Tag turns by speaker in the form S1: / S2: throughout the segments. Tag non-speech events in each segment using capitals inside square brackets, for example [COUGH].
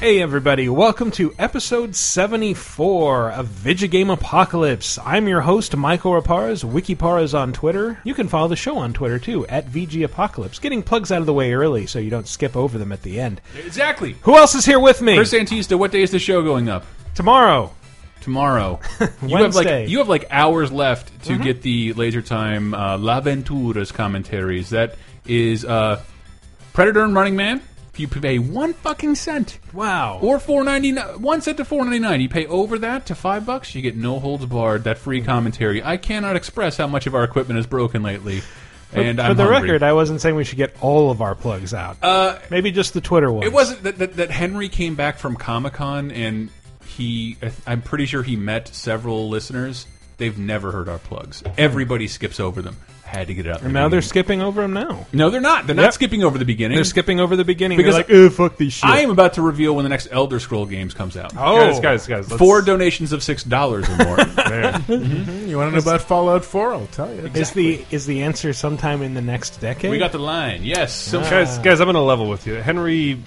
S1: Hey everybody, welcome to episode 74 of Vigigame Apocalypse. I'm your host, Michael Raparz, Wikiparz on Twitter. You can follow the show on Twitter too, at VG Apocalypse. Getting plugs out of the way early so you don't skip over them at the end.
S2: Exactly.
S1: Who else is here with me?
S2: Chris Antista, what day is the show going up?
S1: Tomorrow. [LAUGHS]
S2: Tomorrow. You have
S1: Wednesday. Mm-hmm.
S2: like you have like hours left to get the Laser Time uh, La Ventura's commentaries. That is uh, Predator and Running Man. If you pay one fucking cent
S1: Wow.
S2: or four ninety nine, one cent to four ninety nine, you pay over that to five bucks, you get no holds barred. That free commentary. I cannot express how much of our equipment is broken lately. and
S1: for
S2: I'm
S1: the
S2: hungry.
S1: record, I wasn't saying we should get all of our plugs out.
S2: Uh,
S1: Maybe just the Twitter one.
S2: It wasn't that, that, that Henry came back from Comic Con and he, I'm pretty sure he met several listeners. They've never heard our plugs. Everybody skips over them. Had to get it out. in the
S1: Now they're
S2: beginning.
S1: skipping over them now.
S2: no, they're not. They're
S1: Yep.
S2: not skipping over the beginning.
S1: They're skipping over the beginning.
S2: Because
S1: They're like, oh, fuck these shit.
S2: I am about to reveal when the next Elder Scroll games comes out.
S1: Oh.
S3: Guys, guys, guys. Let's, [LAUGHS]
S2: Four donations of six dollars or
S1: [LAUGHS]
S2: more.
S3: You want to know about Fallout 4? I'll tell you.
S1: Is the is the answer sometime in the next decade?
S2: we got the line. Yes. Ah. So
S3: Guys, guys, I'm going to level with you. Henry,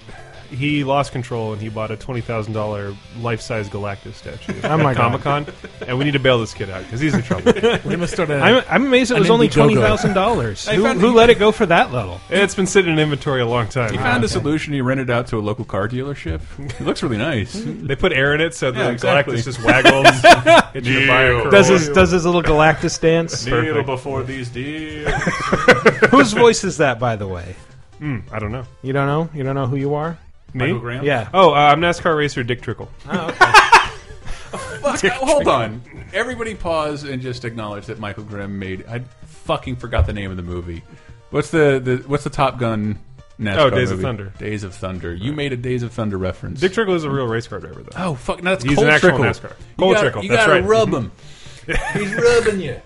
S3: he lost control and he bought a $20,000 life size Galactus statue
S1: Oh my
S3: at
S1: God.
S3: Comic Con. And we need to bail this kid out because he's in trouble.
S1: I'm, I'm amazed it was only
S4: Indiegogo.
S1: twenty thousand dollars. Who,
S2: found-
S1: who let it go for that level?
S3: it's been sitting in inventory a long time.
S2: he found a solution. He rented it out to a local car dealership. It looks really [LAUGHS] nice.
S3: They put air in it so the
S2: Yeah, exactly.
S3: Galactus just waggles. It should buy a
S1: Does
S3: curl.
S1: his does his little Galactus dance?
S3: Perfect.
S2: before these deals.
S1: [LAUGHS] Whose voice is that, by the way?
S3: I don't know.
S1: You don't know? You don't know who you are?
S3: Me?
S1: Yeah.
S3: Oh, uh, I'm NASCAR racer Dick Trickle.
S2: Fuck, hold on. Everybody pause and just acknowledge that Michael Grimm made. I fucking forgot the name of the movie. What's the, the what's the Top Gun? NASCAR
S3: Oh, Days of
S2: movie?
S3: Thunder.
S2: Days of Thunder. You made a Days of Thunder reference.
S3: Dick Trickle is a real race car driver, though.
S2: oh fuck, no, that's
S3: He's
S2: Cole
S3: an actual
S2: Trickle.
S3: NASCAR.
S2: you
S3: Cole
S2: gotta,
S3: Trickle,
S2: You
S3: that's
S2: gotta
S3: right.
S2: rub
S3: [LAUGHS]
S2: him. He's rubbing you.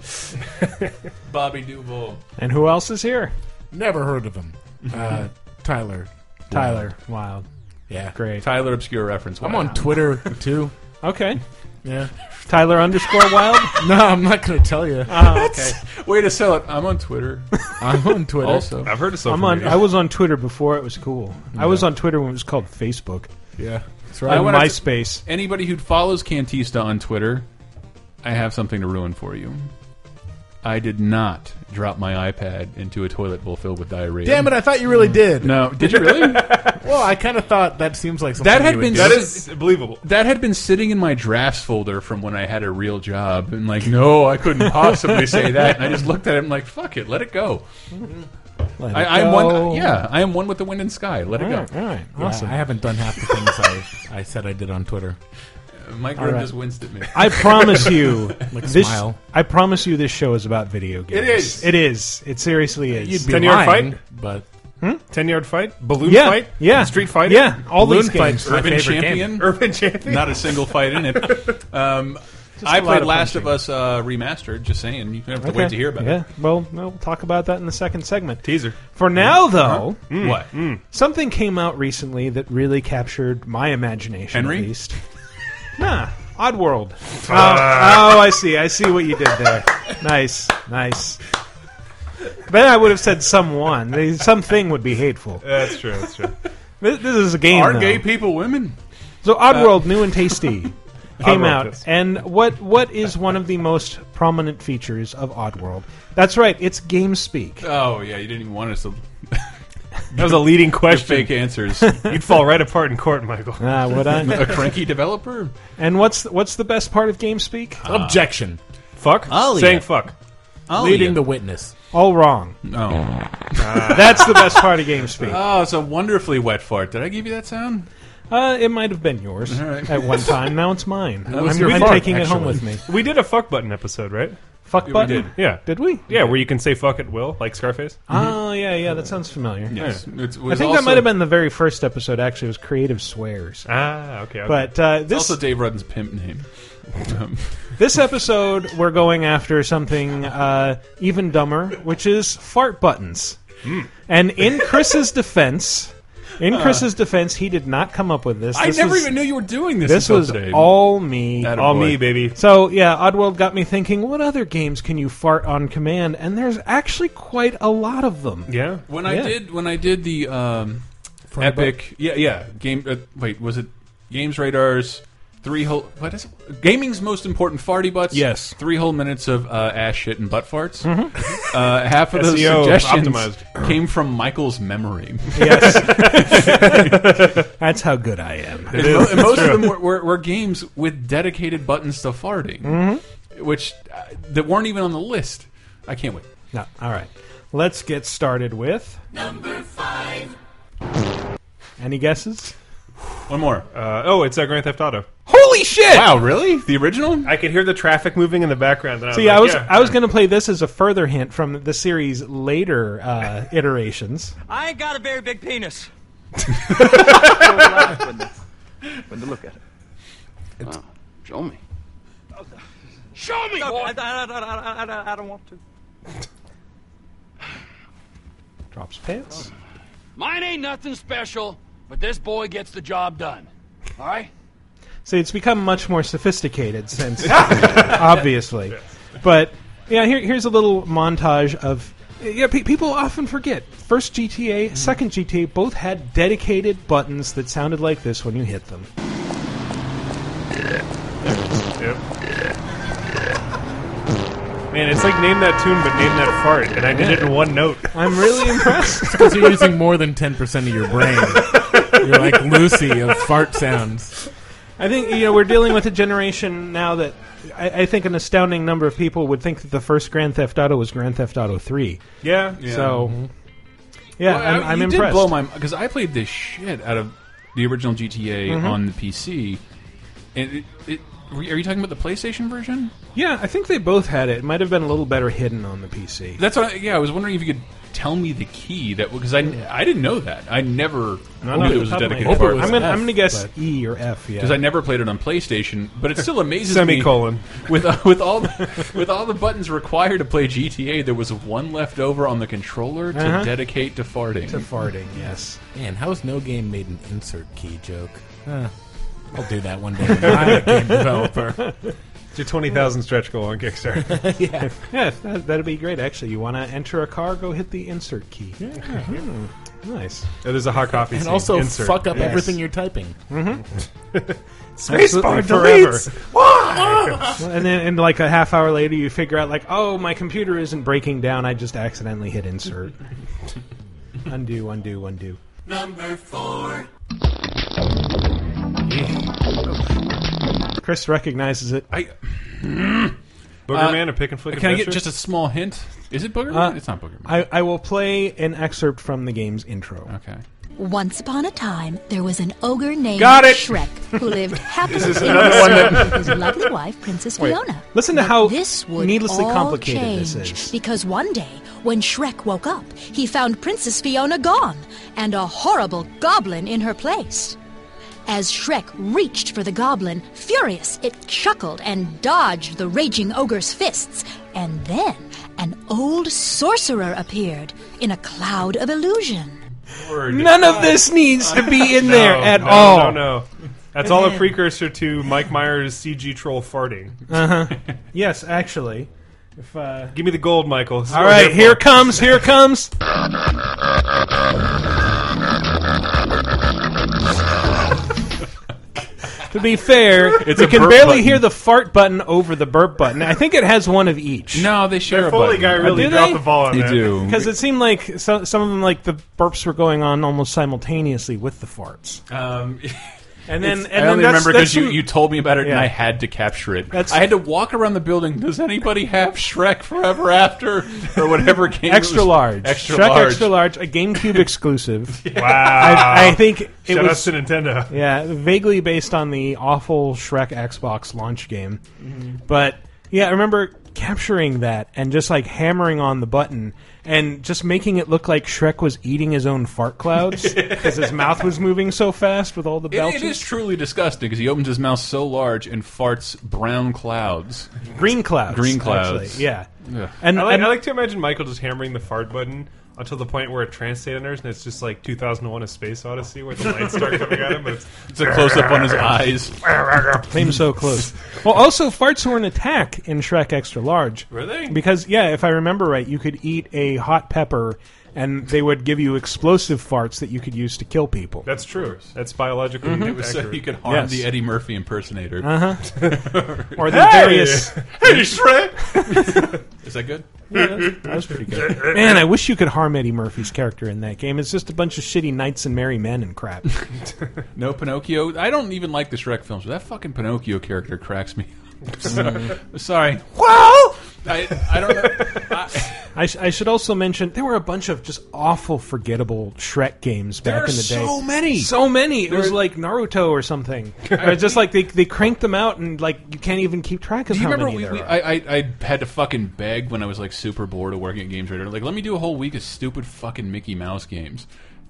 S2: Bobby Duval.
S1: And who else is here?
S4: Never heard of him. Uh, Tyler.
S1: Tyler. Wild.
S4: Yeah.
S1: Great.
S2: Tyler obscure reference.
S4: I'm on Twitter too.
S1: Okay.
S2: [LAUGHS]
S4: Yeah.
S1: Tyler underscore Wild. [LAUGHS]
S4: No, I'm not going to tell you.
S2: Uh-huh.
S1: Oh, okay.
S2: Way to sell it. I'm on Twitter
S4: I'm on Twitter.
S3: [LAUGHS]
S2: also.
S3: I've heard of social
S1: I'm on.
S3: media.
S1: I was on Twitter before it was cool. I was on Twitter when it was called Facebook.
S4: Yeah. That's
S2: I
S4: right.
S2: went up to-
S1: MySpace.
S2: anybody who follows Cantista on Twitter, I have something to ruin for you. I did not drop my iPad into a toilet bowl filled with diarrhea.
S4: Damn it! I thought you really did.
S2: Mm. No, did you really? [LAUGHS]
S4: Well, I kind of thought that seems like something
S2: That had
S4: you would
S2: been-
S4: do.
S3: That is believable.
S2: that had been sitting in my drafts folder from when I had a real job, and like, no, I couldn't possibly say that. And I just looked at it, and like, fuck it, let it go.
S1: Let
S2: I,
S1: it
S2: I'm
S1: go.
S2: one. Yeah, I am one with the wind and sky. Let it
S1: Oh, All
S2: go.
S1: right. All right.
S4: Yeah,
S1: Awesome.
S4: I haven't done half the things I, I said I did on Twitter.
S2: Mike Grimm
S1: right.
S2: just winced at me.
S1: I promise [LAUGHS] you, this,
S4: smile.
S1: I promise you, this show is Uh, about video games.
S2: It is.
S1: It is. It seriously is.
S4: You'd be
S3: 10-year
S4: lying,
S3: fight?
S4: but
S3: Ten yard fight, balloon
S1: Yeah,
S3: fight,
S1: yeah.
S3: street fight,
S1: Yeah, all
S3: balloon
S1: these games.
S3: fight,
S2: Urban
S3: urban champion,
S2: Champion.
S3: [LAUGHS] urban champion.
S2: Not a single fight [LAUGHS] in it. Um, I
S1: a lot
S2: played
S1: of
S2: Last of
S1: punching.
S2: Us uh, remastered. Just saying, you have to
S1: Okay.
S2: wait to hear about
S1: yeah. Well, we'll talk about that in the second segment.
S3: Teaser.
S1: For now,
S2: Uh-huh.
S1: though,
S2: it. Mm. What?
S1: something came out recently that really captured my imagination. at
S2: Henry?
S1: least. [LAUGHS] nah, Oddworld. Oh,
S2: Ah.
S1: oh, I see. I see what you did there. nice, nice. Then I would have said someone. They- Something would be hateful.
S3: That's true. That's true.
S1: This, this is a game.
S2: Are
S1: though.
S2: gay people Uh, women?
S1: So Oddworld, new and
S2: [LAUGHS]
S1: tasty, came
S3: Oddworld,
S1: out,
S3: yes.
S1: and what what is one of the most prominent features of Oddworld? That's right, it's game speak.
S2: Oh yeah, you didn't even want us to
S3: [LAUGHS] That was a leading question.
S2: fake answers. a
S3: You'd fall right apart in court, Michael.
S1: Ah, would
S2: [LAUGHS]
S1: I?
S2: cranky developer?
S1: and what's what's the best part of game speak?
S4: objection.
S3: Fuck.
S2: I'll
S3: Saying
S2: eat.
S3: fuck.
S2: uh, Oh,
S4: Leading the witness.
S1: All wrong.
S2: [LAUGHS] No.
S1: That's the best part of game
S2: [LAUGHS]
S1: speak.
S2: Oh, it's a wonderfully wet fart. Did I give you that sound?
S1: Uh, it might have been yours
S2: All right.
S1: at one time. Now it's mine.
S4: was
S1: I'm,
S4: your
S1: I'm
S4: fault,
S1: taking it home
S4: actually.
S1: with me.
S3: We did a fuck button episode, right?
S1: Fuck
S2: we
S1: button.
S2: did.
S3: Yeah.
S1: Did we?
S3: Yeah, where you can say fuck at will, like Scarface.
S1: Oh yeah, yeah. That sounds familiar.
S2: Yes. It's,
S1: I think that might have been the very first episode. Actually, it was creative swears.
S3: Ah, okay. okay.
S1: But uh,
S2: It's
S1: this
S2: also Dave Rudden's pimp name. Um,
S1: This episode, we're going after something uh, even dumber, which is fart buttons.
S2: Hmm.
S1: And in Chris's defense,
S2: [LAUGHS]
S1: in Chris's defense, he did not come up with this.
S2: Uh. I
S1: This
S2: never
S1: was-
S2: even knew you were doing this.
S1: This
S2: until
S1: was
S2: today.
S1: all me.
S2: Atta
S3: all
S2: boy.
S3: me, baby.
S1: So yeah, Oddworld got me thinking. What other games can you fart on command? And there's actually quite a lot of them.
S3: Yeah.
S2: When
S1: Yeah.
S2: I did when I did the um,
S4: about- [LAUGHS]
S2: epic yeah yeah game uh, wait was it Games Radar's three whole what is it? gaming's most important farty butts.
S1: Yes.
S2: three whole minutes of uh, ass shit and butt farts. Uh, half of those
S3: SEO
S2: suggestions [CLEARS THROAT]
S3: optimized.
S2: came from Michael's memory.
S1: [LAUGHS] That's how good I am.
S2: And mo- and most of them were, were, were games with dedicated buttons to farting, which uh, that weren't even on the list. I can't wait.
S1: No, all right. Let's get started with number five. Any guesses?
S2: One more.
S3: Uh, oh, it's uh, Grand Theft Auto.
S2: Holy shit! Wow, really? The original?
S3: I could hear the traffic moving in the background. And
S1: See, I
S3: I
S1: was
S3: like, Uh, yeah.
S1: I was going to play this as a further hint from the series' later uh, iterations.
S5: I ain't got a very big penis.
S6: when to, when to look at it. Wow. Show me.
S5: Show me, boy. I, I- I- I- I- I don't want to.
S1: Drops pants.
S7: Mine ain't nothing special, but this boy gets the job done. All right?
S1: See, it's become much more sophisticated since, [LAUGHS] obviously. But yeah, here, here's a little montage of. Yeah, pe- people often forget. First GTA,
S7: Mm-hmm.
S1: second GTA, both had dedicated buttons that sounded like this when you hit them.
S3: Yep. Man, it's like name that tune, but name that fart, and I did it in one
S1: [LAUGHS]
S3: note.
S1: I'm really impressed.
S4: Because you're using more than 10% of your brain. You're like Lucy of fart sounds.
S1: I think you know we're dealing with a generation now that I, I think an astounding number of people would think that the first Grand Theft Auto was Grand Theft Auto Three.
S3: Yeah.
S1: So, yeah,
S2: Well, I-
S1: I'm, I'm
S2: you
S1: impressed.
S2: Did blow my because I played this shit out of the original GTA
S1: Mm-hmm.
S2: on the PC, and it, it, are you talking about the PlayStation version?
S1: yeah, I think they both had it. It might have been a little better hidden on the PC.
S2: That's what. I, yeah, I was wondering if you could tell me the key that because I I didn't know that I never knew
S1: off
S2: it
S1: the
S2: was a
S1: top of my
S2: dedicated
S1: head.
S2: part
S1: I'm
S2: because
S1: gonna, I'm
S4: F,
S1: gonna guess
S4: but-
S1: E or F. Yeah,
S2: I never played it on PlayStation. But it still amazes
S3: Semicolon.
S2: me [LAUGHS] with uh, with all the, with all the buttons required to play GTA. There was one left over on the controller to
S1: Uh-huh.
S2: dedicate to farting.
S1: to farting. Yes.
S4: Man, how has no game made an insert key joke? Huh. I'll do that one day. I'm a
S1: [LAUGHS]
S4: game developer.
S3: It's your 20,000 stretch goal on Kickstarter.
S1: [LAUGHS] Yeah, if that, that'd be great. Actually, you want to enter a car? Go hit the insert key. Yeah. Nice.
S3: Oh, there's a hot coffee
S4: And
S3: scene.
S4: also
S3: Insert.
S4: fuck up
S1: Yes.
S4: everything you're typing.
S1: Absolutely,
S3: Spacebar deletes.
S1: and then, and like a half hour later, you figure out like, oh, my computer isn't breaking down. I just accidentally hit [LAUGHS] insert. undo, undo, undo. Number four. Chris recognizes it.
S2: I,
S3: Booger
S2: Uh,
S3: Man, a pick and flick
S2: can I
S3: adventure?
S2: get just a small hint? Is it Booger?
S1: Uh,
S2: it's not Booger.
S1: I, I will play an excerpt from the game's intro.
S2: okay.
S8: Once upon a time, there was an ogre named
S3: Got it!
S8: Shrek who
S1: [LAUGHS]
S8: lived happily in a circle with his lovely wife, Princess Fiona.
S1: Listen to how
S8: This would
S1: needlessly
S8: all
S1: complicated
S8: change,
S1: this is.
S8: because one day, when Shrek woke up, he found Princess Fiona gone and a horrible goblin in her place. As Shrek reached for the goblin, furious, it chuckled and dodged the raging ogre's fists. And then, an old sorcerer appeared in a cloud of illusion.
S1: None
S2: Uh,
S1: of this needs to be in there
S3: No,
S1: at
S3: no,
S1: all.
S3: No, no. That's all a precursor to Mike Myers' CG troll farting.
S1: Yes, actually. If, uh,
S3: Give me the gold, Michael.
S1: all right, here comes, here comes. to be fair, we
S2: a
S1: can
S2: burp
S1: barely
S2: button.
S1: hear the fart button over the burp button. I think it has one of each.
S2: No, they share a
S3: Foley
S2: button.
S3: guy really
S1: do
S3: dropped
S1: they?
S3: the ball on
S2: They
S3: that.
S2: do.
S1: Because it seemed like so, some of them, like the burps, were going on almost simultaneously with the farts.
S2: Um,
S1: And then, and
S2: [LAUGHS] I
S1: then
S2: only
S1: that's,
S2: remember
S1: that's
S2: because you,
S1: from-
S2: you told me about it and
S1: Yeah.
S2: I had to capture it.
S1: That's-
S2: I had to walk around the building. Does anybody have Shrek Forever After
S1: [LAUGHS]
S2: or whatever game? it
S1: extra
S2: was-
S1: large,
S2: Extra
S1: Shrek
S2: large.
S1: extra large, a
S2: [LAUGHS]
S1: GameCube exclusive.
S3: Wow.
S1: I, I think it
S3: Uh, Shout
S1: was
S3: out to Nintendo.
S1: Yeah, vaguely based on the awful Shrek Xbox launch game. But yeah, I remember capturing that and just like hammering on the button and just making it look like Shrek was eating his own fart
S3: [LAUGHS]
S1: clouds because his mouth was moving so fast with all the
S2: It-
S1: belches.
S2: it is truly disgusting because he opens his mouth so large and farts brown clouds.
S1: green clouds.
S2: Green clouds.
S1: actually, Yeah.
S2: Ugh.
S1: And,
S3: I like,
S1: and
S3: I like to imagine Michael just hammering the fart button until the point where it translates enters and it's just like 2001: A Space Odyssey, where the
S2: [LAUGHS]
S3: lights start coming at him. But it's,
S2: It's a close up
S1: [LAUGHS]
S2: on his eyes.
S1: came so
S3: [LAUGHS]
S1: close. Well, also farts were an attack in Shrek Extra Large.
S2: Were they?
S1: Because yeah, if I remember right, you could eat a hot pepper and they would give you explosive farts that you could use to kill people.
S3: That's true. That's biologically
S2: It was Mm-hmm. so
S3: accurate.
S2: you could harm
S1: Yes. Uh-huh.
S2: the Eddie Murphy impersonator.
S1: Or the
S3: [LAUGHS]
S1: various.
S2: Hey, Shrek! Is that good?
S1: That was pretty good. [LAUGHS] Man, I wish you could harm Eddie Murphy's character in that game. It's just a bunch of shitty knights and merry men and [LAUGHS] crap.
S2: No Pinocchio. I don't even like the Shrek films, but that fucking Pinocchio character cracks me. up. [LAUGHS] Sorry. Well, I, I
S1: [LAUGHS]
S2: don't know. I,
S1: I, sh- I should also mention there were a bunch of just awful, forgettable Shrek games back
S2: There are
S1: in the day.
S2: so many.
S1: so many. It was like Naruto or [LAUGHS] something. or just like they they cranked them out and like you can't even keep track of
S2: Do you
S1: how
S2: remember
S1: many
S2: we,
S1: there
S2: we,
S1: are.
S2: I, I I had to fucking beg when I was like super bored of working at Games Radar. Like, let me do a whole week of stupid fucking Mickey Mouse games.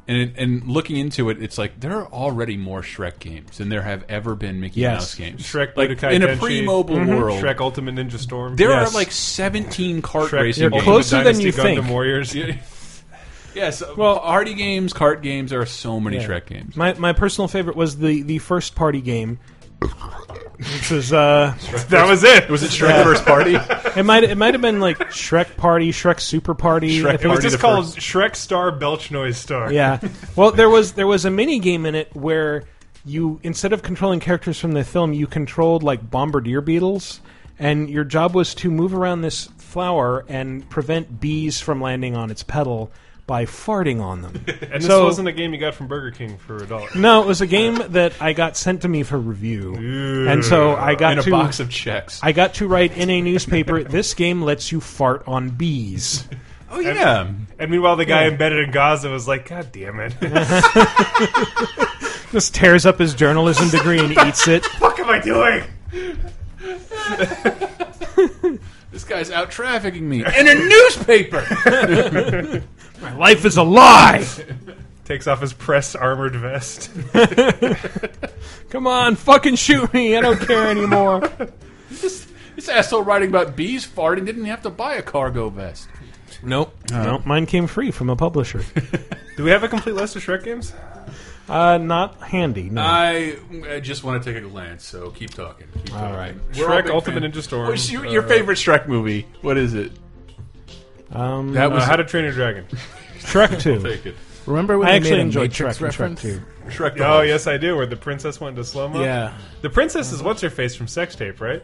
S2: And it, and looking into it, it's like there are already more Shrek games than there have ever been Mickey
S1: Yes. Mm-hmm.
S2: Mouse games.
S3: Shrek
S2: like
S3: Budokai
S2: in a
S3: Tenchi.
S2: pre-mobile world,
S3: Shrek Ultimate Ninja Storm.
S2: Mm-hmm. there
S1: Yes.
S2: are like seventeen kart
S3: Shrek
S2: racing
S1: You're
S2: games.
S1: close. closer than
S3: Dynasty
S1: you
S3: Gundam
S1: think.
S3: Warriors.
S2: Yes, well, arty games, kart games. There are so many
S1: Yeah.
S2: Shrek games.
S1: My my personal favorite was the the first party game, which was uh
S3: [LAUGHS] that was it.
S2: Was it Shrek First [LAUGHS] Party?
S1: it might it might have been like Shrek Party, Shrek Super Party.
S2: Shrek
S1: if
S3: It was
S2: Party
S3: just
S2: the
S3: called
S2: first.
S3: Shrek Star Belch Noise Star.
S1: yeah. Well, there was there was a mini game in it where you instead of controlling characters from the film, you controlled like bombardier beetles, and your job was to move around this flower and prevent bees from landing on its petal by farting on
S2: [LAUGHS]
S1: them.
S3: And
S1: So-
S3: this wasn't a game you got from Burger King for a dollar.
S1: no, it was a game that I got sent to me for review, and so I got
S2: in a
S1: to
S2: box of checks.
S1: I got to write in a newspaper. [LAUGHS] this game lets you fart on bees.
S2: oh yeah,
S3: And meanwhile, the guy embedded in Gaza was like, "God damn it! what
S1: Just tears up his journalism degree and eats it.
S3: am I doing?"
S2: this guy's out trafficking me in
S1: [LAUGHS]
S2: a newspaper.
S1: My life is a lie.
S3: Takes off his press armored vest. [LAUGHS]
S1: Come on, fucking shoot me. I don't care anymore.
S2: this, this asshole writing about bees farting didn't have to buy a cargo vest.
S1: Nope. nope. Mine came free from a publisher.
S3: Do we have a complete list of Shrek games?
S1: Uh, not handy. No.
S2: I, I just want to take a glance, so keep talking. Keep all
S1: right.
S3: Shrek Ultimate Ninja Storm.
S2: your,
S1: uh,
S2: your favorite Shrek movie? What is it?
S1: um,
S2: That was
S3: Uh, How to Train Your Dragon.
S1: Shrek 2.
S2: take it.
S4: Remember when
S1: I
S4: they
S1: actually
S4: made a
S1: enjoyed
S4: Matrix
S1: Shrek and Shrek
S4: reference?
S1: 2.
S2: Shrek. the
S3: Oh
S2: Horse.
S3: yes, I do. Where the princess went to slow mo.
S4: Yeah.
S3: The princess is what's her face from Sex Tape, right?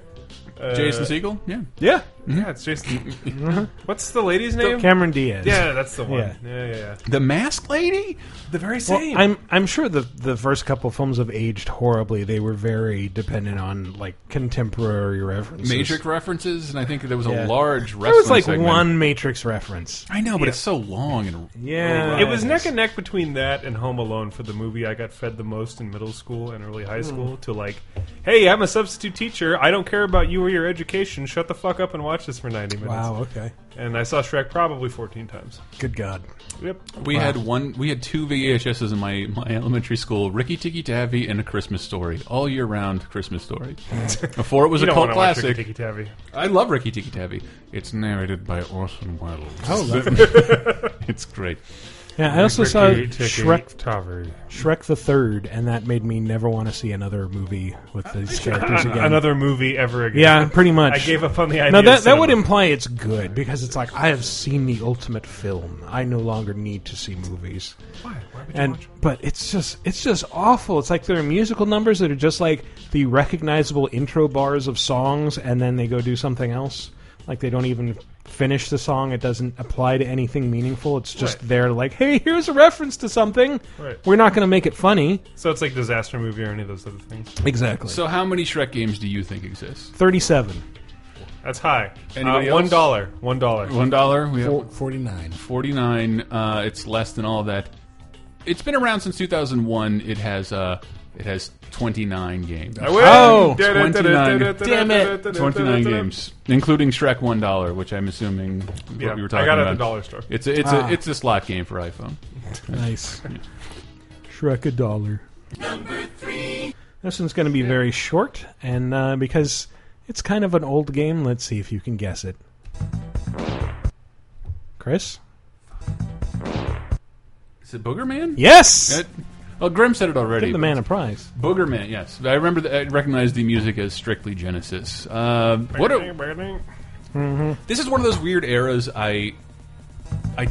S3: Uh,
S2: Jason Segel. Yeah.
S3: Yeah. Yeah, it's Jason. [LAUGHS] what's the lady's name?
S1: Cameron Diaz.
S3: yeah, that's the one.
S1: Yeah.
S3: Yeah, yeah, yeah.
S2: The Masked Lady. The very
S1: Well,
S2: same.
S1: I'm I'm sure the the first couple films have aged horribly. They were very dependent on like contemporary references.
S2: Matrix references, and I think there was a
S1: Yeah.
S2: large wrestling.
S1: There was like
S2: segment.
S1: one Matrix reference.
S2: I know, but it's so long and
S1: Yeah,
S3: It was neck and neck between that and Home Alone for the movie I got fed the most in middle school and early high school to like, hey, I'm a substitute teacher. I don't care about you or your education. Shut the fuck up and watch this for 90 minutes.
S1: Wow. Okay.
S3: And I saw Shrek probably 14 times.
S1: Good God.
S3: Yep.
S2: We had one. We had two VHSs in my my elementary school: Ricky Tikki Tavi and A Christmas Story, all year round. Christmas Story.
S3: [LAUGHS]
S2: Before it was
S3: You
S2: a
S3: don't
S2: cult
S3: want to watch Ricky
S2: classic.
S3: Tikki Tavi.
S2: I love Ricky Tikki Tavi. It's narrated by Orson Welles. [LAUGHS]
S1: Oh,
S2: It's great.
S1: Yeah, I also saw Shrek,
S3: Tavi.
S1: Shrek the Third, and that made me never want to see another movie with
S3: [LAUGHS]
S1: these characters again.
S3: Another movie ever again.
S1: yeah, pretty much.
S3: I gave up on the idea.
S1: Now
S3: of
S1: that that
S3: cinema.
S1: would imply it's good because it's like I have seen the ultimate film. I no longer need to see movies.
S3: Why? Why would you
S1: And
S3: watch?
S1: but it's just it's just awful. It's like there are musical numbers that are just like the recognizable intro bars of songs, and then they go do something else. Like they don't even finish the song. It doesn't apply to anything meaningful. It's just
S3: Right.
S1: there, like, hey, here's a reference to something.
S3: Right.
S1: We're not going to make it funny.
S3: So it's like disaster movie or any of those other things.
S1: Exactly.
S2: So, how many Shrek games do you think exist?
S1: Thirty-seven.
S3: That's high.
S2: Anybody
S3: uh, one
S2: else?
S3: dollar. One dollar.
S2: One dollar. We have
S4: Four- 49.
S2: forty nine. Uh, it's less than all that. It's been around since two thousand one. It has uh, it has twenty nine games.
S3: I win!
S1: Oh,
S2: 29.
S1: Damn it.
S2: 29 games, including Shrek One Dollar, which I'm assuming is
S3: Yeah,
S2: what we
S3: I
S2: were talking
S3: got it
S2: about.
S3: at the dollar store.
S2: It's a it's
S1: Ah.
S2: a it's a slot game for iPhone.
S1: Nice. [LAUGHS] Shrek a dollar. Number three. This one's going to be very short, and uh, because it's kind of an old game, let's see if you can guess it. Chris?
S2: Is it Booger Man?
S1: Yes!
S2: That- well, Grim said it already.
S1: Give the man a prize.
S2: Booger Man. Yes, I remember. The, I recognized the music as strictly Genesis. Uh, what? A, this is one of those weird eras. I [LAUGHS] I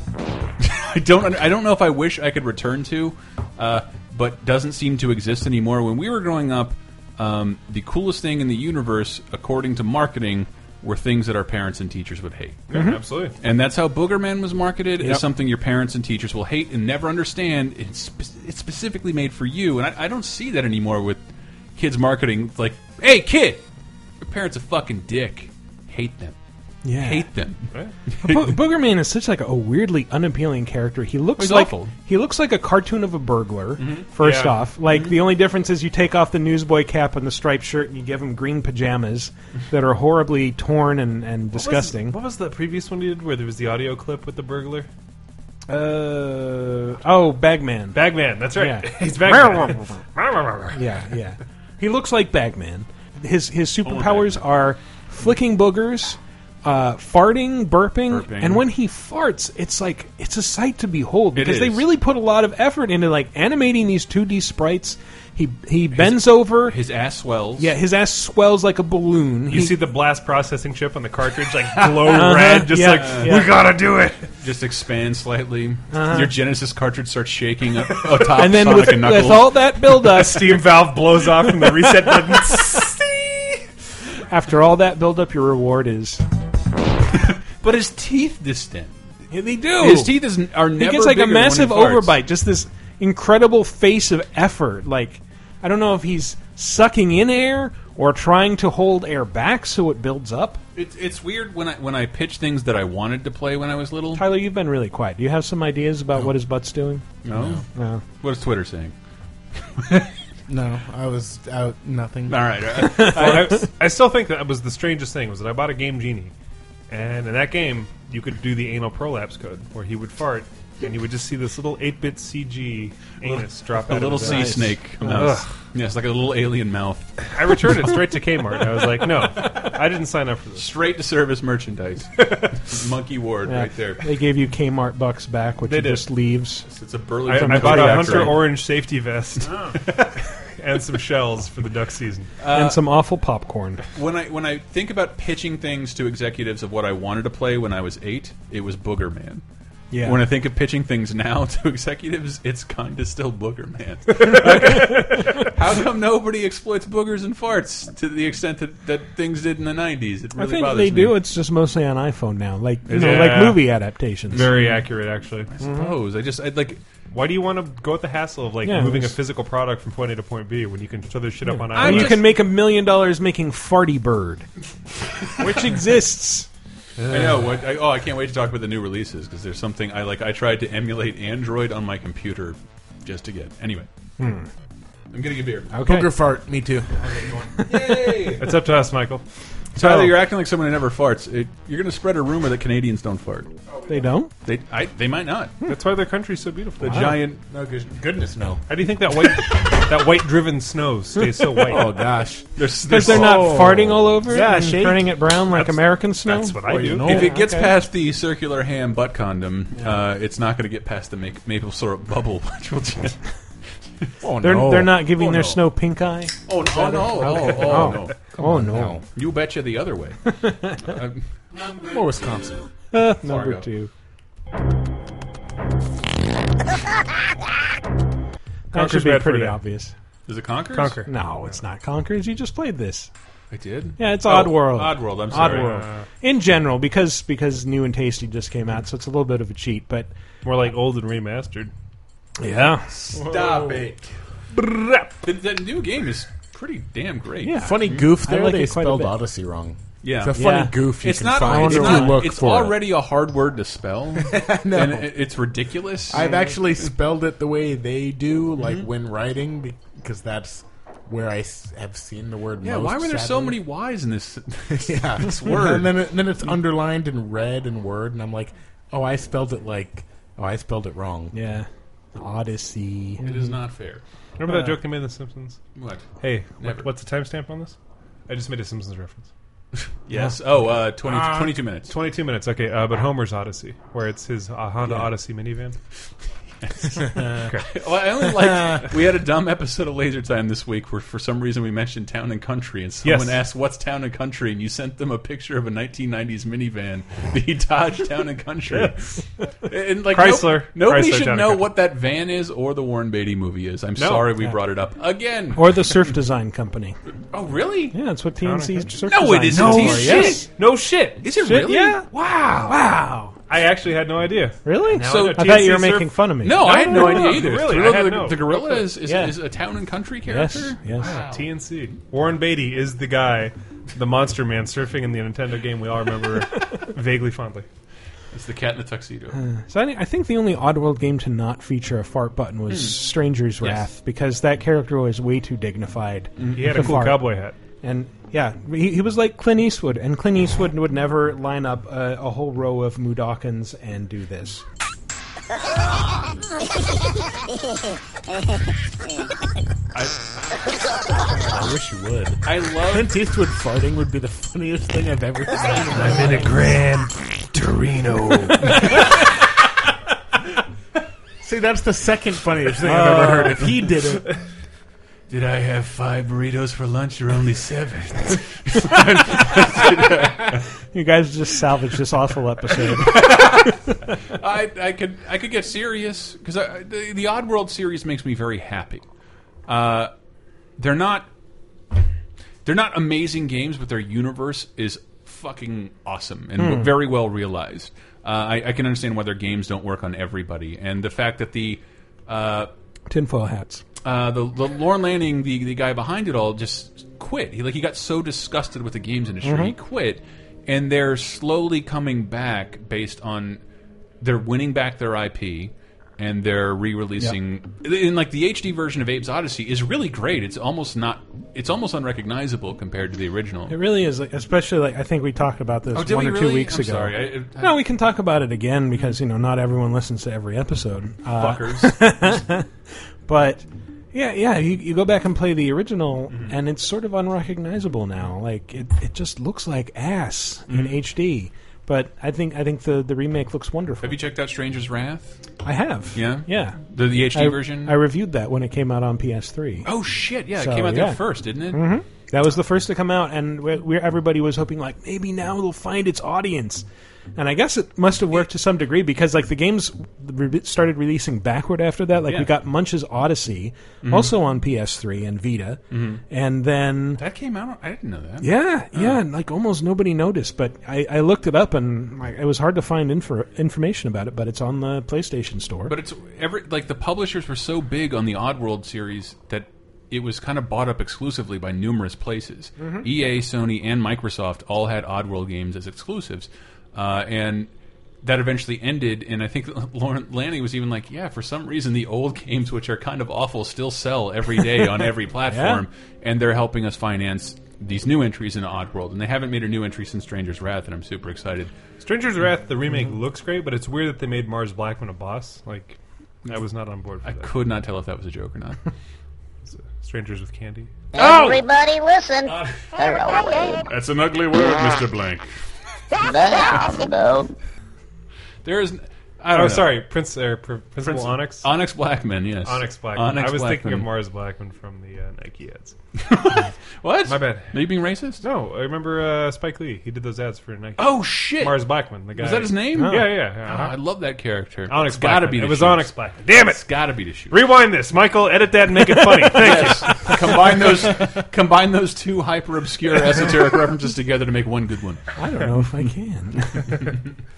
S2: I don't. un- I don't know if I wish I could return to, uh, but doesn't seem to exist anymore. When we were growing up, um, the coolest thing in the universe, according to marketing, were things that our parents and teachers would hate.
S3: Absolutely.
S2: And that's how Boogerman was marketed
S4: Yep.
S2: is something your parents and teachers will hate and never understand. It's, spe- it's specifically made for you, and I, I don't see that anymore with kids marketing. It's like, hey, kid, your parents a fucking dick. Hate them.
S1: Yeah.
S2: Hate them.
S1: Bo- Boogerman is such like a weirdly unappealing character. He looks
S2: He's
S1: like
S2: awful.
S1: he looks like a cartoon of a burglar. First
S3: Mm-hmm. Yeah. Mm-hmm.
S1: off, like the only difference is you take off the newsboy cap and the striped shirt, and you give him green pajamas that are horribly torn and, and disgusting.
S3: What was, the previous one you did where there was the audio clip with the burglar?
S1: Uh, oh, Bagman.
S3: Bagman. That's right.
S1: Yeah.
S3: He's Bagman.
S1: yeah, yeah. He looks like Bagman. His his superpowers are flicking boogers, uh, farting, burping,
S2: Burping.
S1: and when he farts, it's like it's a sight to behold because they
S2: is.
S1: really put a lot of effort into like animating these 2D sprites. He he bends over.
S2: His ass swells.
S1: yeah, his ass swells like a balloon.
S3: you
S1: He- Uh-huh.
S3: see the blast processing chip on the
S1: [LAUGHS]
S3: cartridge like glow red, just
S1: yeah,
S3: like
S1: yeah.
S3: we gotta do it.
S2: Just expand slightly. Your Genesis cartridge starts
S1: [LAUGHS]
S2: shaking up, atop
S1: Uh-huh. and then
S2: Sonic
S1: with,
S2: and Knuckles.
S1: with all that build
S2: [LAUGHS]
S1: up,
S3: Steam valve blows off from the reset button.
S1: [LAUGHS] after all that build up, your reward is
S2: but his teeth distend.
S1: they do.
S2: His teeth is, are
S1: He
S2: never
S1: gets like
S2: bigger
S1: a
S2: than when he
S1: massive
S2: farts.
S1: overbite, just this incredible face of effort. Like, I don't know if he's sucking in air or trying to hold air back so it builds up.
S2: It's, it's weird when I when I pitch things that I wanted to play when I was little.
S1: Tyler, you've been really quiet. Do you have some ideas about what his butt's doing?
S2: No,
S1: No.
S2: what is Twitter saying?
S4: No, I was out nothing.
S2: All right, all right.
S3: I, I still think that was the strangest thing was that I bought a game genie, and in that game you could do the anal prolapse code where he would fart and you would just see this little eight bit CG anus drop
S2: [LAUGHS]
S1: [LAUGHS]
S2: A
S3: out.
S2: little
S3: of his
S2: sea
S3: eye.
S2: snake mouse. Yeah, it's like a little alien mouth.
S3: I returned it straight to Kmart. and I was like, no, I didn't sign up for this.
S2: Straight to service merchandise.
S1: [LAUGHS]
S2: Monkey Ward
S1: Yeah.
S2: right there.
S1: They gave you Kmart bucks back, which
S3: They
S1: he
S3: did.
S1: just leaves.
S2: It's a burly.
S3: I, I bought a
S2: Correct.
S3: hunter orange safety vest
S1: Oh.
S3: [LAUGHS] and some shells for the duck season.
S2: Uh,
S1: and some awful popcorn.
S2: When I when I think about pitching things to executives of what I wanted to play when I was eight, it was Booger Man.
S1: Yeah.
S2: When I think of pitching things now [LAUGHS] to executives, it's kind of still Booger Man.
S1: [LAUGHS]
S2: How come nobody exploits boogers and farts to the extent that, that things did in the '90s? It really
S1: I think
S2: bothers
S1: they
S2: me.
S1: do. It's just mostly on iPhone now, like you know,
S3: it?
S1: like
S3: Yeah.
S1: movie adaptations.
S3: Very accurate, actually.
S2: Suppose I just I'd like
S3: Why do you want to go with the hassle of like
S1: Yeah,
S3: moving a
S1: it's-
S3: physical product from point A to point B when you can throw this shit up on
S2: I
S1: And
S3: iOS?
S1: you can make a million dollars making Farty Bird, [LAUGHS] which exists.
S2: I know. What, I, oh, I can't wait to talk about the new releases because there's something I like. I tried to emulate Android on my computer just to get. Anyway, I'm getting a beer.
S1: Okay. Oh,
S4: Booger fart,
S1: [LAUGHS]
S4: me too.
S3: It's up to us, Michael.
S2: Tyler,
S3: Oh.
S2: you're acting like someone who never farts. It, you're going to spread a rumor that Canadians don't fart.
S1: They don't.
S2: They, I, they might not.
S3: That's why their country's so beautiful.
S2: The giant.
S4: No, goodness, no.
S3: How do you think that white [LAUGHS] that white driven snow stays so white?
S4: Oh gosh.
S2: There's,
S1: Because they're not farting all over it
S4: Yeah,
S1: and
S4: shade.
S1: turning it brown like
S3: That's-
S1: American snow.
S3: That's what I do.
S4: no.
S2: If it gets
S1: Okay.
S2: past the circular ham butt condom, uh, it's not going to get past the ma- maple syrup bubble. [LAUGHS] Which will just,
S4: Oh
S1: They're,
S4: no.
S1: they're not giving
S2: Oh,
S1: their
S2: no.
S1: snow pink eye.
S2: oh, no, oh, no, oh, oh,
S1: Oh.
S2: no.
S1: oh no,
S4: No.
S2: You betcha the other way. Uh,
S4: Or Wisconsin.
S1: [LAUGHS] number
S2: Fargo.
S1: two. that should
S3: Conquer's
S1: be
S3: bad for
S1: pretty
S3: now.
S1: obvious.
S2: is it Conquer?
S3: Conquer.
S1: No, it's not Conquerors. You just played this.
S2: I did.
S1: Yeah, it's
S2: Oh,
S1: Oddworld.
S2: Oddworld. I'm sorry.
S1: Oddworld. In general, because because new and tasty just came out, so it's a little bit of a cheat. But
S3: More like old and remastered.
S1: yeah,
S2: Stop it. The, the new game is pretty damn great.
S1: yeah.
S4: Funny goof there.
S1: like
S4: they
S1: it quite a
S4: spelled
S1: bit.
S4: Odyssey wrong.
S2: Yeah.
S4: It's a funny
S1: Yeah.
S4: goof you
S2: It's
S4: can
S2: not.
S4: find
S2: It's,
S4: if
S2: not,
S4: you look
S2: it's
S4: for it.
S2: already a hard word to spell,
S4: [LAUGHS] know.
S2: and it, it's ridiculous.
S4: I've
S2: [LAUGHS]
S4: actually spelled it the way they do, like
S2: Mm-hmm.
S4: when writing, because that's where I s- have seen the word.
S2: yeah.
S4: most,
S2: why were there so
S4: sadly.
S2: many Y's in this?
S4: yeah.
S2: [LAUGHS] this word?
S4: [LAUGHS] And then, it, then it's underlined in red and word, and I'm like, oh, I spelled it like, oh, I spelled it wrong.
S1: yeah. Odyssey.
S2: it is not fair.
S3: Remember that joke they made in The Simpsons?
S2: What?
S3: Hey, what,
S2: Never.
S3: what's the timestamp on this? I just made a Simpsons reference.
S2: Yes. Oh, uh, 20, 22 minutes.
S3: 22 minutes, okay, uh, but Homer's Odyssey, where it's his uh, Honda Odyssey minivan.
S2: Well, I only
S3: [LAUGHS]
S2: liked, we had a dumb episode of Laser Time this week where, for some reason, we mentioned town and country, and someone
S3: Yes.
S2: asked, "What's town and country?" And you sent them a picture of a 1990s minivan, the Dodge Town and Country, and like no-
S3: Chrysler.
S2: nobody
S3: Chrysler
S2: should
S3: Town and
S2: know
S3: Country.
S2: what that van is or the Warren Beatty movie is. I'm
S3: No.
S2: sorry we brought it up again.
S1: Or the Surf Design Company.
S2: oh, really?
S1: Yeah, that's what PNC's Surf
S2: No,
S1: Design
S2: it isn't.
S1: Company
S2: No
S1: is.
S2: shit.
S1: Yes.
S3: No shit.
S2: Is it
S3: Shit,
S2: really?
S3: Yeah.
S1: Wow. Wow.
S3: I actually had no idea.
S1: Really?
S3: Now
S2: So-
S3: know
S1: I thought you
S3: TNC
S1: were
S3: surf-
S1: making fun of me.
S2: No, I had no
S3: no,
S2: idea
S3: no,
S2: either.
S3: really, I
S2: Gorilla-
S3: had
S2: the,
S3: no.
S2: the gorilla is, is,
S1: Yeah.
S2: is a town and country character.
S1: Yes. Yes.
S3: TNC. Warren Beatty is the guy, the monster man surfing in the Nintendo game we all
S2: [LAUGHS]
S3: remember vaguely fondly.
S2: It's the cat in the tuxedo.
S3: [SIGHS]
S1: So I, I think the only Oddworld game to not feature a fart button was
S4: Hmm.
S1: Stranger's Wrath because that character was way too dignified.
S4: Mm-hmm.
S3: He had a
S1: to
S3: cool
S1: fart.
S3: cowboy hat.
S1: and yeah, he, he was like Clint Eastwood, and Clint Eastwood would never line up a, a whole row of Mudokins and do this.
S4: I wish you would.
S2: I love
S4: Clint Eastwood farting would be the funniest thing I've ever
S1: [LAUGHS]
S4: seen.
S3: I'm in a Grand Torino.
S4: See, that's the second funniest thing I've
S1: Oh.
S4: ever heard. If he did it,
S2: Did I have five burritos for lunch or only seven?
S1: You guys just salvaged this awful
S4: [LAUGHS]
S1: episode.
S2: I, I could I could get serious because the, the Oddworld series makes me very happy. Uh, they're not they're not amazing games, but their universe is fucking awesome and very well realized. Uh, I, I can understand why their games don't work on everybody, and the fact that the uh,
S1: Tinfoil hats.
S2: uh, the, the Lorne Lanning, the, the guy behind it all, just quit. He like he got so disgusted with the games industry, he
S1: Mm-hmm.
S2: quit. And they're slowly coming back based on they're winning back their IP and they're re-releasing. And like the HD version of Abe's Odyssey is really great. It's almost not. It's almost unrecognizable compared to the original.
S1: It really is, like, especially like I think we talked about this
S2: Oh,
S1: one
S2: did we
S1: or two
S2: really?
S1: weeks
S2: I'm
S1: ago.
S2: sorry. I- I-
S1: no, we can talk about it again because you know not everyone listens to every episode. Uh,
S2: [LAUGHS] Fuckers.
S1: but yeah, yeah, you, you go back and play the original,
S2: Mm-hmm.
S1: and it's sort of unrecognizable now. Like it, it just looks like ass
S2: Mm-hmm.
S1: in HD. But I think I think the, the remake looks wonderful.
S2: have you checked out Stranger's Wrath?
S1: I have.
S2: Yeah?
S1: yeah.
S2: The, the HD
S1: I,
S2: version.
S1: I reviewed that when it came out on PS3.
S2: oh shit! Yeah,
S1: So,
S2: it came out there
S1: yeah. Mm-hmm.
S2: first, didn't it?
S1: That was the first to come out, and we we everybody was hoping like maybe now it'll find its audience. And I guess it must have worked to some degree because like the games re- started releasing backward after that. Like
S2: Yeah. Mm-hmm.
S1: we got Munch's Odyssey, also on PS3 and Vita, and then
S2: That came out. I didn't know that.
S1: yeah,
S2: Uh.
S1: yeah, and like almost nobody noticed. But I, I looked it up, and like, it was hard to find info, information about it. But it's on the PlayStation Store.
S2: But it's every like the publishers were so big on the Oddworld series that it was kind of bought up exclusively by numerous places. EA, Sony, and Microsoft all had Oddworld games as exclusives, uh, and that eventually ended. And I think [LAUGHS] Lauren Lanning was even like, "Yeah, for some reason, the old [LAUGHS] games, which are kind of awful, still sell every day on every platform, and they're helping us finance." These new entries in Oddworld, and they haven't made a new entry since Stranger's Wrath, and I'm super excited.
S3: Stranger's Wrath, the remake
S2: Mm-hmm.
S3: looks great, but it's weird that they made Mars Blackman a boss. Like, I was not on board for
S2: I
S3: that.
S2: could not tell if that was a joke or not.
S3: Strangers with Candy.
S9: Everybody listen. Hello.
S2: [LAUGHS] That's an ugly word, Mr. Blank.
S9: Down, though.
S2: There is. I don't
S3: Oh,
S2: know.
S3: sorry, Prince, uh, Pr- Principal Onyx.
S2: Onyx Blackman, yes.
S3: Onyx Blackman.
S2: Onyx
S3: I was thinking of
S2: Blackman.
S3: Mars Blackman from the uh, Nike ads.
S2: What?
S3: My bad.
S2: Are you being racist?
S3: No, I remember uh, Spike Lee. He did those ads for Nike.
S2: Oh, shit.
S3: Mars Blackman, the guy.
S2: Is that his name?
S3: Yeah, yeah. yeah,
S2: Oh,
S3: uh-huh.
S2: I love that character.
S3: Onyx
S2: It's gotta
S3: Blackman.
S2: be to
S3: It was
S2: shoot.
S3: Onyx Blackman. Damn
S2: It's
S3: it!
S2: gotta be to shoot.
S3: Rewind this, Michael. Edit that and make it funny. Thank you. [LAUGHS]
S2: combine those combine those two hyper obscure esoteric references together to make one good one.
S1: I
S2: [LAUGHS]
S1: don't know if I can. [LAUGHS]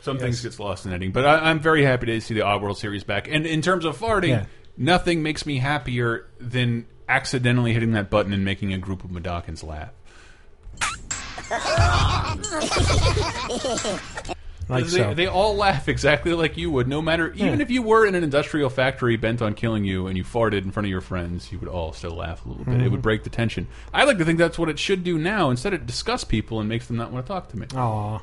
S2: Some things gets lost in editing, but I, I'm very happy to see the Oddworld series back. And in terms of farting,
S1: Yeah.
S2: nothing makes me happier than accidentally hitting that button and making a group of Madokins laugh.
S1: like
S2: they,
S1: so.
S2: they all laugh exactly like you would, no matter even
S1: Yeah.
S2: if you were in an industrial factory bent on killing you and you farted in front of your friends, you would all still laugh a little bit. It
S1: Mm-hmm.
S2: would break the tension. I like to think that's what it should do now. Instead, it disgusts people and makes them not want to talk to me.
S1: Aw.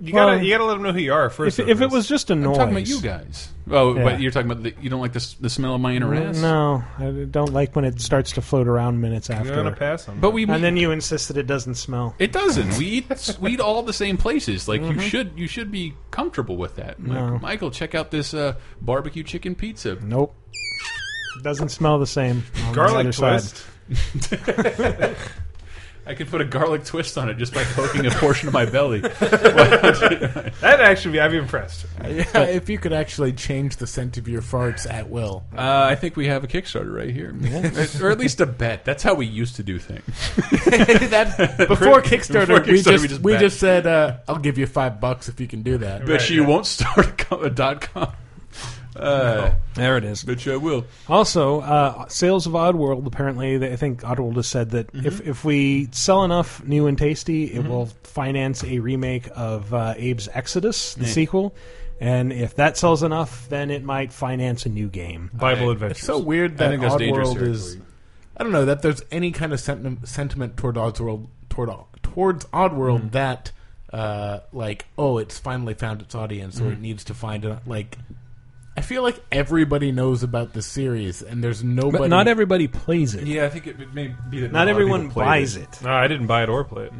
S3: You
S1: Well,
S3: gotta you gotta let them know who you are first.
S1: If, if it
S3: Rufus.
S1: was just a noise,
S2: I'm talking about you guys. Oh,
S1: Yeah. Mm,
S2: but you're talking about the, you don't like the, s- the smell of my inner ass.
S1: No, I don't like when it starts to float around minutes
S3: you're gonna
S1: after.
S3: pass on.
S2: But we
S1: And then you insist that it doesn't smell.
S2: It doesn't. We eat we eat all the same places. Like you should you should be comfortable with that. Like,
S1: Mm-hmm. No.
S2: Michael, check out this uh, barbecue chicken pizza.
S1: Nope. Doesn't smell the same. on the
S3: garlic
S1: other side.
S3: twist.
S2: I could put a garlic twist on it just by poking a portion of my
S1: [LAUGHS]
S2: belly.
S3: That actually, be- I'd be impressed.
S4: Yeah, if you could actually change the scent of your farts at [LAUGHS] will.
S2: Uh, I think we have a Kickstarter right here, or at least a bet. That's how we used to do things.
S4: before Kickstarter,
S2: Before
S4: we
S2: Kickstarter,
S4: just
S2: we
S4: we
S2: just
S4: just,
S2: bet.
S4: said, uh, "I'll give you five bucks if you can do that."
S2: But you won't start a, co- a dot [LAUGHS] com. Uh,
S1: There it is.
S2: But I will.
S1: Also, uh, sales of Oddworld apparently, they, I think Oddworld has said that if, if we sell enough new and tasty, it will finance a remake of uh, Abe's Exodus, the sequel. And if that sells enough, then it might finance a new game.
S3: Bible
S4: It's
S3: adventures.
S4: so weird that
S2: think that's dangerous
S4: Oddworld is.
S2: territory.
S4: I don't know that there's any kind of sentiment, sentiment toward Oddworld toward towards Oddworld that uh, like oh it's finally found its audience or it needs to find it like. I feel like everybody knows about the series, and there's nobody.
S1: But not everybody plays it.
S2: Yeah, I think it, it may be that
S1: Not
S2: a lot of
S1: everyone
S2: people played
S1: buys it.
S3: no, I didn't buy it or play it.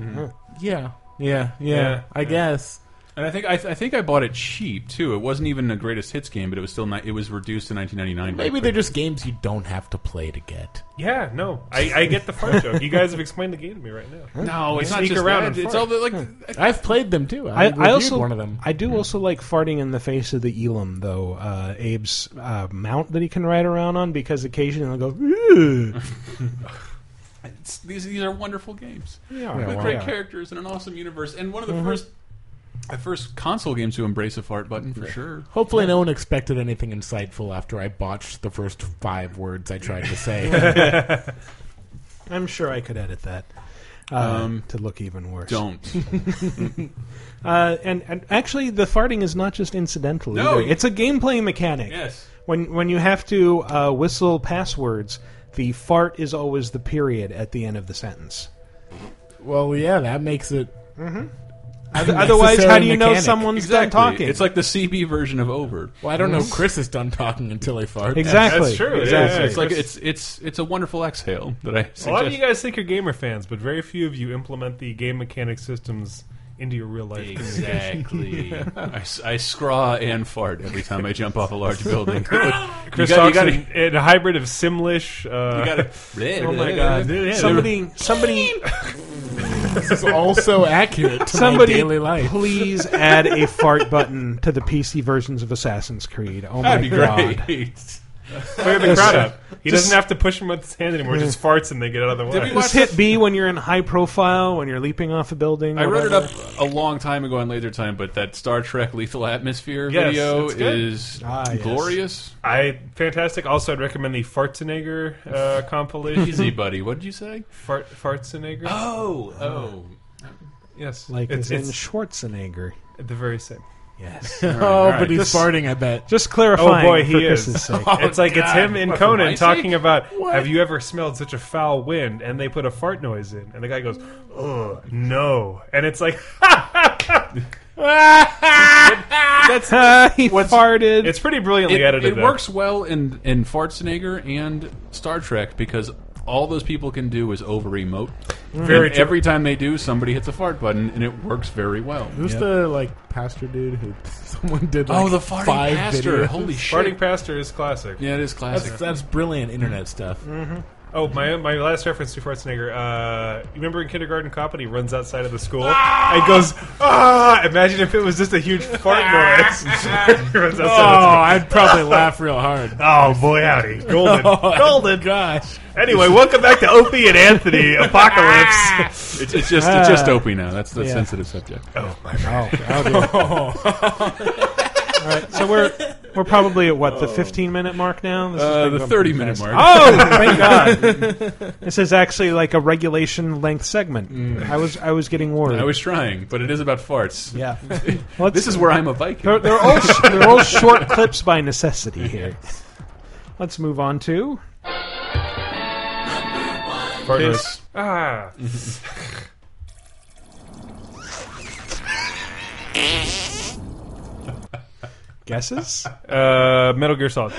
S4: Yeah, yeah, yeah.
S3: Yeah,
S4: I guess.
S2: And I think I, th- I think I bought it cheap too. It wasn't even a greatest hits game, but it was still ni- it was reduced to 1999.
S4: Maybe they're just games you don't have to play to get.
S3: Mm-hmm. Yeah, no, I, I get the fart joke. You guys have explained the game to me right now.
S2: no, it's
S3: They
S2: not
S3: sneak
S2: just
S3: around
S2: that.
S3: and
S2: It's
S3: fart.
S2: all the, like
S4: I've played them too.
S1: I,
S4: I, reviewed
S1: I also
S4: one of them.
S1: I do also like farting in the face of the Elam though uh, Abe's uh, mount that he can ride around on because occasionally they'll go. "Ooh."
S2: it's, these these are wonderful games
S1: Yeah,
S2: with
S1: well,
S2: great
S1: yeah.
S2: characters and an awesome universe. And one of the
S1: Mm-hmm.
S2: first the first console games to embrace a fart button for [LAUGHS] sure.
S4: Hopefully, no one expected anything insightful after I botched the first five words I tried to say. [LAUGHS]
S1: I'm sure I could edit that uh, to look even worse.
S2: Um, Don't.
S1: Uh, and, and actually, the farting is not just incidental.
S2: No,
S1: either.
S2: you-
S1: it's a gameplay mechanic.
S2: yes.
S1: When when you have to uh, whistle passwords, the fart is always the period at the end of the sentence.
S4: well, yeah, that makes it.
S1: Otherwise, how do you know
S4: mechanic.
S1: someone's done
S2: Exactly.
S1: talking?
S2: It's like the CB version of Over.
S4: Well, I don't know. Chris is done talking until he farts.
S1: exactly.
S3: That's true, yeah,
S1: Exactly.
S3: yeah,
S2: It's like it's it's it's a wonderful exhale that I suggest.
S3: A lot of you guys think you're gamer fans, but very few of you implement the game mechanic systems into your real life. communication.
S2: Exactly. [LAUGHS] I, s- I scraw and fart every time I jump off a large building. [LAUGHS]
S3: Chris
S2: you got, you
S3: talks
S2: gotta-
S3: in, in a hybrid of Simlish. Uh,
S2: you gotta-
S3: oh my god!
S2: [LAUGHS]
S1: Somebody, somebody,
S4: This is also
S2: [LAUGHS]
S4: accurate to
S1: somebody, Oh,
S4: my daily life.
S1: please add a fart button to the PC versions of Assassin's Creed. Oh my
S2: That'd be
S1: god!
S2: great.
S3: clear the crowd up. He doesn't have to push him with his hand anymore. He just farts and they get out of the way.
S2: we watch-
S1: [LAUGHS] Just hit B when you're in high profile, when you're leaping off a building.
S2: I wrote it
S1: whatever.
S2: up a long time ago on Laser Time, but that Star Trek Lethal Atmosphere
S3: Yes,
S2: video
S3: it's good.
S2: is
S1: Ah, yes.
S2: glorious.
S3: I fantastic. Also, I'd recommend the Fartzenegger uh, [LAUGHS] compilation.
S2: Easy, buddy. What did you say?
S3: Fart, Fartzenegger. [GASPS]
S2: Oh, oh.
S3: yes,
S1: like it's,
S3: it's,
S1: in
S3: it's
S1: Schwarzenegger.
S3: the very same.
S1: Yes.
S4: Oh,
S2: right.
S4: but he's
S2: Just-
S4: farting. I bet.
S1: Just clarifying.
S3: Oh, boy, he
S1: for
S3: is.
S2: [LAUGHS]
S3: Oh,
S1: Chris's
S3: [LAUGHS]
S1: sake.
S2: Oh,
S3: it's like it's him and
S2: What, for my
S3: Conan
S2: sake?
S3: talking about have you ever smelled such a foul wind? And they put a fart noise in, and the guy goes, "Ugh, no!" And it's like [LAUGHS]
S1: That's uh, [LAUGHS] he farted.
S3: it's pretty brilliantly
S2: It,
S3: edited.
S2: it
S3: though.
S2: works well in in Fartsenegger and Star Trek because all those people can do is over emote.
S4: Mm-hmm.
S3: Very
S2: And
S3: true.
S2: every time they do, somebody hits a fart button, and it works very well.
S4: Who's the like pastor dude who [LAUGHS] someone did? Like,
S2: oh, the farting
S4: five
S2: pastor!
S4: videos?
S2: Holy
S3: Farting
S2: shit!
S3: Pastor is classic.
S2: yeah, it is classic.
S4: [LAUGHS] That's, that's brilliant internet stuff.
S3: Oh, my my last reference to Schwarzenegger. Uh, you remember in kindergarten cop, and he runs outside of the school and goes, "Ah!" Imagine if it was just a huge fart noise. [LAUGHS] He runs outside of the
S4: Oh,
S3: school.
S4: I'd probably laugh real hard. [LAUGHS]
S3: Oh boy, howdy, golden, golden.
S4: Oh, gosh.
S3: Anyway, welcome back to Opie and
S2: [LAUGHS]
S3: Anthony Apocalypse.
S2: it's, it's just it's just Opie now. That's the
S1: Yeah.
S2: sensitive subject.
S1: so we're we're probably at what the 15 minute mark now. This
S2: Oh. Uh,
S1: has been
S2: the
S1: going
S2: thirty Mm.
S1: pretty fast.
S2: minute
S4: Ah!
S2: mark. [LAUGHS]
S1: Oh, thank God! this is actually like a regulation length segment. I was I was getting worried.
S2: Mm. I was trying, but it is about farts. [LAUGHS]
S1: yeah. Let's-
S2: This is where I'm a Viking.
S1: they're, they're all sh- they're all short clips by necessity here. Let's move on to
S3: Fart
S2: Piss.
S3: Ah,
S1: Guesses?
S3: Uh, Metal Gear Solid.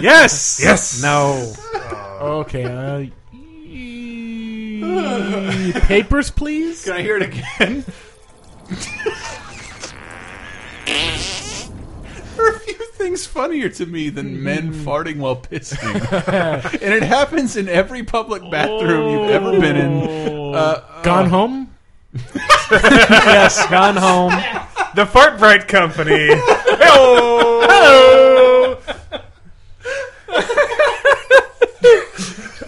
S1: yes.
S3: Yes.
S1: No.
S4: Okay. Uh, y- papers, please.
S2: Can I hear it again? [LAUGHS] There are few things funnier to me than men
S1: Mm-hmm.
S2: farting
S1: [LAUGHS]
S2: while pissing, and it happens in every public bathroom you've ever been
S1: Oh.
S2: in. Uh,
S4: Gone home.
S1: yes. Gone home.
S3: The Fart Bright Company. Hello.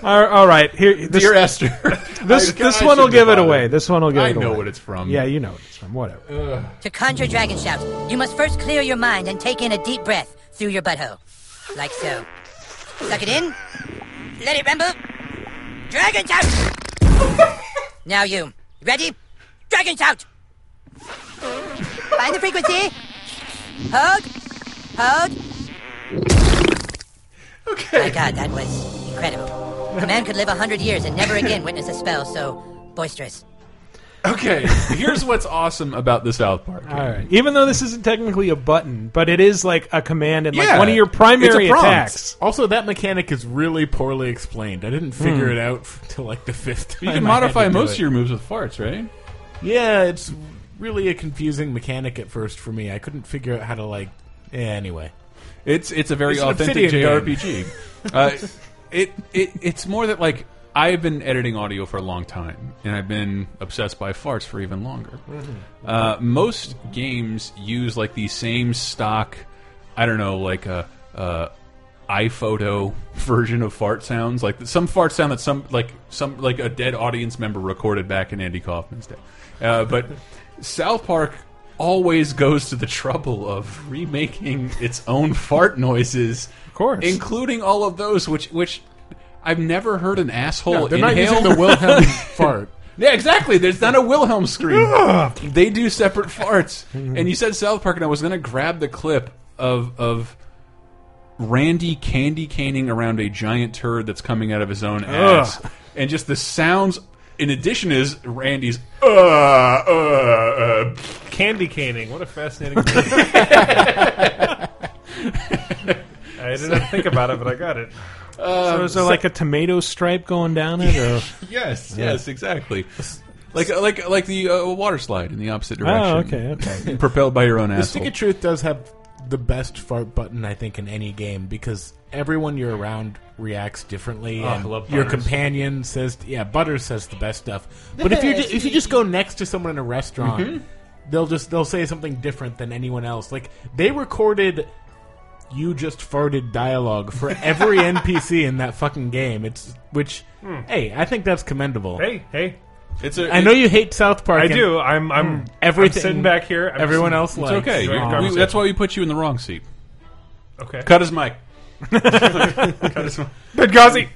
S1: All- all right. Here. This,
S2: dear Esther,
S1: [LAUGHS] this,
S2: I-
S1: this
S2: I
S1: one will
S2: shouldn't
S1: give it
S2: have bothered.
S1: away. This one will give
S2: I
S1: it away.
S2: know what it's from.
S1: Yeah, you know what it's from. Whatever.
S10: To conjure dragon shouts, you must first clear your mind and take in a deep breath through your butthole. Like so. Suck it in. Let it rumble. Dragon shout! now you. Ready? Dragon shout! Find the frequency. Hold. Hold. Okay. My god, that was incredible. A man could live a hundred years and never again witness a spell so boisterous.
S2: Okay, here's what's awesome about the South Park.
S1: All right. Even though this isn't technically a button, but it is like a command and like
S2: Yeah.
S1: one of your primary
S2: It's a prompt.
S1: attacks.
S4: Also, that mechanic is really poorly explained. I didn't
S1: Hmm.
S4: figure it out until like the fifth time.
S2: You can
S4: I had
S2: modify
S4: to do
S2: most
S4: it.
S2: of your moves with farts, right?
S4: Yeah, it's really a confusing mechanic at first for me. I couldn't figure out how to like. eh, anyway,
S2: It's it's a very
S4: It's an
S2: authentic
S4: Obsidian game.
S2: JRPG. [LAUGHS] uh, it it it's more that like I've been editing audio for a long time, and I've been obsessed by farts for even longer. Uh, most games use like the same stock. I don't know, like a. Uh, iPhoto [LAUGHS] version of fart sounds, like some fart sound that some like some like a dead audience member recorded back in Andy Kaufman's day. Uh, but South Park always goes to the trouble of remaking its own fart noises, of
S1: course.
S2: including all of those which which I've never heard an asshole
S4: No, they're not
S2: inhale.
S4: using the
S2: [LAUGHS]
S4: Wilhelm fart.
S2: Yeah, exactly. There's not a Wilhelm scream. they do separate farts. and you said South Park, and I was going to grab the clip of of Randy candy caning around a giant turd that's coming out of his own ass, and just the sounds. In addition, is Randy's uh, uh, uh,
S3: Candy caning. What a fascinating. name. [LAUGHS] I didn't think about it, but I got it.
S2: Um,
S1: so is there like a tomato stripe going down it?
S2: [LAUGHS]
S1: Or?
S2: yes, yes, exactly. Like like like the uh, water slide in the opposite direction.
S1: oh, okay, okay.
S2: Propelled by your own
S4: the
S2: ass.
S4: Stick of Truth does have the best fart button I think in any game because everyone you're around reacts differently.
S3: Oh, I
S4: and
S3: love
S4: your
S3: Butters.
S4: companion says, "Yeah, Butter says the best stuff." But if you ju- if you just go next to someone in a restaurant,
S3: Mm-hmm.
S4: they'll just they'll say something different than anyone else. Like they recorded. You just farted dialogue
S3: [LAUGHS]
S4: for every NPC in that fucking game. It's which, hey, I think that's commendable.
S3: Hmm. Hey, hey.
S2: It's a,
S4: I know you hate South Park.
S3: I
S4: and
S3: do. I'm. I'm.
S4: Everything.
S3: I'm sitting back here. I'm
S4: Everyone
S2: It's
S3: just-
S4: else likes.
S2: okay.
S3: Right.
S2: We-
S3: Conversation.
S2: that's why we put you in the wrong seat.
S3: Okay.
S2: Cut his mic.
S3: Benghazi.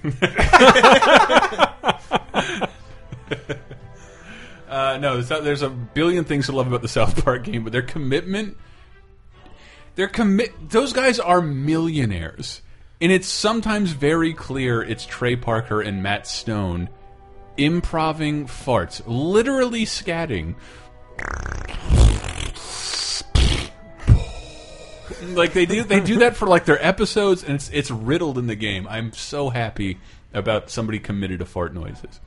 S2: Uh, no, there's, not- there's a billion things to love about the South Park game, but their commitment, their commit, those guys are millionaires, and it's sometimes very clear it's Trey Parker and Matt Stone improving farts, literally scatting. Like they do, they do that for like their episodes, and it's it's riddled in the game. I'm so happy about somebody committed to fart noises.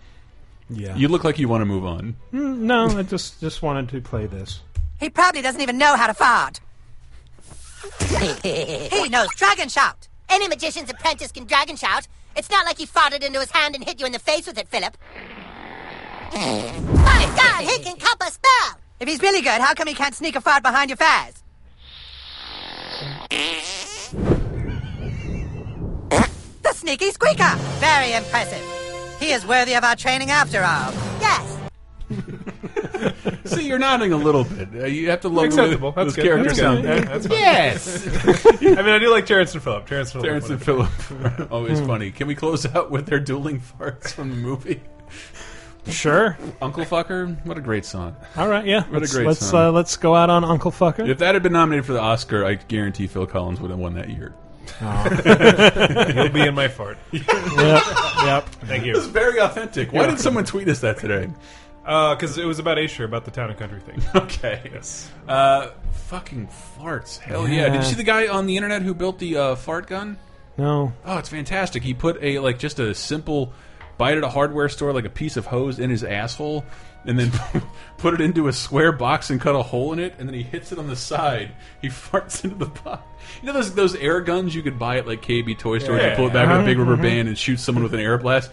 S1: Yeah.
S2: You look like you want to move on.
S1: no, I just just wanted to play this.
S10: He probably doesn't even know how
S9: [LAUGHS]
S10: to fart. he knows dragon shout.
S9: Any magician's apprentice can dragon shout. It's not like he farted into his hand and hit you in the face with it,
S10: [LAUGHS]
S9: Philip. My God, he can cup a spell.
S10: If he's really good, how come he can't sneak a fart behind your faz? the sneaky squeaker! Very impressive. He is worthy of our training after all.
S9: Yes.
S2: See, you're nodding a little bit. Uh, you have to love
S3: Acceptable.
S2: those
S3: That's good.
S2: characters.
S3: That's good.
S2: down.
S3: Yeah, that's fine. I mean, I do like Terrence and Phillip. Terrence and Hmm. Phillip.
S2: Terrence and Philip are always funny. Can we close out with their dueling farts from the movie?
S1: Sure.
S2: Uncle Fucker, what a great song.
S1: All right. Yeah. What
S2: a
S1: let's,
S2: great
S1: let's
S2: song.
S1: uh, let's go out on Uncle Fucker.
S2: If that had been nominated for the Oscar, I guarantee Phil Collins would have won that year.
S3: He'll be in my fart.
S1: Yep. yep.
S3: Thank
S2: It was
S3: you. [LAUGHS]
S2: very authentic. Why did someone tweet us that today?
S3: Because Uh, it was about Asher, about the town and country thing.
S2: okay.
S3: Yes.
S2: Uh, fucking farts. Hell yeah. Did you see the guy on the internet who built the uh, fart gun?
S1: No.
S2: Oh, it's fantastic. He put a like just a simple buy it at a hardware store like a piece of hose in his asshole and then [LAUGHS] put it into a square box and cut a hole in it and then he hits it on the side. He [LAUGHS] farts into the box. You know those those air guns you could buy at like KB Toy Store
S3: Yeah.
S2: you pull it back with a big rubber
S1: Mhm.
S2: band and shoot someone with an air blast.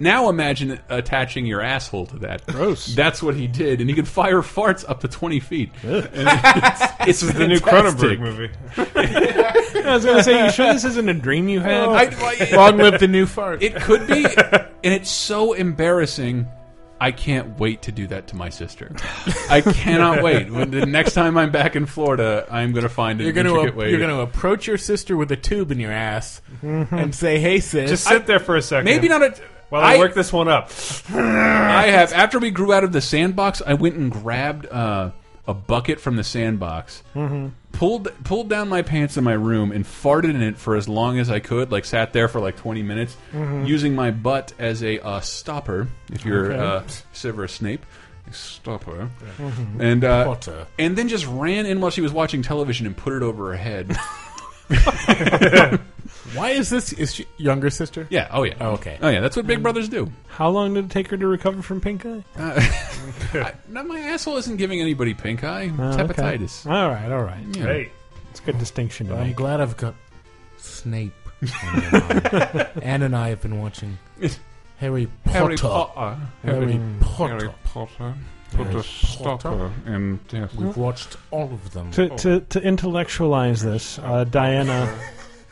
S2: Now imagine attaching your asshole to that. Gross. That's what he did, and he could fire farts up to twenty feet. And it's,
S3: This is the new
S2: fantastic.
S3: Cronenberg
S1: [LAUGHS]
S3: movie.
S1: I was going to say, you sure this isn't a dream you had?
S2: I- I-
S4: Long live the new fart.
S2: It could
S4: [LAUGHS]
S2: be, and it's so embarrassing. I can't wait to do that to my sister. I
S4: [LAUGHS]
S2: cannot wait. When the next time I'm back in Florida, I'm going to find an
S4: You're gonna
S2: intricate
S4: ap-
S2: way.
S4: you're gonna approach your sister with a tube in your ass and say, "Hey, sis."
S3: Just sit there for a second.
S2: maybe not a.
S3: While I,
S2: I-
S3: work this one up.
S2: I have after we grew out of the sandbox, I went and grabbed uh, a bucket from the sandbox, pulled pulled down my pants in my room, and farted in it for as long as I could. Like sat there for like twenty minutes, using my butt as a uh, stopper. If you're uh, Severus Snape. Stopper, and uh,
S4: Potter.
S2: and then just ran in while she was watching television and put it over her head.
S4: Why is this? Is she younger sister?
S2: yeah, oh yeah,
S4: Oh, okay.
S2: oh yeah. That's what big brothers do. [LAUGHS]
S1: How long did it take her to recover from pink eye?
S2: I, no, my asshole isn't giving anybody pink eye.
S1: Oh,
S2: it's
S1: okay.
S2: hepatitis.
S1: All right, all right.
S2: Yeah.
S3: Hey.
S1: It's a good distinction to
S4: I'm
S1: make.
S4: glad I've got
S2: [LAUGHS]
S4: Snape. on my mind. Anne and I have been watching Harry Potter.
S2: Harry Potter.
S4: Harry Potter.
S2: Potter.
S4: Put a stopper
S2: and
S4: We've watched all of them.
S1: To, to, to intellectualize this, uh, Diana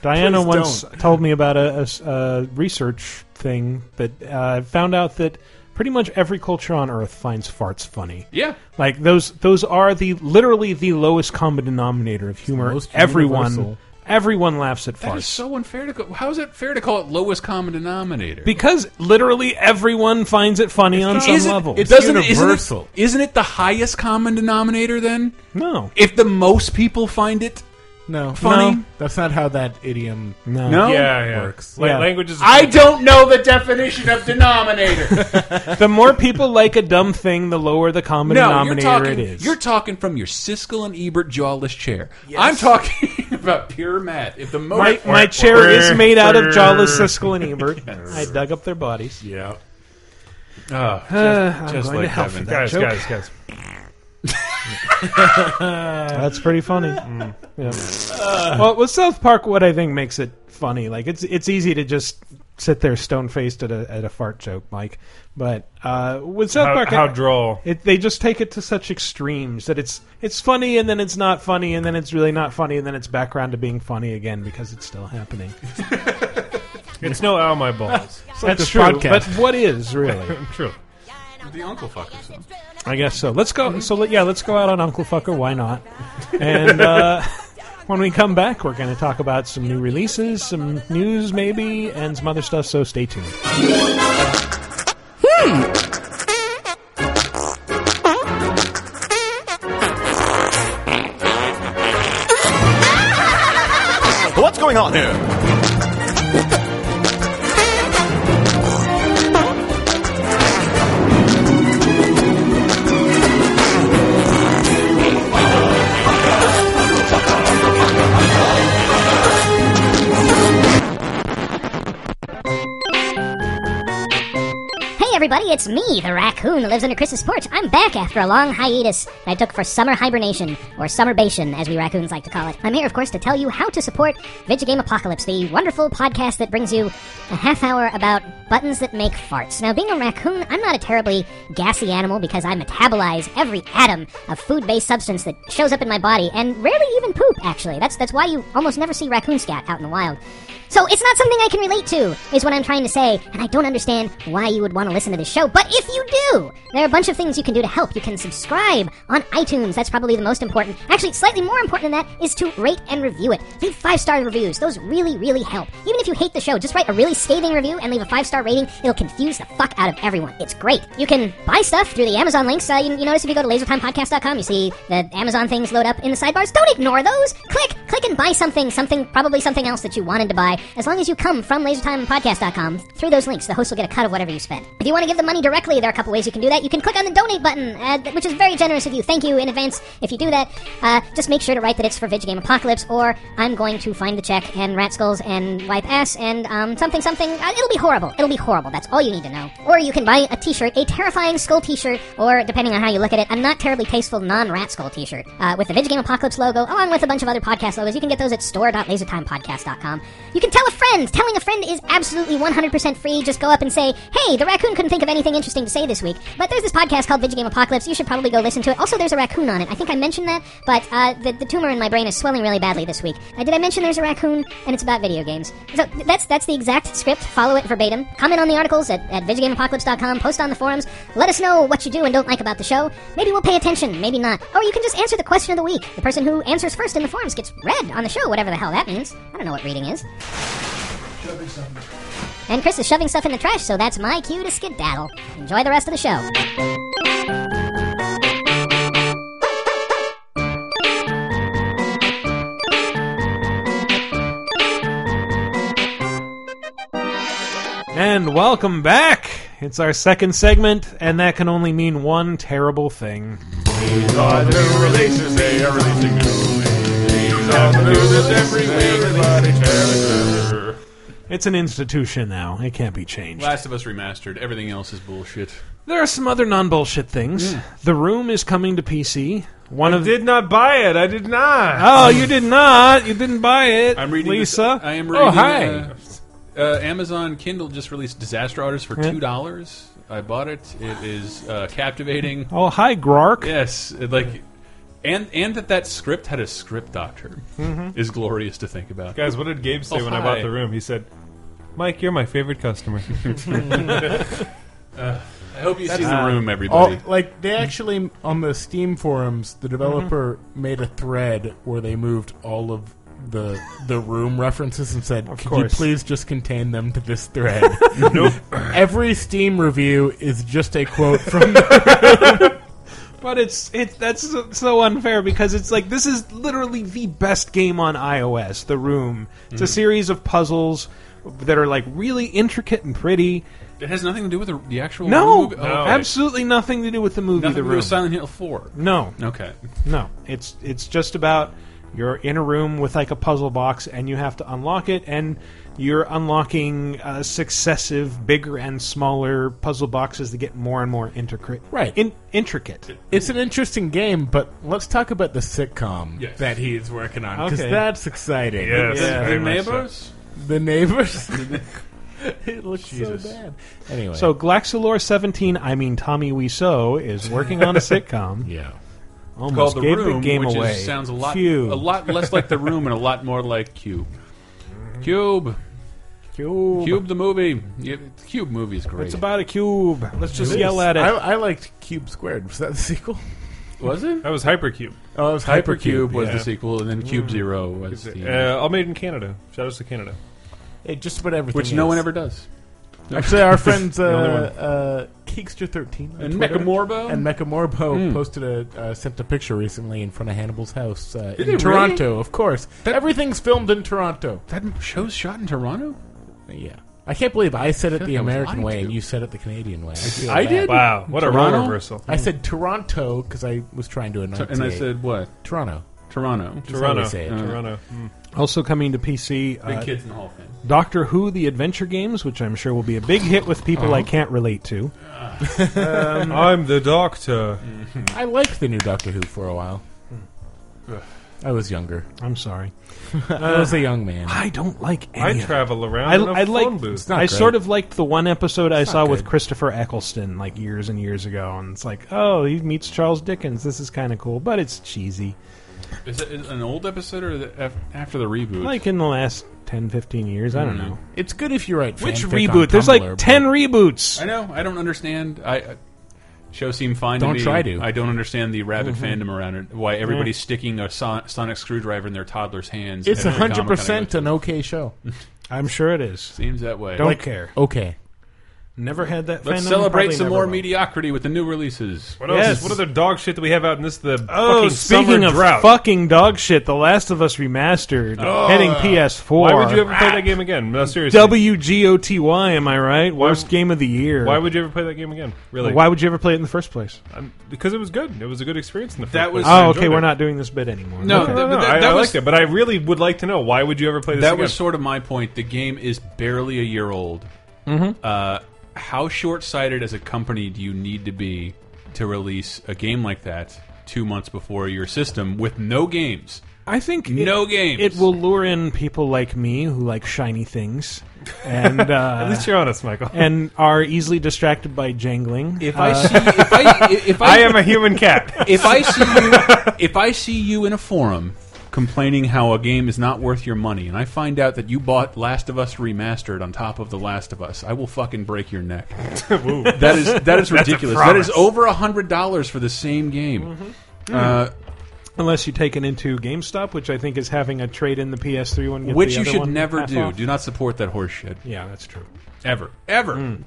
S1: Diana
S4: Please
S1: once told me about a, a s- a research thing that uh, found out that pretty much every culture on Earth finds farts funny.
S2: Yeah.
S1: Like those those are the literally the lowest common denominator of humor.
S4: most
S1: everyone
S4: universal.
S1: everyone laughs at
S2: That is
S1: farts.
S2: so unfair to call. How is it fair to call it lowest common denominator?
S1: because literally everyone finds it funny on some
S2: Isn't-
S1: level.
S4: it's-
S2: doesn't-
S4: universal.
S2: Isn't it, isn't it the highest common denominator then?
S1: no.
S2: If the most people find it
S4: no,
S2: funny?
S4: No, that's not how that idiom.
S1: No.
S2: No?
S3: Yeah, yeah.
S4: Works.
S3: La-
S1: Yeah.
S3: Language is.
S2: I don't know the definition
S1: [LAUGHS]
S2: of denominator.
S1: The more people like a dumb thing, the lower the common
S2: no, you're
S1: denominator it
S2: talking,
S1: is.
S2: you're talking from your Siskel and Ebert jawless chair. I'm talking [LAUGHS] about pure math. If the most
S1: my, my chair is made out of Jawless Siskel and Ebert. I dug up their bodies.
S2: [LAUGHS]
S4: Yeah.
S2: Oh, just,
S1: I'm
S2: just
S1: going
S2: like
S1: to hell
S2: heaven.
S1: for
S3: guys,
S1: joke.
S3: guys, guys.
S1: That's pretty [LAUGHS] funny. Yeah. well, with South Park, what I think makes it funny, like it's it's easy to just sit there stone faced at a at a fart joke, Mike. But uh, with South
S3: [LAUGHS] How,
S1: Park,
S3: how
S1: I-
S3: droll.
S1: It, they just take it to such extremes that it's it's funny and then it's not funny and then it's really not funny and then it's back around to being funny again because it's still
S4: [LAUGHS]
S1: happening.
S3: It's no ow my balls.
S1: That's
S4: this
S1: true.
S4: podcast.
S1: But what is really?
S3: True.
S2: The uncle fuckers.
S1: I guess so. Let's go. So let- yeah, let's go out on Uncle Fucker. Why not? And uh, [LAUGHS] when we come back, we're going to talk about some new releases, some news maybe, and some other stuff. So stay tuned.
S5: What's going on here?
S11: Hey everybody, it's me, the raccoon that lives under Chris's porch. I'm back after a long hiatus that I took for summer hibernation, or summerbation as we raccoons like to call it. I'm here, of course, to tell you how to support Video Game Apocalypse, the wonderful podcast that brings you a half hour about buttons that make farts. Now, being a raccoon, I'm not a terribly gassy animal because I metabolize every atom of food-based substance that shows up in my body, and rarely even poop, actually. That's, that's why you almost never see raccoon scat out in the wild. So it's not something I can relate to, is what I'm trying to say, and I don't understand why you would want to listen to this show. But if you do, there are a bunch of things you can do to help. You can subscribe on iTunes, that's probably the most important. Actually, slightly more important than that is to rate and review it. Leave five star reviews, those really, really help. Even if you hate the show, just write a really scathing review and leave a five star rating. It'll confuse the fuck out of everyone. It's great. You can buy stuff through the Amazon links. Uh, you, you notice if you go to lasertimepodcast.com, you see the Amazon things load up in the sidebars. Don't ignore those! Click, click click and buy something, something, probably something else that you wanted to buy. As long as you come from lasertimepodcast.com um, through those links, the host will get a cut of whatever you spend. If you want to give the money directly, there are a couple ways you can do that. You can click on the donate button, uh, th- which is very generous of you. Thank you in advance if you do that. Uh, just make sure to write that it's for Video Game Apocalypse, or I'm going to find the check and rat skulls and wipe ass and um, something, something. Uh, it'll be horrible. It'll be horrible. That's all you need to know. Or you can buy a T-shirt, a terrifying skull T-shirt, or depending on how you look at it, a not terribly tasteful non-rat skull T-shirt uh, with the Video Game Apocalypse logo, along with a bunch of other podcast logos. You can get those at store.lasertimepodcast.com. You can tell a friend. Telling a friend is absolutely 100% free. Just go up and say, "Hey, the raccoon couldn't think of anything interesting to say this week, but there's this podcast called Video Game Apocalypse. You should probably go listen to it." Also, there's a raccoon on it. I think I mentioned that, but uh, the, the tumor in my brain is swelling really badly this week. Uh, did I mention there's a raccoon and it's about video games? So th- that's that's the exact script. Follow it verbatim. Comment on the articles at, at VideoGameApocalypse.com. Post on the forums. Let us know what you do and don't like about the show. Maybe we'll pay attention. Maybe not. Or you can just answer the question of the week. The person who answers first in the forums gets read on the show. Whatever the hell that means. I don't know what reading is. And Chris is shoving stuff in the trash, so that's my cue to skedaddle. Enjoy the rest of the show.
S1: And welcome back. It's our second segment, and that can only mean one terrible thing.
S12: These are the new releases, they are releasing newly. These are the releases every week, everybody tell it.
S1: It's an institution now. It can't be changed.
S2: Last of Us Remastered. Everything else is bullshit.
S1: There are some other non bullshit things. The Room is coming to PC. One of
S3: did not buy it. I did not.
S1: Oh, you did not. You didn't buy it.
S2: I'm reading this-
S1: Lisa.
S2: I am reading.
S1: Oh, hi.
S2: Uh, uh, Amazon Kindle just released Disaster Artist for
S1: Yeah.
S2: two dollars. I bought it. It is uh,
S1: [LAUGHS]
S2: captivating.
S1: oh, hi, Grark.
S2: Yes, it, like, and and that that script had a script doctor
S1: Mm-hmm.
S3: Mhm.
S2: is glorious to think about.
S3: Guys, what did Gabe say
S2: Oh,
S3: when I
S2: hi.
S3: bought the room? He said, "Mike, you're my favorite customer." [LAUGHS]
S2: Uh, I hope you see
S4: That's-
S2: the room,
S4: uh,
S2: everybody.
S4: all- like they actually on the Steam forums, the developer
S1: Mm-hmm.
S4: made a thread where they moved all of the the room references and said, "Could
S3: course.
S4: you please just contain them to this thread?"
S1: [LAUGHS]
S4: nope. Every Steam review is just a quote
S1: [LAUGHS]
S4: from the
S1: But it's it's that's so- so unfair because it's like this is literally the best game on iOS. The Room. It's a
S2: Mhm.
S1: series of puzzles that are like really intricate and pretty.
S2: It has nothing to do with the, the actual
S1: No,
S2: movie.
S1: absolutely nothing to do with the movie.
S2: Nothing
S1: the
S2: to do
S1: Room.
S2: with Silent Hill 4.
S1: No.
S2: Okay.
S1: No, it's it's just about you're in a room with like a puzzle box and you have to unlock it and you're unlocking uh, successive bigger and smaller puzzle boxes that get more and more intricate.
S4: Right.
S1: In- intricate.
S4: It's an interesting game, but let's talk about the sitcom
S1: Yes.
S4: that he's working on because
S1: Okay.
S4: that's exciting.
S3: Yes,
S2: The- the neighbors.
S1: [LAUGHS]
S4: The neighbors. it looks so
S2: Jesus.
S4: bad. Anyway,
S1: So Glaxolore 17, I mean Tommy Wiseau, is working
S2: [LAUGHS]
S1: on a sitcom.
S4: yeah.
S1: Almost
S2: called
S1: gave
S2: the room,
S1: Hmm. the game
S2: which
S1: away.
S2: Is, sounds a lot,
S1: Phew.
S2: a lot less like the room and a lot more like Cube. Cube,
S1: Cube,
S2: Cube the movie. Yeah, Cube movie is great.
S1: It's about a cube. Let's just
S4: It
S1: yell
S4: is.
S1: at it.
S4: I, I liked Cube Squared. Was that the sequel?
S2: was it?
S3: That was Hypercube.
S4: Oh, it was Hypercube.
S2: Hypercube was
S3: yeah.
S2: the sequel, and then
S1: Hmm.
S2: Cube Zero was the.
S3: Uh, all made in Canada. Shout out to Canada.
S4: It just about everything.
S2: Which no one
S4: is.
S2: ever does.
S4: Actually, our friends uh,
S3: The only one.
S4: uh, Keekster13
S2: And Mechamorbo?
S4: and Mechamorbo
S2: Hmm.
S4: posted a uh, sent a picture recently in front of Hannibal's house uh,
S2: Did they
S4: in
S2: really?
S4: Toronto. Of course, everything's filmed in Toronto.
S2: That show's shot in Toronto.
S4: Yeah, I can't believe I said it
S2: feel
S4: the
S2: like I was
S4: American
S2: lied
S4: way
S2: to.
S4: and you said it the Canadian way. I, feel
S2: I
S4: bad.
S2: did?
S3: Wow, what a
S2: Toronto?
S3: role reversal.
S4: I said Toronto because I was trying to enunciate.
S2: and I said what?
S4: Toronto.
S2: Toronto.
S4: That's how we say it.
S2: Uh,
S3: Toronto. Mm.
S1: also coming to PC,
S2: Big
S1: uh,
S2: kids in the Hall of Fame.
S1: Doctor Who: The Adventure Games, which I'm sure will be a big hit with people
S2: Uh-huh.
S1: I can't relate to.
S3: I'm the doctor.
S4: I liked the new Doctor Who for a while. I was younger.
S1: I'm sorry.
S4: I was a young man.
S1: I don't like any.
S3: I
S1: of it.
S3: travel around
S1: I,
S3: in a
S1: I
S3: phone
S1: like.
S3: booth.
S4: not
S1: I
S4: great.
S1: sort of liked the one episode I saw
S4: not
S1: with
S4: good.
S1: Christopher Eccleston like years and years ago, and it's like, oh, he meets Charles Dickens. This is kind of cool, but it's cheesy.
S2: Is it an old episode or the, af- after the reboot?
S1: Like in the last 10, 15 years, I don't know.
S4: It's good if you write.
S1: Which
S4: fanfic on
S1: reboot? There's
S4: Tumblr,
S1: like
S4: but-
S1: ten reboots.
S2: I know. I don't understand. I. I Show seemed fine to
S4: Don't
S2: me.
S4: try to.
S2: I don't understand the rabid
S1: Mm-hmm.
S2: fandom around it. Why everybody's sticking a son- sonic screwdriver in their toddler's hands.
S4: It's
S2: every
S4: hundred
S2: Comic-Con I go [LAUGHS]
S4: percent an okay show.
S1: I'm sure it is.
S2: Seems that way.
S1: Don't
S2: Like,
S1: care.
S4: Okay.
S1: Never had that.
S2: Let's
S1: fandom,
S2: celebrate
S1: probably
S2: some
S1: never
S2: more
S1: will.
S2: mediocrity with the new releases.
S3: What else? What other dog shit that we have out in this the
S1: Oh,
S3: fucking
S1: speaking
S3: summer
S1: of
S3: drought?
S1: fucking dog shit, The Last of Us remastered,
S3: Oh.
S1: heading PS4.
S3: Why would you ever play that game again? No, seriously.
S1: WGOTY? Am I right? Worst game of the year.
S3: Why would you ever play that game again? Really?
S1: Why would you ever play it in the first place?
S3: I'm, because it was good. It was a good experience in the first.
S2: That was-
S3: place. I
S1: Oh,
S3: enjoyed
S1: okay.
S3: it.
S1: We're not doing this bit anymore.
S2: No,
S1: Okay.
S2: th- but that-
S3: I,
S2: that
S3: I
S2: was-
S3: liked it, but I really would like to know why would you ever play this?
S2: That
S3: again?
S2: was sort of my point. The game is barely a year old.
S1: Mhm.
S2: Uh, how short-sighted as a company do you need to be to release a game like that two months before your system with no games?
S1: I think
S2: No
S1: it,
S2: games.
S1: It will lure in people like me who like shiny things,
S2: [LAUGHS]
S1: and uh,
S3: At least you're honest, Michael.
S1: and are easily distracted by jangling.
S2: If I
S1: Uh,
S2: see, if I, if I,
S3: [LAUGHS] I am a
S1: [LAUGHS]
S3: human cat.
S2: [LAUGHS] If I see you, if I see you in a forum complaining how a game is not worth your money, and I find out that you bought Last of Us remastered on top of the Last of Us, I will fucking break your neck.
S3: Woo.
S2: That is that is
S3: That's a
S2: ridiculous. That is
S3: promise.
S2: over a hundred dollars for the same game. Uh,
S1: unless you take it into GameStop, which I think is having a trade in the PS3 one, get
S2: which
S1: the
S2: you
S1: other
S2: should
S1: one
S2: never
S1: half
S2: do.
S1: off.
S2: Do not support that horse shit.
S1: Yeah, that's true.
S2: Ever. Ever.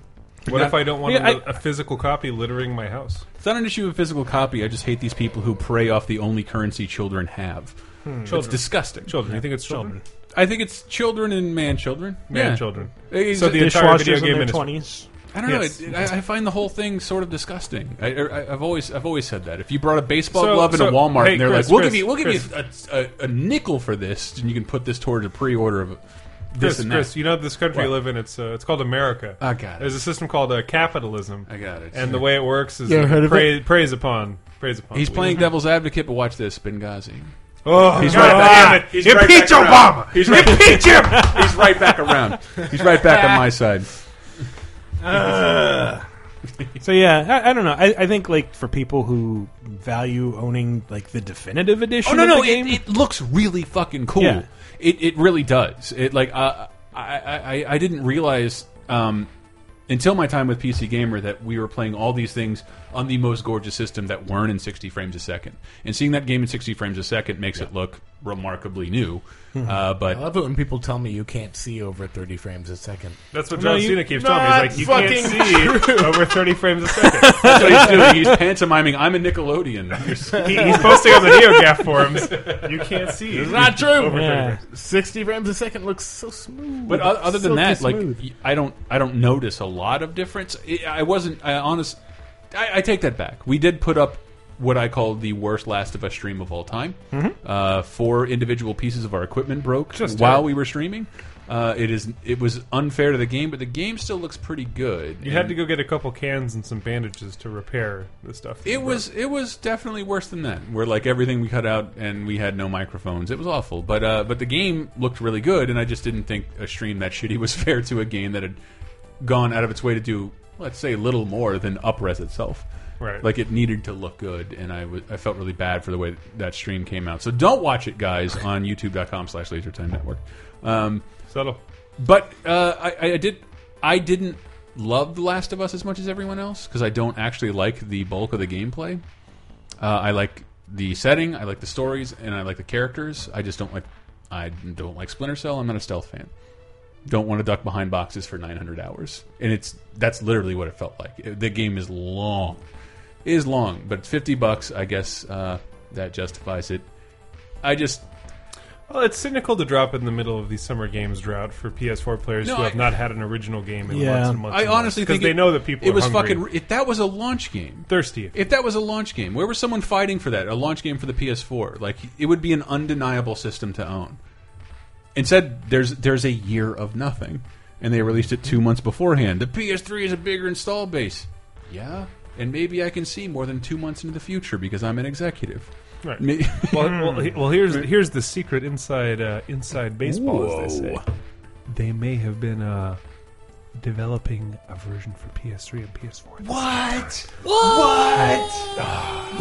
S3: What if I don't want
S1: Yeah,
S3: a, a physical copy littering my house?
S2: It's not an issue of physical copy. I just hate these people who prey off the only currency children have. It's
S3: Children.
S2: disgusting.
S3: Children, you think it's children?
S2: I think it's children and man children.
S3: Man
S2: yeah.
S3: children.
S2: Ex-
S3: So the entire
S1: Dishwashers
S3: video
S1: in
S3: game
S1: their
S3: industry.
S1: twenties.
S2: I don't
S3: Yes.
S2: know. It, it, I I find the whole thing sort of disgusting. I, I, I've always I've always said that. If you brought a baseball
S3: So-
S2: glove into
S3: so-
S2: Walmart
S3: hey,
S2: and they're
S3: Chris,
S2: like, "We'll
S3: Chris,
S2: give you we'll give you a, a, a nickel for this, and you can put this towards a pre-order of this
S3: Chris,
S2: and that."
S3: Chris, you know this country
S2: What?
S3: you live in. It's uh, it's called America.
S2: I got it.
S3: There's a system called uh, capitalism.
S2: I got it.
S3: And the way it works is
S4: You ever heard of
S3: praise, praise upon praise upon.
S2: He's playing devil's advocate, but watch this, Benghazi.
S3: Oh,
S2: He's
S3: God
S2: right back.
S3: damn it!
S2: He's right
S3: Impeach
S2: back around.
S3: Obama.
S2: He's right-
S3: Impeach him.
S2: [LAUGHS] He's right back around. He's right back
S3: [LAUGHS]
S2: on my side.
S1: So yeah, I, I don't know. I, I think like for people who value owning like the definitive edition.
S2: Oh no,
S1: of
S2: no,
S1: the game,
S2: it, it looks really fucking cool.
S1: Yeah.
S2: It it really does. It like uh, I I I didn't realize um, until my time with PC Gamer that we were playing all these things on the most gorgeous system that weren't in 60 frames a second. And seeing that game in 60 frames a second makes it look remarkably new.
S1: Hmm.
S2: uh, but
S1: Oh.
S4: I love it when people tell me you can't see over 30 frames a second.
S3: That's what
S1: No,
S3: John
S1: you-
S3: Cena keeps telling me. He's
S4: Not
S3: like, you can't see [LAUGHS] over 30 frames a second.
S2: that's what he's doing. He's pantomiming. I'm
S1: [LAUGHS]
S2: a Nickelodeon.
S3: He- he's posting on
S2: [LAUGHS]
S3: the NeoGAF forums. You can't see.
S4: It's not true.
S3: Over
S1: Yeah.
S3: 30 frames.
S4: 60 frames a second looks so smooth.
S2: But o- other than
S4: Silky
S2: that, like
S4: smooth.
S2: y- I don't, I don't notice a lot of difference. I- I wasn't, I honest, I, I take that back. We did put up what I call the worst Last of Us stream of all time. Uh, four individual pieces of our equipment broke
S3: Mm-hmm. Just
S2: while
S3: terrible.
S2: we were streaming. Uh, it is, it was unfair to the game, but the game still looks pretty good.
S3: You had to go get a couple cans and some bandages to repair the stuff. that
S2: It
S3: you
S2: was it was definitely worse than that. Where like everything we cut out and we had no microphones. It was awful. But uh, but the game looked really good, and I just didn't think a stream that shitty was [LAUGHS] fair to a game that had gone out of its way to do let's say little more than upres itself.
S3: Right.
S2: Like it needed to look good, and I wa- I felt really bad for the way that stream came out. So don't watch it, guys, on [LAUGHS] YouTube.com/slash Laser Time Network. Um,
S3: broke. subtle.
S2: but uh, I, I did. I didn't love The Last of Us as much as everyone else because I don't actually like the bulk of the gameplay. Uh, I like the setting, I like the stories, and I like the characters. I just don't like. I don't like Splinter Cell. I'm not a stealth fan. Don't want to duck behind boxes for 900 hours, and it's that's literally what it felt like. It- The game is long, it is long, but 50 bucks. I guess uh, that justifies it. I just
S3: Well, it's cynical to drop in the middle of the summer games drought for PS4 players
S2: No,
S3: who
S2: I-
S3: have not had an original game in
S1: Yeah.
S3: months and months.
S2: I
S3: and months,
S2: honestly
S3: 'cause
S2: think
S3: they
S2: it-
S3: know that people
S2: It
S3: are
S2: was
S3: hungry.
S2: fucking. If that was a launch game,
S3: thirsty.
S2: If that was a launch game, where was someone fighting for that? A launch game for the PS4, like it would be an undeniable system to own. Instead, there's there's a year of nothing, and they released it two months beforehand. The PS3 is a bigger install base, yeah, and maybe I can see more than two months into the future because I'm an executive.
S3: Right.
S2: May- [LAUGHS]
S3: well, well, he- well, here's here's the secret inside uh, inside baseball, as they say. They may have been uh, developing a version for PS3 and PS4.
S2: what? What?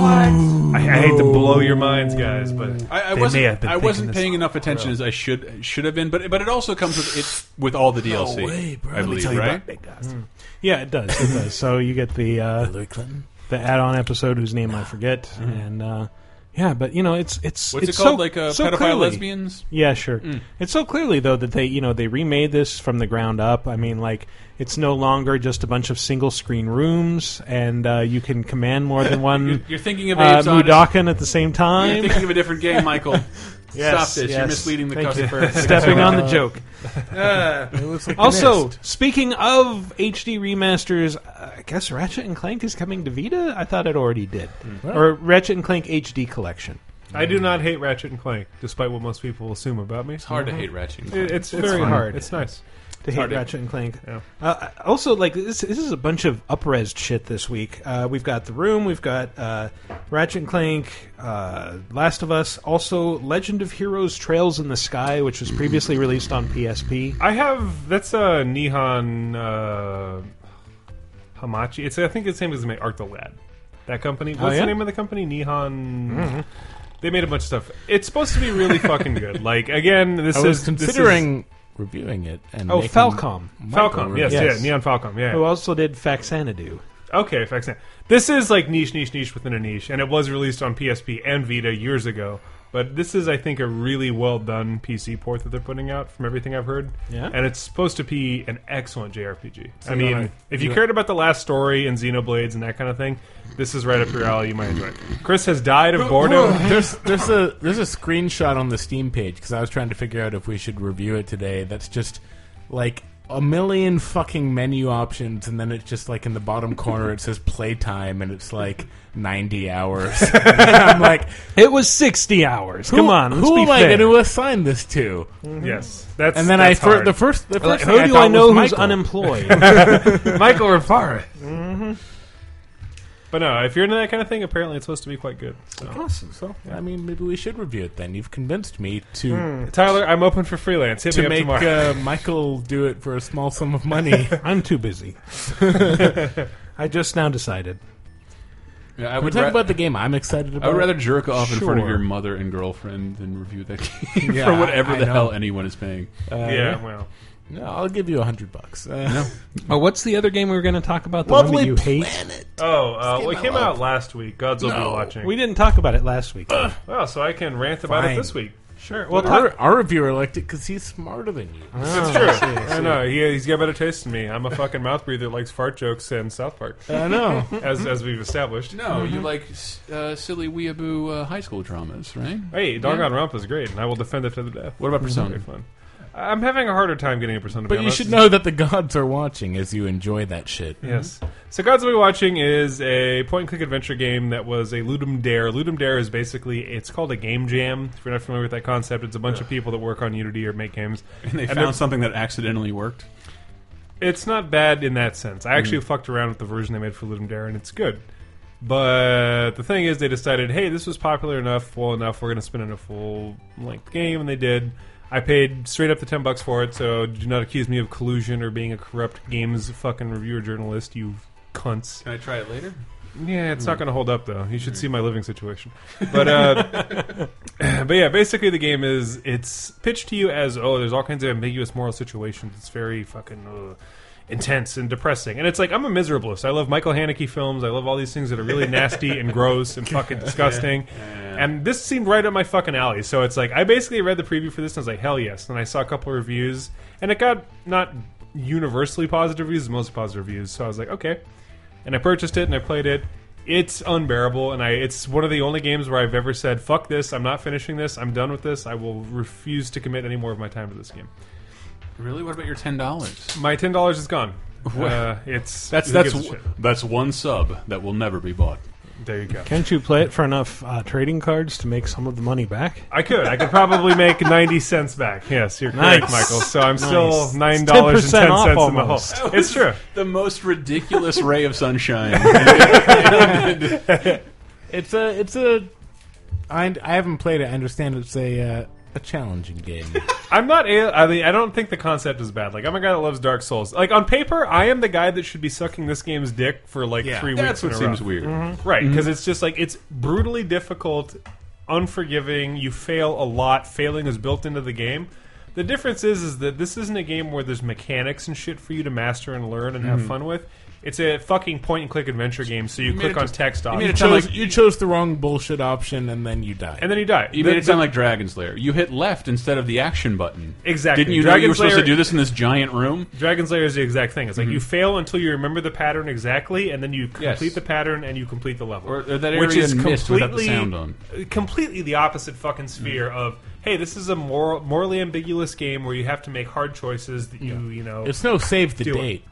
S3: I, I hate to blow your minds, guys, but
S2: I, I
S3: they
S2: wasn't.
S3: may have been
S2: I
S3: thinking
S2: wasn't
S3: this
S2: paying
S3: all
S2: enough attention as I should should have been. But but it also comes with it with all the DLC. I believe, right? Hmm.
S1: yeah, it does. It
S2: [LAUGHS]
S1: does. So you get the uh,
S4: Hillary Clinton.
S2: [SIGHS]
S1: the add-on episode whose name I forget, and uh, Yeah, but you know, it's it's
S2: Mm-hmm. What's it
S1: it's
S2: called?
S1: so-
S2: Like, uh,
S1: so
S2: pedophile
S1: clearly-
S2: lesbians?
S1: Yeah, sure.
S2: Mm.
S1: It's so clearly though that they you know they remade this from the ground up. I mean, like it's no longer just a bunch of single screen rooms, and uh, you can command more
S2: [LAUGHS]
S1: than one.
S2: You're- you're thinking of
S1: uh,
S2: Abe's Odyssey.
S1: Mudokan at the same time.
S2: [LAUGHS]
S1: [LAUGHS]
S2: You're thinking of a different game, [LAUGHS] Michael.
S1: Yes,
S2: Stop this. You're
S1: yes.
S2: misleading the
S1: Thank you.
S2: customer.
S1: Stepping
S2: [LAUGHS]
S1: on the joke.
S2: Ah.
S1: also, speaking of HD remasters, uh, I guess Ratchet and Clank is coming to Vita. I thought it already did,
S3: Hmm.
S1: or Ratchet and Clank HD Collection.
S3: I do not hate Ratchet and Clank, despite what most people assume about me. It's
S2: hard to hate Ratchet and Clank.
S3: it's,
S1: It's
S3: very
S1: fun.
S3: hard. It's nice.
S1: to hate Ratchet and Clank. Uh, also, like this, this is a bunch of upres shit this week. Uh, we've got The Room, we've got uh, Ratchet and Clank, uh, Last of Us, also Legend of Heroes: Trails in the Sky, which was previously released on PSP.
S3: I have that's a Nihon uh, Hamachi. It's I think the same as the Art the Lad. That company.
S1: Oh,
S3: What's
S1: yeah?
S3: the name of the company? Nihon.
S4: Mhm.
S3: They made a bunch of stuff. It's supposed to be really fucking good. Like again, this
S4: I was
S3: is this is-
S4: considering reviewing it. And
S1: oh,
S4: making
S1: Falcom,
S4: Michael Oh,
S3: Falcom.
S4: review
S3: Yes,
S4: it.
S3: yeah, Neon Falcom. Yeah.
S1: who also did Faxanadu.
S3: Okay, Faxan. This is like niche, niche, niche within a niche, and it was released on PSP and Vita years ago. But this is, I think, a really well done PC port that they're putting out from everything I've heard.
S1: Yeah.
S3: And it's supposed to be an excellent JRPG.
S4: So
S3: I
S4: you
S3: mean,
S4: wanna-
S3: if you
S4: you-
S3: cared about the last story and Xenoblades and that kind of thing, this is right up your alley. You might enjoy it. Chris has died of [LAUGHS] boredom.
S4: there's there's a there's a screenshot on the Steam page because I was trying to figure out if we should review it today. That's just like a million fucking menu options, and then it's just like in the bottom corner it says playtime, and it's like ninety hours. [LAUGHS] And I'm like,
S1: it was sixty hours. [LAUGHS]
S4: Who-
S1: Come on, let's
S4: who
S1: be
S4: am I
S1: fair.
S4: going to assign this to?
S3: Yes, that's
S4: and then
S3: that's
S4: I fir-
S3: hard.
S4: the first the
S1: Like,
S4: first
S1: who
S4: thing
S1: do
S4: thought
S1: I know
S4: was
S1: who's
S4: Michael.
S1: unemployed? [LAUGHS]
S3: Michael Rapara.
S1: Mm-hmm.
S3: But no, if you're into that kind of thing, apparently it's supposed to be quite good. So.
S4: Awesome. So I mean, maybe we should review it then. You've convinced me to
S1: Hmm.
S3: Tyler, I'm open for freelance. Hit me
S4: Mm. to
S3: up
S4: make
S3: tomorrow.
S4: uh, Michael do it for a small sum
S1: [LAUGHS]
S4: of money.
S1: I'm too busy. I just now decided.
S2: Yeah, I
S4: I would
S2: would
S4: talk
S2: ra-
S4: about the game I'm excited about.
S2: I would rather jerk off in front of
S4: Sure.
S2: your mother and girlfriend than review that game [LAUGHS]
S4: Yeah,
S2: for whatever
S4: I
S2: the
S4: know.
S2: hell anyone is paying.
S4: Uh,
S3: well.
S4: No, I'll give you a hundred bucks. Uh,
S1: Oh, what's the other game we were going to talk about? The one
S4: Lovely
S1: that you hate.
S3: Oh, uh,
S4: This
S3: well, it
S4: game I
S3: came
S4: love.
S3: out last week. Gods will be watching.
S1: We didn't talk about it last week.
S3: Well, Oh, so I can rant about
S4: Fine.
S3: it this week. Sure.
S1: Well,
S4: our, our reviewer liked it because he's smarter than you.
S3: That's true. I know. He, he's got better taste than me. I'm a fucking mouth breather that likes fart jokes and South Park.
S4: I know.
S3: As, as we've established.
S2: No, you like s- uh, silly weeaboo uh, high school dramas, right?
S3: Hey, Doggone Romp is great, and I will defend it to the death.
S2: What about Persona?
S3: Very fun. I'm having a harder time getting a Persona. to be
S4: But you
S3: honest.
S4: should know that the gods are watching as you enjoy that shit.
S3: Yes. So Gods Will Be Watching is a point-and-click adventure game that was a Ludum Dare. Ludum Dare is basically, it's called a game jam. If you're not familiar with that concept, it's a bunch of people that work on Unity or make games.
S2: And they
S3: And they're-
S2: found something that accidentally worked.
S3: it's not bad in that sense. I actually
S2: Mm.
S3: fucked around with the version they made for Ludum Dare, and it's good. But the thing is, they decided, hey, this was popular enough, well enough, we're going to spin it a full length game, and they did. I paid straight up the ten bucks for it, so do not accuse me of collusion or being a corrupt games fucking reviewer journalist, you cunts.
S2: Can I try it later?
S3: Yeah, it's not going to hold up though. You should see my living situation. But uh, [CLEARS THROAT] but yeah, basically the game is it's pitched to you as oh, there's all kinds of ambiguous moral situations. It's very fucking uh, intense and depressing. And it's like I'm a miserableist. I love Michael Haneke films. I love all these things that are really nasty and gross and fucking disgusting. And this seemed right up my fucking alley. So it's like I basically read the preview for this and I was like hell yes. And I saw a couple reviews and it got not universally positive reviews, mostly positive reviews. So I was like okay and I purchased it and I played it. It's unbearable, and I it's one of the only games where I've ever said, "Fuck this! I'm not finishing this. I'm done with this. I will refuse to commit any more of my time to this game."
S2: Really? What about your ten dollars?
S3: My ten dollars is gone. Uh, it's
S2: that's
S3: who
S2: that's
S3: gives a shit?
S2: w- that's one sub that will never be bought.
S3: There you go.
S1: Can't you play it for enough uh, trading cards to make some of the money back?
S3: I could. I could probably make ninety cents back. Yes, you're correct,
S1: Nice.
S3: Michael. So I'm
S1: Nice.
S3: still
S1: It's
S3: nine dollars
S1: 10%
S3: and ten
S1: off
S3: cents in the
S1: almost.
S3: hole. [LAUGHS] It's true.
S2: The most ridiculous ray of [LAUGHS] sunshine.
S4: It's a it's a. I, I haven't played it. I understand it's a uh, a
S3: [LAUGHS]
S4: challenging game.
S3: I'm not. a- I mean, I don't think the concept is bad. Like, I'm a guy that loves Dark Souls. Like on paper, I am the guy that should be sucking this game's dick for like
S2: Yeah.
S3: three
S2: That's
S3: weeks.
S2: what
S3: in a
S2: seems
S3: row.
S2: weird. Mhm.
S3: right? Because
S2: Mhm.
S3: it's just like it's brutally difficult, unforgiving. You fail a lot. Failing is built into the game. The difference is, is that this isn't a game where there's mechanics and shit for you to master and learn and have
S2: Mhm.
S3: fun with. It's a fucking point and click adventure game. So you,
S4: made
S3: click
S4: it
S3: on
S4: just-
S3: text
S4: you
S3: options.
S4: made it sound like- you chose the wrong bullshit option, and then you die.
S3: and then you die.
S2: You
S3: The-
S2: made it sound
S3: the-
S2: like Dragon's Lair. You hit left instead of the action button.
S3: Exactly.
S2: Didn't you know you were
S3: Dragon's
S2: supposed to
S3: Lair-
S2: do this in this giant room?
S3: Dragon's Lair is the exact thing. It's like
S2: Mhm.
S3: you fail until you remember the pattern exactly, and then you complete
S2: Yes.
S3: the pattern and you complete the level.
S2: Or- or that
S3: which
S2: area
S3: is
S2: missed without the
S3: completely
S2: sound on. Mm.
S3: completely the opposite fucking sphere of hey, this is a moral, morally ambiguous game where you have to make hard choices that you you know.
S4: It's no save the
S3: do it.
S4: date.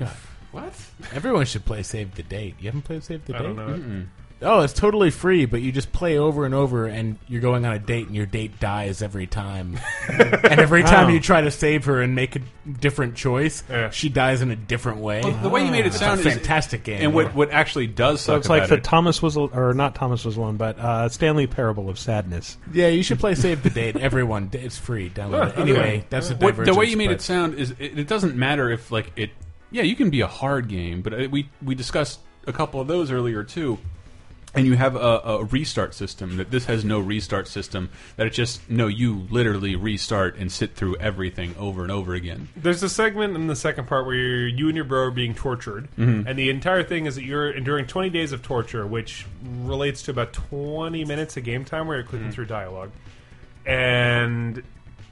S4: God.
S2: What?
S4: Everyone should play Save the Date. You haven't played Save the
S3: I
S4: Date?
S3: don't know it.
S4: Mm-mm. Oh, it's totally free, but you just play over and over, and you're going on a date, and your date dies
S2: [LAUGHS]
S4: every time. and every time
S2: Oh.
S4: you try to save her and make a different choice, she dies in a different way.
S2: Well, the way you made it
S4: It's a
S2: sound is-
S4: fantastic game.
S2: And what what actually does
S4: So
S2: suck
S4: it's
S1: It's like
S2: about
S1: the
S2: it-
S1: Thomas was, al- or not Thomas was one, but uh, Stanley Parable of Sadness.
S4: Yeah, you should play Save the Date. Everyone, it's free. Download it.
S2: Yeah,
S4: Anyway,
S2: okay.
S4: that's a
S2: What-
S4: divergence.
S2: the way you made
S4: but-
S2: it sound is it, it doesn't matter if like it. Yeah, you can be a hard game, but uh we we discussed a couple of those earlier too. And you have a, a restart system that this has no restart system. That it just no, you literally restart and sit through everything over and over again.
S3: There's a segment in the second part where you're, you and your bro are being tortured,
S2: Mhm.
S3: and the entire thing is that you're enduring 20 days of torture, which relates to about 20 minutes of game time where you're
S2: Mm-hmm.
S3: clicking through dialogue. And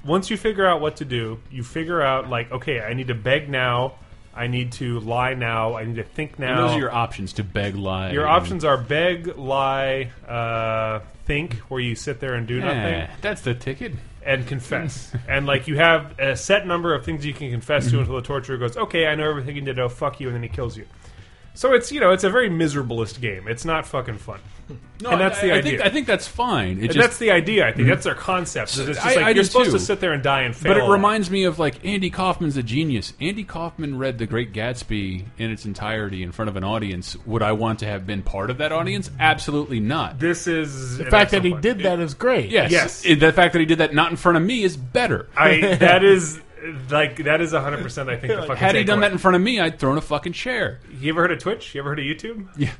S3: once you figure out what to do, you figure out like, okay, I need to beg now, I need to lie now, I need to think now.
S2: And those are your options to beg lie.
S3: Your
S2: and-
S3: options are beg, lie, uh, think, where you sit there and do
S2: Yeah,
S3: nothing.
S2: That's the ticket.
S3: And confess. and like you have a set number of things you can confess
S2: Mm-hmm.
S3: to until the torturer goes, okay, I know everything you did. Oh, fuck you, and then he kills you. So it's you know it's a very miserablest game. It's not fucking fun.
S2: No,
S3: and that's
S2: I-
S3: the
S2: I
S3: idea.
S2: think- I think that's fine. It
S3: and
S2: just-
S3: that's the idea. I think
S2: Mhm.
S3: that's their concept. is It's just
S2: I-
S3: like
S2: I do
S3: you're supposed
S2: too.
S3: to sit there and die and fail.
S2: But
S3: a
S2: it
S3: lot.
S2: reminds me of like Andy Kaufman's a genius. Andy Kaufman read The Great Gatsby in its entirety in front of an audience. Would I want to have been part of that audience? Absolutely not.
S3: This is
S4: The fact that he did that is great.
S2: Yes. It- the fact that he did that not in front of me is better. [LAUGHS]
S3: I that is like that is hundred percent. I think the fucking
S2: Had he done
S3: takeaway.
S2: that in front of me, I'd thrown a fucking chair.
S3: You ever heard of Twitch? You ever heard of YouTube?
S2: Yeah.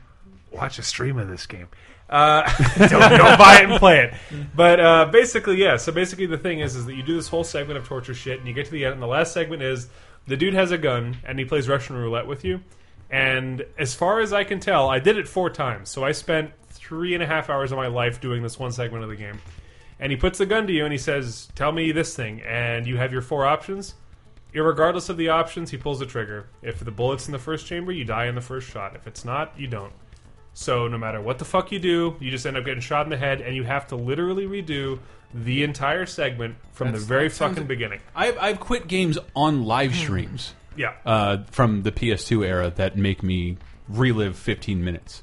S3: Watch a stream of this game. Uh, [LAUGHS] don't, don't buy it and play it. But uh, basically, yeah. So basically, the thing is, is that you do this whole segment of torture shit, and you get to the end, and the last segment is the dude has a gun, and he plays Russian roulette with you. And as far as I can tell, I did it four times. So I spent three and a half hours of my life doing this one segment of the game. And he puts the gun to you, and he says, "Tell me this thing." And you have your four options. Irregardless of the options, he pulls the trigger. If the bullet's in the first chamber, you die in the first shot. If it's not, you don't. So no matter what the fuck you do, you just end up getting shot in the head, and you have to literally redo the entire segment from
S2: That's-
S3: the very
S2: that sounds-
S3: fucking beginning.
S2: I've, I've quit games on live streams.
S3: Yeah.
S2: Uh, from the PS2 era that make me relive 15 minutes.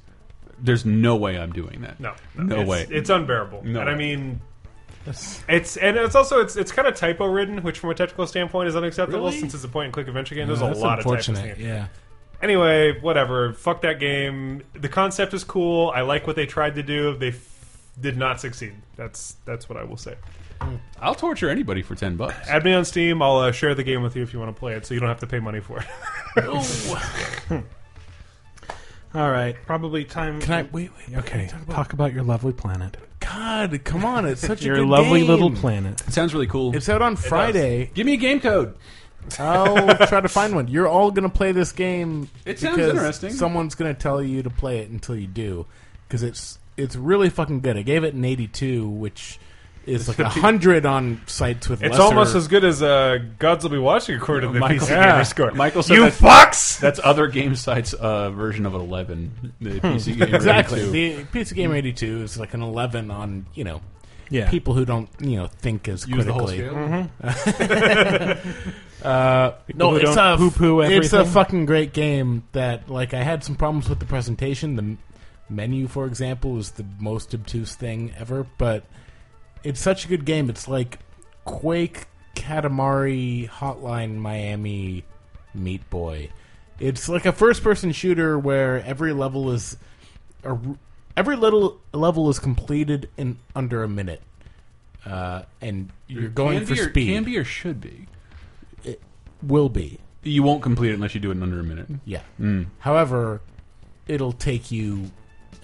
S2: There's no way I'm doing that.
S3: No,
S2: No
S3: it's,
S2: way.
S3: It's unbearable.
S2: No
S3: and I
S2: way.
S3: mean, it's and it's also it's it's kind of typo ridden, which from a technical standpoint is unacceptable
S4: Really?
S3: since it's a point and click adventure game. There's
S4: Yeah,
S3: a
S4: that's
S3: lot of typos. in
S4: unfortunate,
S3: here.
S4: yeah.
S3: Anyway, whatever. Fuck that game. The concept is cool. I like what they tried to do. They f- did not succeed. That's that's what I will say.
S2: I'll torture anybody for 10 bucks.
S3: Add me on Steam. I'll uh, share the game with you if you want to play it, so you don't have to pay money for it. [LAUGHS]
S1: All right, probably time.
S4: Can I wait? wait
S1: Okay, talk about your lovely planet.
S4: God, come on! It's such
S1: Your
S4: a good
S1: lovely
S4: game.
S1: little planet.
S2: [LAUGHS] It sounds really cool.
S4: It's out on Friday.
S2: Give me a game code.
S4: I'll
S3: [LAUGHS]
S4: try to find one. You're all gonna play this game.
S2: It sounds
S4: because
S2: interesting.
S4: Someone's gonna tell you to play it until you do, because it's it's really fucking good. I gave it an 82, which is like a hundred on sites with.
S3: It's
S4: lesser-
S3: almost as good as uh, Gods Will Be Watching according to the
S2: Michael,
S3: PC
S2: yeah.
S3: Gamer
S4: [LAUGHS]
S3: score.
S2: Michael said
S3: you
S2: that's- [LAUGHS]
S3: fucks!
S2: That's other game sites uh, version of an 11. The [LAUGHS] PC Gamer
S4: exactly.
S2: 82.
S4: The Pizza Game 82 is like an 11 on you know.
S1: Yeah.
S4: People who don't, you know, think as
S2: Use the whole
S4: critically.
S2: scale?
S4: uh,
S1: People
S4: no,
S1: who
S4: it's
S1: don't
S4: a
S1: poo-poo
S4: it's a
S1: everything?
S4: fucking great game. That like I had some problems with the presentation. The m- menu, for example, is the most obtuse thing ever. But it's such a good game. It's like Quake, Katamari, Hotline Miami, Meat Boy. It's like a first-person shooter where every level is a, every little level is completed in under a minute, uh, and you're going
S2: Can
S4: for
S2: be or-
S4: speed.
S2: Can be or should be.
S4: It will be.
S2: You won't complete it unless you do it in under a minute.
S4: Yeah.
S3: Hmm.
S2: Mm.
S4: However, it'll take you,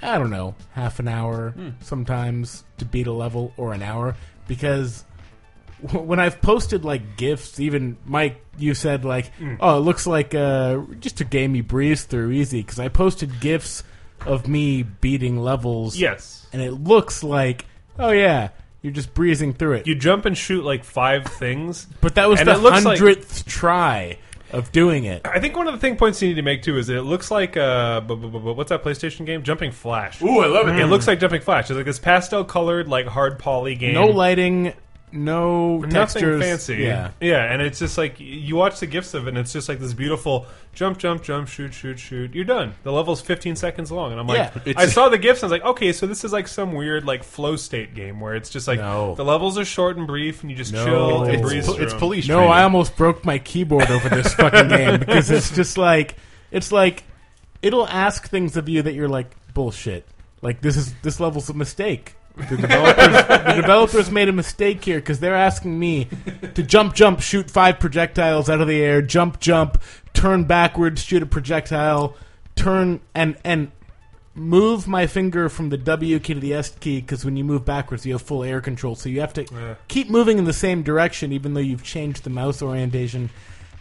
S4: I don't know,
S3: Hmm.
S4: half an hour sometimes to beat a level or an hour because [LAUGHS] when I've posted like gifts, even Mike, you said like,
S3: Hmm.
S4: "Oh, it looks like uh, just a game you breeze through easy." Because I posted gifs of me beating levels.
S3: Yes.
S4: and it looks like, oh yeah, you're just breezing through it.
S3: You jump and shoot like five things,
S4: but that was
S3: and
S4: the
S3: it looks like-
S4: hundredth try of doing it.
S3: I think one of the thing points you need to make too is it looks like uh, bu- bu- bu- bu- what's that PlayStation game? Jumping Flash.
S4: Ooh, I love it.
S3: It
S4: Mm.
S3: looks like Jumping Flash. It's like this pastel colored, like hard poly game.
S4: No lighting, no
S3: nothing
S4: textures,
S3: fancy.
S4: Yeah,
S3: yeah, and it's just like y- you watch the gifs of it, and it's just like this beautiful jump, jump, jump, shoot, shoot, shoot. You're done. The level's 15 seconds long, and I'm like,
S4: Yeah.
S3: I saw the gifs, and I was like, okay, so this is like some weird like flow state game where it's just like the levels are short and brief, and you just chill and breeze through 'em.
S4: No, I almost broke my keyboard over this fucking game because it's just like it's like it'll ask things of you that you're like bullshit. Like this is this level's a mistake. The developers, the developers made a mistake here because they're asking me to jump, jump, shoot five projectiles out of the air, jump, jump, turn backwards, shoot a projectile, turn and and move my finger from the W key to the S key because when you move backwards, you have full air control. So you have to
S3: Yeah.
S4: keep moving in the same direction, even though you've changed the mouse orientation.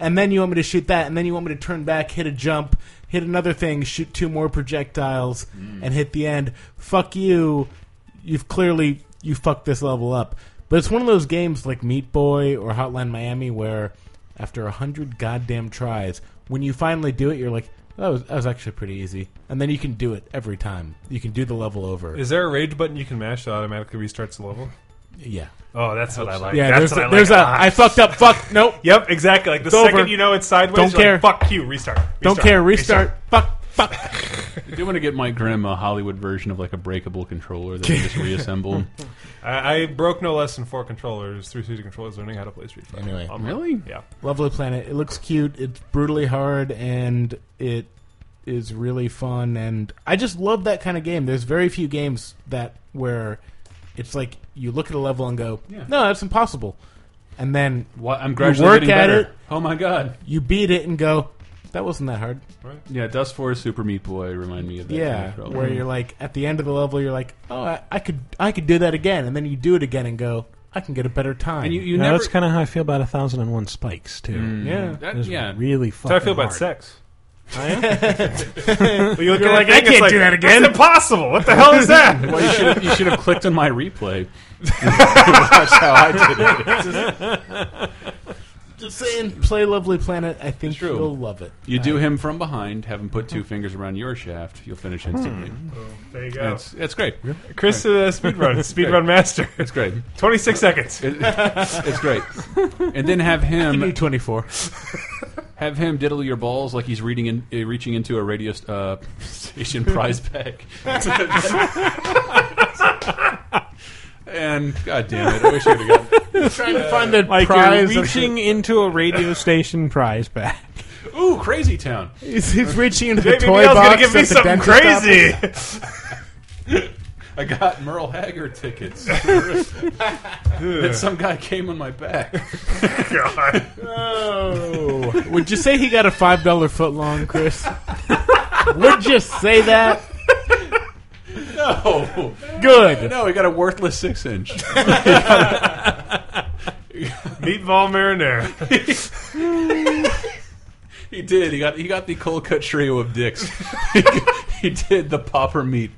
S4: And then you want me to shoot that, and then you want me to turn back, hit a jump, hit another thing, shoot two more projectiles, and hit the end. Fuck you. You've clearly you fucked this level up. But it's one of those games like Meat Boy or Hotline Miami where after a hundred goddamn tries, when you finally do it, you're like, that was, that was actually pretty easy. And then you can do it every time. You can do the level over.
S3: Is there a rage button you can mash that automatically restarts the level?
S4: Yeah.
S3: Oh, that's what I like.
S4: Yeah,
S3: that's
S4: there's
S3: what
S4: a-
S3: I like
S4: there's
S3: lot.
S4: a- I fucked
S3: [LAUGHS]
S4: up, fuck, nope.
S3: Yep, exactly. Like the
S4: It's
S3: second
S4: over.
S3: you know it's sideways,
S4: Don't
S3: you're
S4: care.
S3: like, fuck you, restart.
S4: Don't
S3: restart,
S4: care, restart. Fuck, fuck.
S2: I do want to get my grandma Hollywood version of like a breakable controller that
S4: [LAUGHS]
S2: you just reassemble.
S3: I, I broke no less than four controllers, three season controllers, learning how to play Street Fighter.
S4: Anyway.
S3: Um,
S2: Really?
S3: Yeah.
S4: Lovely Planet. It looks cute. It's brutally hard, and it is really fun. And I just love that kind of game. There's very few games that where it's like you look at a level and go, "No, that's impossible," and then
S2: What- I'm
S4: you
S2: gradually
S4: work
S2: getting
S4: at
S2: better.
S4: it.
S2: Oh my god!
S4: You beat it and go, "That wasn't that hard."
S2: Yeah, Dust Force Super Meat Boy remind me of that.
S4: Yeah,
S2: controller.
S4: where you're like at the end of the level, you're like, "Oh, I, I could, I could do that again," and then you do it again and go, "I can get a better time."
S2: And you-
S1: Now, that's kind of how I feel about 1001 Spikes, too.
S4: Mm.
S2: Mm-hmm.
S4: Yeah. That-
S1: It was
S4: yeah.
S1: really
S3: That's
S1: fucking
S3: how I feel about
S1: hard.
S3: sex. [LAUGHS]
S1: I am?
S3: Well, you look
S1: You're
S3: at
S1: like,
S3: that
S1: "I
S3: thing, it's
S1: can't do that again."
S3: It's impossible. What the hell is
S1: [LAUGHS]
S3: that?
S2: well,
S4: [LAUGHS]
S2: you should, you should have clicked on my replay. Watch how I did it.
S4: Just saying, play Lovely Planet. I think
S2: true.
S4: you'll love it.
S2: You do him from behind, have him put two fingers around your shaft, you'll finish instantly.
S4: Hmm.
S3: There you go.
S2: That's, that's great.
S3: Chris,
S2: Right.
S3: uh, speedrun,
S2: It's
S3: speedrun
S2: great.
S3: master.
S2: It's great.
S3: 26 seconds.
S4: [LAUGHS]
S2: It- it's great. And then have him.
S4: You need 24.
S2: [LAUGHS] Have him diddle your balls like he's reading in, uh, reaching into a radio st- uh, station prize
S4: [LAUGHS]
S2: pack. and god damn it, I wish I would have gotten.
S1: like
S4: prize
S1: You're
S4: of-
S1: reaching into a radio station prize bag.
S2: Ooh, Crazy Town.
S4: [LAUGHS] He's, he's reaching into the
S2: Maybe
S3: [LAUGHS]
S4: toy
S2: Neil's gonna
S4: box.
S2: give me
S4: at the
S2: something
S4: dentist
S2: crazy.
S4: office.
S2: I got Merle Haggard tickets. and some guy came on my
S1: [LAUGHS]
S2: back.
S3: [LAUGHS] God.
S4: Oh. [LAUGHS] Would you say he got a five dollar foot long, Chris? [LAUGHS] Would you say that?
S2: No.
S4: Good.
S2: Oh. No, he got a worthless six inch.
S3: Meatball marinara.
S2: he did. He got he got the cold cut trio of dicks. He- he did the popper meat.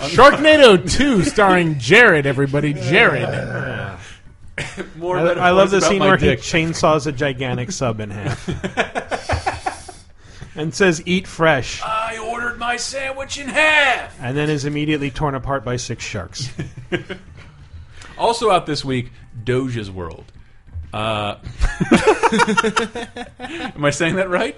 S4: Sharknado Two, starring Jared. Everybody, Jared.
S2: More
S1: I, I
S2: metaphors
S1: love the
S2: about
S1: scene
S2: my
S1: where
S2: dick. [LAUGHS]
S1: he chainsaws a gigantic sub in half and says, "Eat fresh,"
S2: I ordered my sandwich in half.
S1: and then is immediately torn apart by six sharks.
S2: [LAUGHS] Also out this week, Doja's World. Uh, [LAUGHS] am I saying that right?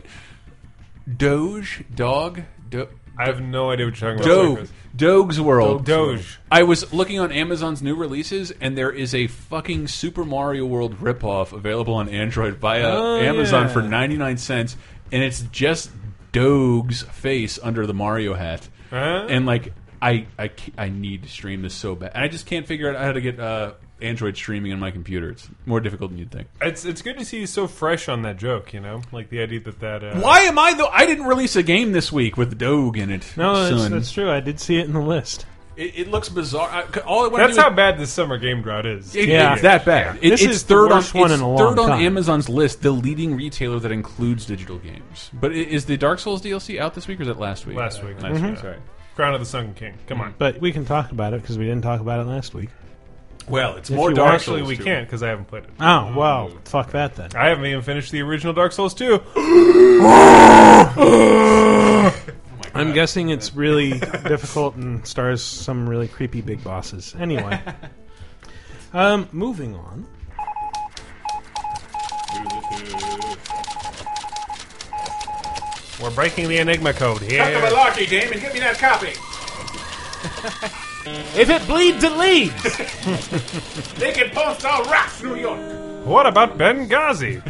S2: Doge, dog, do-
S3: I have no idea what you're talking about.
S2: Doge, Doge's World.
S3: Doge.
S2: I was looking on Amazon's new releases, and there is a fucking Super Mario World ripoff available on Android via
S1: Oh,
S2: Amazon
S1: yeah.
S2: for ninety nine cents, and it's just Doge's face under the Mario hat,
S3: Huh?
S2: and like I, I ca- I need to stream this so bad, and I just can't figure out how to get uh, Android streaming on my computer. It's more difficult than you'd think.
S3: It's it's good to see you so fresh on that joke. You know, like the idea that that. Uh,
S2: Why am I though? I didn't release a game this week with Doge in it.
S1: No, that's,
S2: son.
S1: that's true. I did see it in the list.
S2: It, it looks bizarre. I, c- all I want
S3: That's
S2: to do
S3: how
S2: is-
S3: bad this summer game drought is.
S2: It- it's that bad. It-
S3: This
S2: it's
S3: is the
S2: third
S3: worst
S2: on,
S3: one
S2: it's
S3: in a long
S2: third on
S3: time.
S2: Amazon's list, the leading retailer that includes digital games. But i- is the Dark Souls DLC out this week or is it last week?
S3: Last week.
S2: Last
S3: Mhm.
S2: week. Sorry.
S3: Crown of the Sunken King. Come on.
S1: But we can talk about it because we didn't talk about it last week.
S2: Well, it's
S1: If
S2: more
S1: you
S2: Dark
S1: want-
S3: Actually,
S2: Souls
S3: we
S2: two.
S3: can't because I haven't played it.
S1: Oh well, fuck that then.
S3: I haven't even finished the original Dark Souls 2.
S1: I'm guessing it's
S2: [LAUGHS]
S1: really difficult and stars some really creepy big bosses. Anyway, um, moving on.
S3: We're breaking the Enigma code here.
S12: Cut the malarkey, Damon. Give me that copy.
S4: If it bleeds, it leads.
S12: They can post all rocks, New York.
S3: What about [LAUGHS] Benghazi?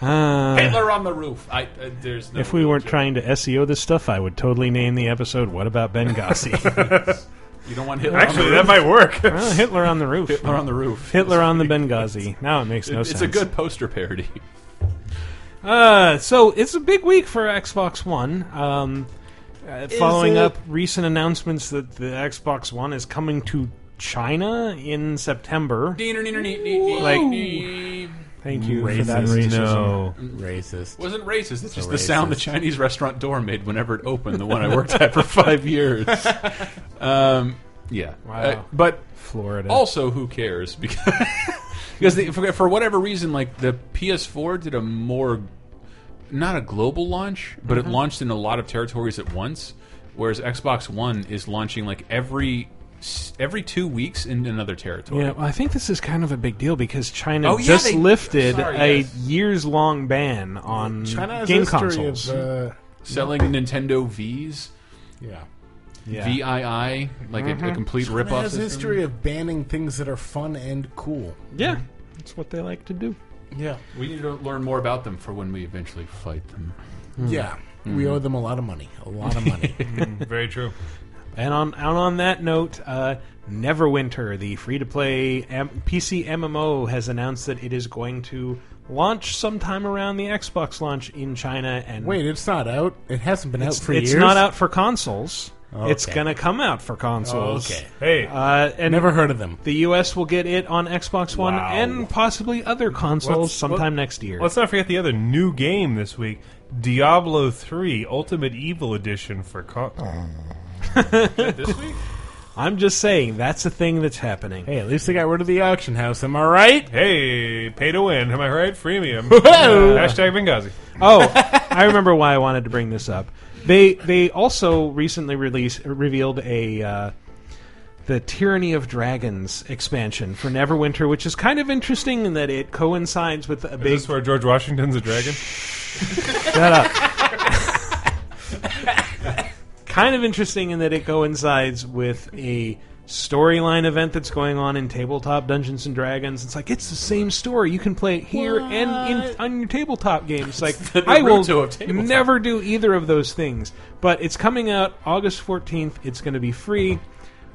S2: Hitler on the roof. I, uh, there's no
S1: If we weren't trying to SEO this stuff, I would totally name the episode "What About
S2: [LAUGHS]
S1: Benghazi."
S2: You don't want Hitler. on
S3: Actually,
S2: the
S3: that
S2: roof.
S3: might work.
S1: well, Hitler on the roof.
S2: Hitler on the roof.
S1: Hitler on the Benghazi. Now it makes
S2: It-
S1: no
S2: it's
S1: sense.
S2: a good
S12: [LAUGHS]
S2: poster parody.
S1: Uh, so it's a big week for Xbox One. Um, uh, following
S4: it?
S1: up recent announcements that the Xbox One is coming to China in September. Like- Thank you for that
S4: Racist.
S1: racism.
S4: Racist.
S2: Wasn't racist. It's just
S4: So
S2: the sound the
S4: racist.
S2: Chinese restaurant door made whenever it opened. The one I worked at for
S1: [LAUGHS]
S2: five years. Um, yeah.
S1: Wow.
S2: Uh, but
S1: Florida.
S2: Also, who cares? [LAUGHS] Because because the, for, for whatever reason, like the PS4 did a more not a global launch, but
S4: Uh-huh.
S2: it launched in a lot of territories at once. Whereas Xbox One is launching like every s- every two weeks in another territory.
S1: Yeah, well, I think this is kind of a big deal because China
S2: Oh, yeah,
S1: just
S2: they-
S1: lifted
S2: sorry,
S1: a
S2: yes.
S1: years-long ban on
S4: China has
S1: game
S4: history of,
S1: consoles.
S4: uh,
S2: Selling Nintendo V's,
S4: Yeah.
S1: Yeah.
S2: VII, like a, a complete
S4: It
S2: ripoff.
S4: Mm-hmm. has a
S2: system.
S4: history of banning things that are fun and cool.
S1: yeah, that's what they like to do.
S4: Yeah.
S2: We need to learn more about them for when we eventually fight them.
S1: Hmm.
S4: Yeah. We owe them a lot of money. A lot of
S1: [LAUGHS]
S4: money.
S3: Very true.
S1: And on and on that note, uh, Neverwinter, the free-to-play M- PC MMO, has announced that it is going to launch sometime around the Xbox launch in China. And
S4: Wait, it's not out. It hasn't been
S1: it's,
S4: out for
S1: it's
S4: years.
S1: not out for consoles. It's
S4: Okay.
S1: gonna come out for consoles.
S4: Okay.
S3: Hey,
S1: Uh, and
S4: Never heard of them.
S1: The U.S. will get it on Xbox One
S3: Wow.
S1: and possibly other consoles
S3: Let's-
S1: sometime
S3: let-
S1: next year.
S3: let's not forget the other new game this week Diablo 3 Ultimate Evil Edition for. [LAUGHS] Con- [LAUGHS]
S2: this week?
S1: I'm just saying that's a thing that's happening.
S4: Hey, at least they got rid of the auction house. Am I right?
S3: Hey, pay to win. Am I right? [LAUGHS] Freemium.
S4: Whoa.
S3: Hashtag Benghazi.
S1: Oh, I remember why I wanted to bring this up. They they also recently released revealed a uh, the Tyranny of Dragons expansion for Neverwinter, which is kind of interesting in that it coincides with a
S3: Is
S1: big
S3: this where George Washington's a dragon?
S1: kind of interesting in that it coincides with a storyline event that's going on in tabletop Dungeons and Dragons. It's like it's the same story. You can play it here and in, on your tabletop games. It's like I will
S2: Naruto of tabletop.
S1: never do either of those things. But it's coming out August 14th. It's going to be free.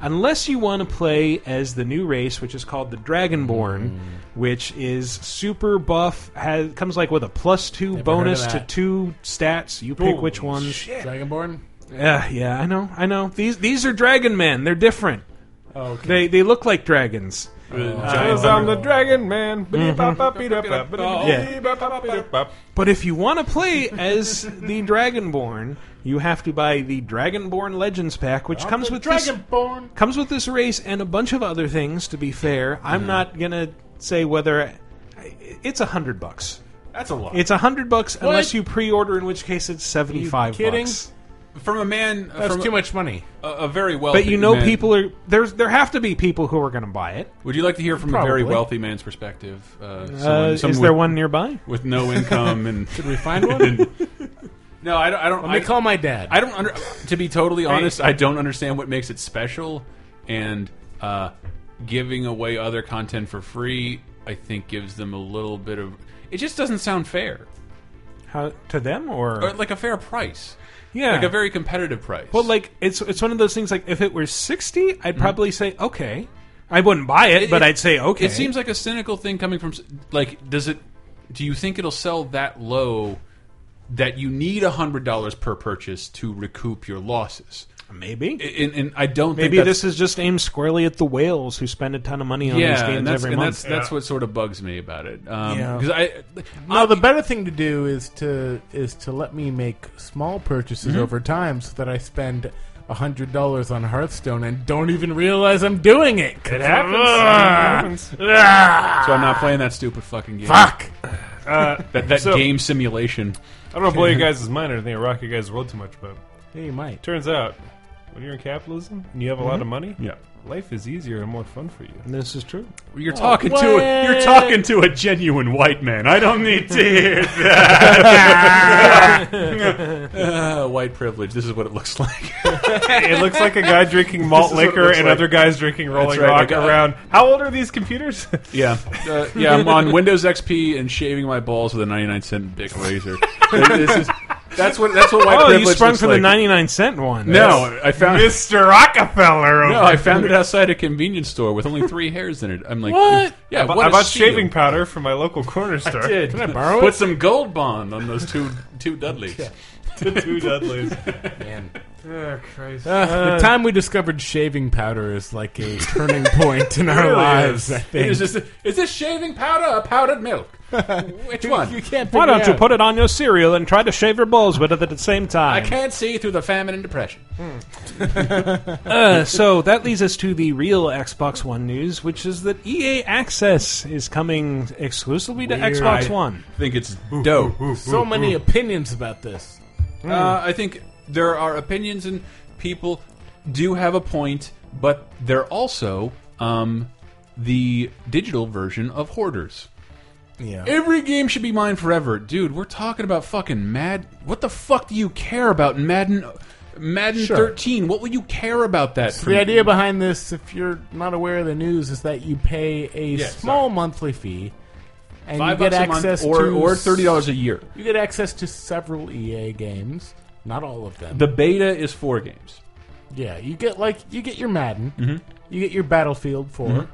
S1: Unless you want to play as the new race, which is called the Dragonborn, which is super buff, has comes like with a plus two
S4: of
S1: bonus to
S4: that.
S1: two stats. You pick which ones.
S4: Dragonborn?
S1: Yeah, Uh, yeah, I know, I know. These these are dragon men. They're different.
S4: Oh, okay.
S1: They they look like dragons.
S3: Because Uh, I'm the dragon man.
S1: But if you want to play as the Dragonborn, you have to buy the Dragonborn Legends pack, which comes with this,
S4: Dragonborn.
S1: comes with this race and a bunch of other things. To be fair, I'm not gonna say whether it's a hundred bucks.
S2: That's a lot.
S1: It's a hundred bucks unless you pre-order, in which case it's seventy five.
S4: kidding?
S1: Bucks.
S2: from a man.
S4: That's
S2: from
S4: too much money.
S2: A, a very wealthy.
S1: But you know,
S2: man.
S1: people are there's there have to be people who are going to buy it.
S2: Would you like to hear from a very
S4: Probably.
S2: wealthy man's perspective? Uh, someone,
S1: Uh,
S2: someone
S1: is there
S2: with,
S1: one nearby?
S2: with no income [LAUGHS] and? Should we
S4: find one?
S2: no, I don't. I don't.
S4: Let me
S2: I,
S4: call my dad.
S2: I don't. Under, to be totally honest, I don't understand what makes it special, and uh, giving away other content for free, I think, gives them a little bit of. It just doesn't sound fair,
S1: How, to them
S2: or like a fair price,
S1: Yeah.
S2: like a very competitive price.
S1: well, like it's it's one of those things. Like if it were sixty, I'd probably say okay. I wouldn't buy Mm-hmm. it,
S2: It-
S1: but
S2: it-
S1: I'd say okay.
S2: It seems like a cynical thing coming from. s- Like, does it? Do you think it'll sell that low that you need hundred dollars per purchase to recoup your losses?
S1: Maybe.
S2: And, and I don't
S1: Maybe
S2: think that's-
S1: this is just aimed squarely at the whales who spend a ton of money on these
S2: yeah,
S1: games
S2: and that's
S1: every
S2: and
S1: month.
S2: that's that's what sort of bugs me about it. Um,
S4: Yeah.
S2: 'cause I
S4: No, the better thing to do is to is to let me make small purchases
S2: Mhm.
S4: over time, so that I spend hundred dollars on Hearthstone and don't even realize I'm doing it.
S3: It happens. It happens.
S2: So I'm not playing that stupid fucking game.
S4: Fuck.
S3: Uh,
S2: that that
S3: so-
S2: game simulation.
S3: I don't know if blow you guys' mind or anything. I rock you guys' world too much, but
S4: yeah, you might.
S3: Turns out, when you're in capitalism and you have a lot
S2: Mhm.
S3: of money,
S2: Yeah.
S3: life is easier and more fun for you.
S1: This is true.
S2: You're talking to a, you're talking to a genuine white man. I don't need to hear
S1: [LAUGHS]
S2: that. [LAUGHS] Uh, white privilege. This is what it looks like.
S3: [LAUGHS] it looks like a guy [LAUGHS] drinking
S2: This
S3: malt
S2: is what it
S3: liquor
S2: looks
S3: and
S2: like.
S3: other guys drinking
S2: That's
S3: Rolling
S2: right,
S3: Rock
S2: I got-
S3: around. How old are these [LAUGHS] computers?
S2: Yeah, uh, yeah. I'm on Windows XP and shaving my balls with a 99 cent Bic razor. This is- that's what that's what white
S1: oh,
S2: privilege
S1: you sprung
S2: looks
S1: for the
S2: like.
S1: 99 cent one.
S2: No, I found
S3: Mr. Rockefeller.
S2: No, I found it outside a convenience store with only three hairs in it. I'm like,
S3: What?
S2: Yeah,
S3: I bu-
S2: what
S3: I
S2: a
S3: bought
S2: steal.
S3: shaving powder from my local corner store.
S2: did.
S3: [LAUGHS] Can I borrow
S2: Put
S3: it?
S2: some gold bond on those two two Dudleys.
S3: The two Dudleys.
S4: Man.
S3: Oh, Christ.
S2: Uh,
S4: the time we discovered shaving powder is like
S2: [LAUGHS]
S4: a turning point in our
S2: Really
S4: lives. I
S2: It
S4: think.
S2: is just, is this shaving powder or powdered milk? Which one?
S4: [LAUGHS]
S2: You
S4: can't.
S1: Why don't you put it on your cereal and try to shave your balls with it at the same
S2: I
S1: time?
S2: can't see through the famine and depression.
S1: uh, so that leads us to the real Xbox One news, which is that EA Access is coming exclusively to
S4: Weird.
S1: Xbox One.
S2: I think it's dope.
S4: so many opinions about this. Hmm.
S2: Uh, I think there are opinions and people do have a point, but they're also um, the digital version of hoarders.
S4: Yeah.
S2: Every game should be mine forever, dude. We're talking about fucking Mad. What the fuck do you care about Madden? Madden
S4: Sure.
S2: 13. What will you care about that?
S4: So the idea behind this, if you're not aware of the news, is that you pay a
S2: Yeah,
S4: small monthly fee, and
S2: Five
S4: you
S2: bucks
S4: get
S2: a month
S4: access
S2: or-
S4: to
S2: or $30 a year.
S4: You get access to several EA games, not all of them.
S2: the beta is four games.
S4: yeah, you get like you get your Madden,
S2: Mhm.
S4: you get your Battlefield 4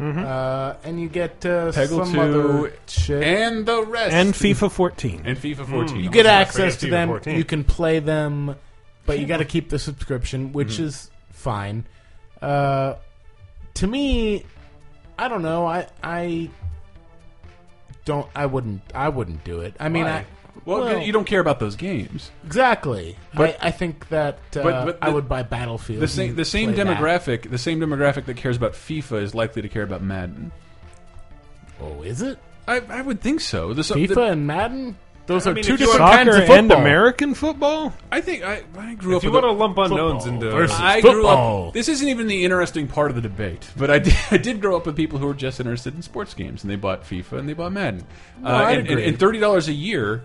S2: Mhm.
S4: uh, and you get uh,
S2: Peggle
S4: some
S2: 2
S4: other shit,
S2: and the rest,
S1: And FIFA 14.
S2: and FIFA 14.
S4: Hmm. You get
S2: Also, I
S4: access
S2: forget
S4: to
S2: FIFA
S4: them.
S2: 14.
S4: You can play them, but you got to keep the subscription, which
S2: Mm-hmm.
S4: is fine. Uh, to me, I don't know. I I don't. I wouldn't. I wouldn't do it. I mean,
S2: Why?
S4: I,
S2: well, you don't care about those games.
S4: exactly.
S2: But-
S4: I, I think that uh,
S2: but- but
S4: I
S2: the-
S4: would buy Battlefield.
S2: The same,
S4: and
S2: the same
S4: play that.
S2: demographic, the same demographic that cares about FIFA is likely to care about Madden.
S4: Oh, is it?
S2: I, I would think so. Uh, The, so-
S4: FIFA
S2: the-
S4: and Madden. Those
S2: I
S4: are
S2: mean,
S4: two
S2: if you
S4: different
S2: wanna-
S4: kinds of
S2: Soccer
S4: football.
S2: and
S1: American football.
S2: I think I, I grew
S3: If
S2: up.
S3: you
S2: with
S3: want to
S2: a-
S3: lump unknowns into
S4: versus
S2: I grew
S4: football.
S2: up. This isn't even the interesting part of the debate, but I [LAUGHS] did, I did grow up with people who were just interested in sports games, and they bought FIFA and they bought Madden.
S4: No,
S2: uh,
S4: I'd
S2: and, and,
S4: agree.
S2: and thirty dollars a year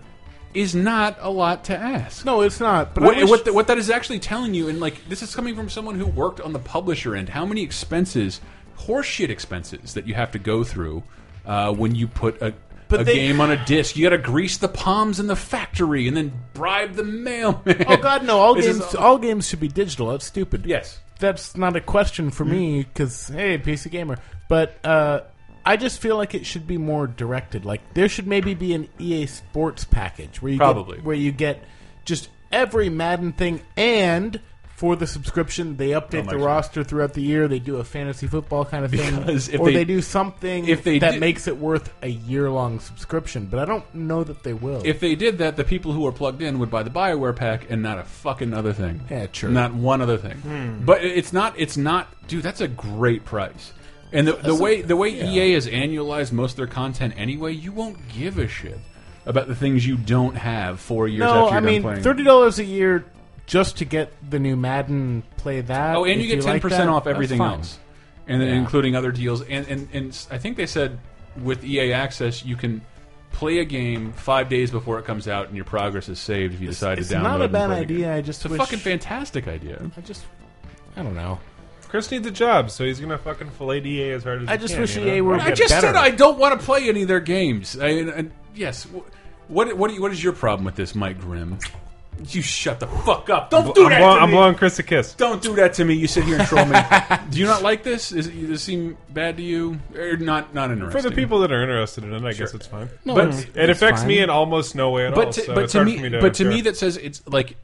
S2: is not a lot to ask.
S4: No, it's not. But I
S2: what,
S4: wish-
S2: what, the, what that is actually telling you, and like this is coming from someone who worked on the publisher end, how many expenses, horseshit expenses, that you have to go through uh, when you put a,
S4: But
S2: a
S4: they-
S2: game on a disc. You got to grease the palms in the factory and then bribe the mailman.
S4: Oh God, no! All
S2: [LAUGHS] This is
S4: games, all games should be digital. That's stupid.
S2: Yes.
S4: that's not a question for me
S2: Mm-hmm.
S4: because hey, PC gamer. But uh, I just feel like it should be more directed. Like there should maybe be an EA Sports package where you
S2: Probably.
S4: get, where you get just every Madden thing and. For the subscription, they update the
S2: Oh God.
S4: roster throughout the year. They do a fantasy football kind of thing,
S2: Because if
S4: or
S2: they-
S4: they, do something
S2: if they
S4: that
S2: did-
S4: makes it worth a year-long subscription. But I don't know that they will.
S2: If they did that, the people who are plugged in would buy the Bioware pack and not a fucking other thing.
S4: Yeah, true.
S2: Not one other thing. But it- it's not. It's not. Dude, that's a great price. And the, the way the way EA has annualized most of their content anyway, you won't give a shit about the things you don't have four years
S4: no,
S2: after you're
S4: I mean
S2: done playing.
S4: thirty dollars a year just to get the new Madden, play that.
S2: Oh, and you
S4: if
S2: get ten
S4: like
S2: percent
S4: that,
S2: off
S4: that's
S2: everything
S4: fine.
S2: else, and then
S4: Yeah.
S2: including other deals. And, and and s- I think they said with EA Access, you can play a game five days before it comes out, and your progress is saved if you decide
S4: it's
S2: to download.
S4: not a
S2: and
S4: bad
S2: play the game.
S4: idea, I just
S2: it's a
S4: wish-
S2: fucking fantastic idea.
S4: I just, I don't know.
S3: Chris needs a job, so he's gonna fucking fillet EA as hard as
S4: I
S3: he
S4: just
S3: can,
S4: wish
S3: you know?
S4: EA were-
S2: I
S4: get
S2: just said
S4: better.
S2: I don't want to play any of their games. I, and, and yes, wh- what what do you- what is your problem with this, Mike Grimm? You shut the fuck up! Don't do
S3: I'm,
S2: that.
S3: blow-
S2: to
S3: I'm
S2: me.
S3: blowing Chris a kiss.
S2: Don't do that to me. You sit here and troll
S3: [LAUGHS]
S2: me. do you not like this? Is it, does this seem bad to you? Or not not interesting.
S3: For the people that are interested in it, I guess it's fine.
S4: No,
S2: But-
S4: it's-
S3: It
S4: it's
S3: affects
S4: fine.
S3: me in almost no way at all.
S2: but to,
S3: Oh, so
S2: but
S3: it's
S2: to
S3: hard
S2: me,
S3: for me to
S2: but to
S3: care.
S2: me that says it's like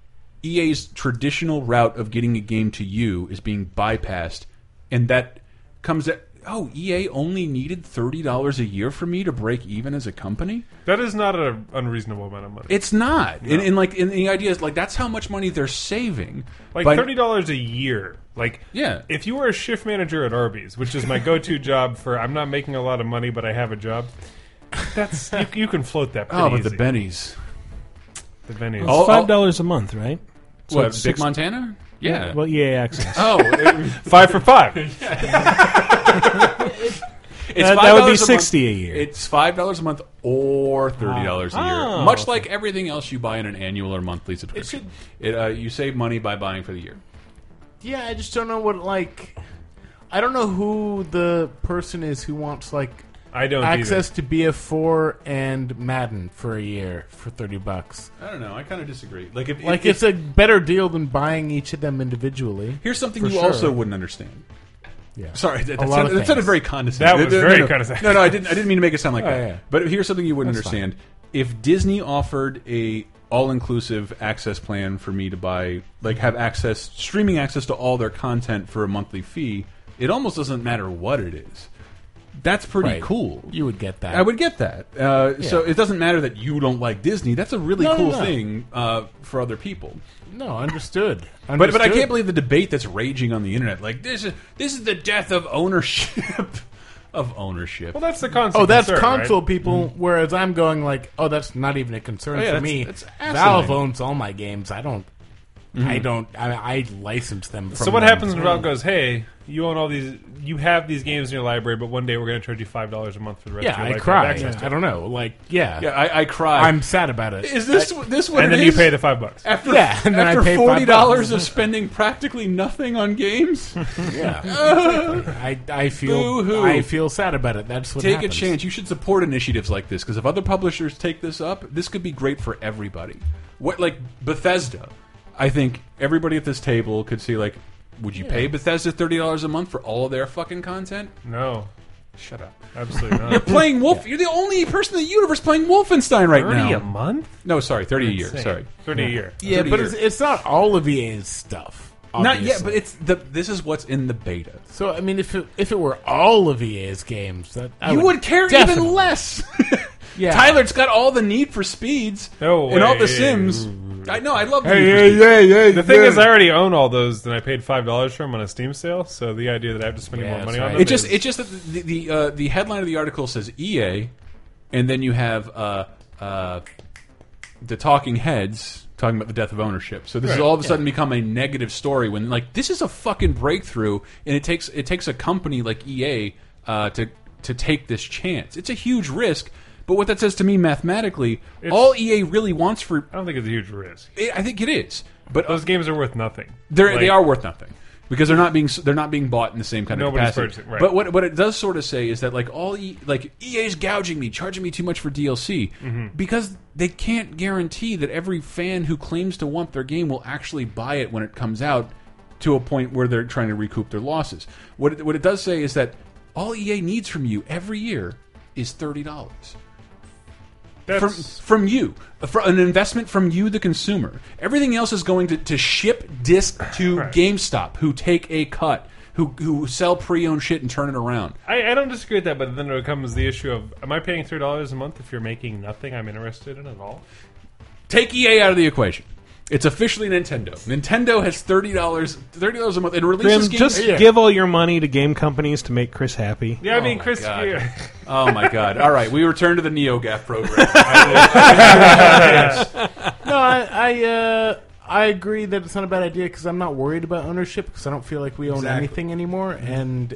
S2: EA's traditional route of getting a game to you is being bypassed, and that comes at oh EA only needed thirty dollars a year for me to break even as a company.
S3: That is not an unreasonable amount of money.
S2: It's not, and, and like and the idea is like that's how much money they're saving.
S3: Like
S2: by-
S3: thirty dollars a year. Like
S2: yeah,
S3: if you were a shift manager at Arby's, which is my go-to job for I'm not making a lot of money, but I have a job. That's you, you can float that. Pretty
S2: Oh, but
S3: easy.
S2: the bennies.
S3: The bennies.
S2: All-
S1: five dollars a month, right?
S2: What,
S1: it's
S2: Big Montana? Yeah.
S1: Well, EA
S2: [LAUGHS]
S1: access. [LAUGHS]
S2: Oh, it-
S3: Five for five.
S2: It's
S1: That-
S2: five
S1: that would be
S2: dollars a month.
S1: $60 a year.
S2: It's five dollars a month or thirty dollars a year,
S1: Oh.
S2: much like everything else you buy in an annual or monthly subscription. It, uh, you save money by buying for the year.
S4: Yeah, I just don't know what like. I don't know who the person is who wants like
S3: I don't
S4: access to BF4 and Madden for a year for thirty bucks.
S2: I don't know. I kind of disagree. Like if
S4: Like
S2: if-
S4: it's a better deal than buying each of them individually.
S2: Here's something
S4: For
S2: you
S4: sure.
S2: also wouldn't understand.
S4: Yeah.
S2: Sorry, that,
S4: A
S2: that,
S4: lot
S2: sounded,
S4: of
S2: that sounded
S4: things.
S2: very condescending.
S4: That was
S2: No, no,
S4: very
S2: no.
S4: condescending.
S2: No, no, I didn't. I didn't mean to make it sound like
S4: Oh,
S2: that.
S4: yeah.
S2: But here's something you wouldn't
S4: That's fine.
S2: understand: if Disney offered a all-inclusive access plan for me to buy, like have access, streaming access to all their content for a monthly fee, it almost doesn't matter what it is. That's pretty
S4: Right.
S2: cool.
S4: You would get that.
S2: I would get that. Uh, So
S4: Yeah.
S2: it doesn't matter that you don't like Disney. That's a really
S4: No, no,
S2: cool
S4: no.
S2: thing uh, for other people.
S4: No, understood.
S2: But, but I
S4: Understood.
S2: can't believe the debate that's raging on the internet. Like this is this is the death of ownership [LAUGHS] of ownership.
S3: Well, that's the console.
S4: Oh, that's
S3: concern, right?
S4: console people. Whereas I'm going like, oh, that's not even a concern
S2: Mm-hmm. Oh, yeah,
S4: for
S2: that's-
S4: me.
S2: that's asinine.
S4: Valve
S2: Mm-hmm.
S4: owns all my games. I don't. I don't. I, I license them. From
S3: So what
S4: them.
S3: happens when Valve goes, "Hey, you own all these, you have these games in your library, but one day we're going to charge you five dollars a month for the rest of
S4: Yeah,
S3: your
S4: I
S3: life
S4: cry.
S3: access to
S4: I don't know. Like, yeah,
S2: Yeah, I, I cry.
S4: I'm sad about it.
S2: is this this what
S3: and
S2: it
S3: then you
S2: is?
S3: pay the five bucks.
S2: after
S4: Yeah, and then I
S2: after
S4: pay five
S2: forty dollars of
S4: bucks.
S2: spending practically nothing on
S4: [LAUGHS]
S2: games? [LAUGHS]
S4: Yeah, exactly. I, I
S2: Boo-hoo.
S4: feel I feel sad about it. That's what
S2: Take
S4: happens.
S2: a chance. You should support initiatives like this because if other publishers take this up, this could be great for everybody. What like Bethesda? I think everybody at this table could see like, would you pay Bethesda thirty dollars a month for all their fucking content?
S3: No,
S2: Shut up.
S3: absolutely
S2: You're
S3: not.
S4: [LAUGHS]
S2: playing Wolf. You're the only person in the universe playing Wolfenstein right
S3: Thirty
S2: now.
S3: a month?
S2: No, sorry, thirty a year.
S3: Insane.
S2: Sorry,
S3: thirty a year.
S4: Yeah,
S2: 30
S4: but
S2: year.
S4: it's, it's not all of EA's stuff.
S2: not yet.
S4: obviously.
S2: But it's the. This is what's in the beta.
S4: so. I mean, if it, if it were all of EA's games, that I
S2: you would care
S4: definitely-
S2: even less. [LAUGHS]
S4: Yeah.
S2: Tyler's got all the Need for Speeds
S3: No
S2: and all
S3: way.
S2: the Sims. I know. I love. the
S3: Hey,
S2: Need for
S3: hey,
S2: Speeds.
S3: The thing is, I already own all those, and I paid five dollars for them on a Steam sale. So the idea that I have to spend
S4: Yeah,
S3: more
S4: that's
S3: money on
S4: right.
S3: them
S2: It just
S3: is-
S2: it just that the the, uh, the headline of the article says EA, and then you have uh, uh, the Talking Heads talking about the death of ownership. So this has
S3: Right,
S2: all of a sudden become a negative story when like this is a fucking breakthrough, and it takes it takes a company like EA uh, to to take this chance. It's a huge risk. But what that says to me mathematically,
S3: It's-
S2: all EA really wants for
S3: I don't think it's a huge risk.
S2: I think it is, but
S3: Those games are worth nothing.
S2: they're,
S3: Like,
S2: they are worth nothing because they're not being they're not being bought in the same kind of
S3: Nobody's
S2: capacity.
S3: purchasing, right.
S2: But what what it does sort of say is that like all e, like EA's gouging me, charging me too much for DLC
S3: Mm-hmm.
S2: because they can't guarantee that every fan who claims to want their game will actually buy it when it comes out to a point where they're trying to recoup their losses. What it, what it does say is that all EA needs from you every year is thirty dollars from
S3: That's,
S2: from you, for an investment from you, the consumer. Everything else is going to, to ship disc to
S3: Right.
S2: GameStop, who take a cut, who who sell pre-owned shit and turn it around.
S3: I, I don't disagree with that, but then there comes the issue of: Am I paying three dollars a month if you're making nothing I'm interested in at all?
S2: Take EA out of the equation. It's officially Nintendo. Nintendo has thirty dollars, thirty dollars a month, and
S1: Grim,
S2: releases games.
S1: just give all your money to game companies to make Chris happy.
S3: Yeah, I mean,
S2: my
S3: Chris.
S2: God.
S3: yeah.
S4: [LAUGHS]
S2: oh my god! All right, we return to the NeoGAF program.
S4: No, I I, uh, I agree that it's not a bad idea because I'm not worried about ownership because I don't feel like we own
S2: Exactly.
S4: anything anymore. And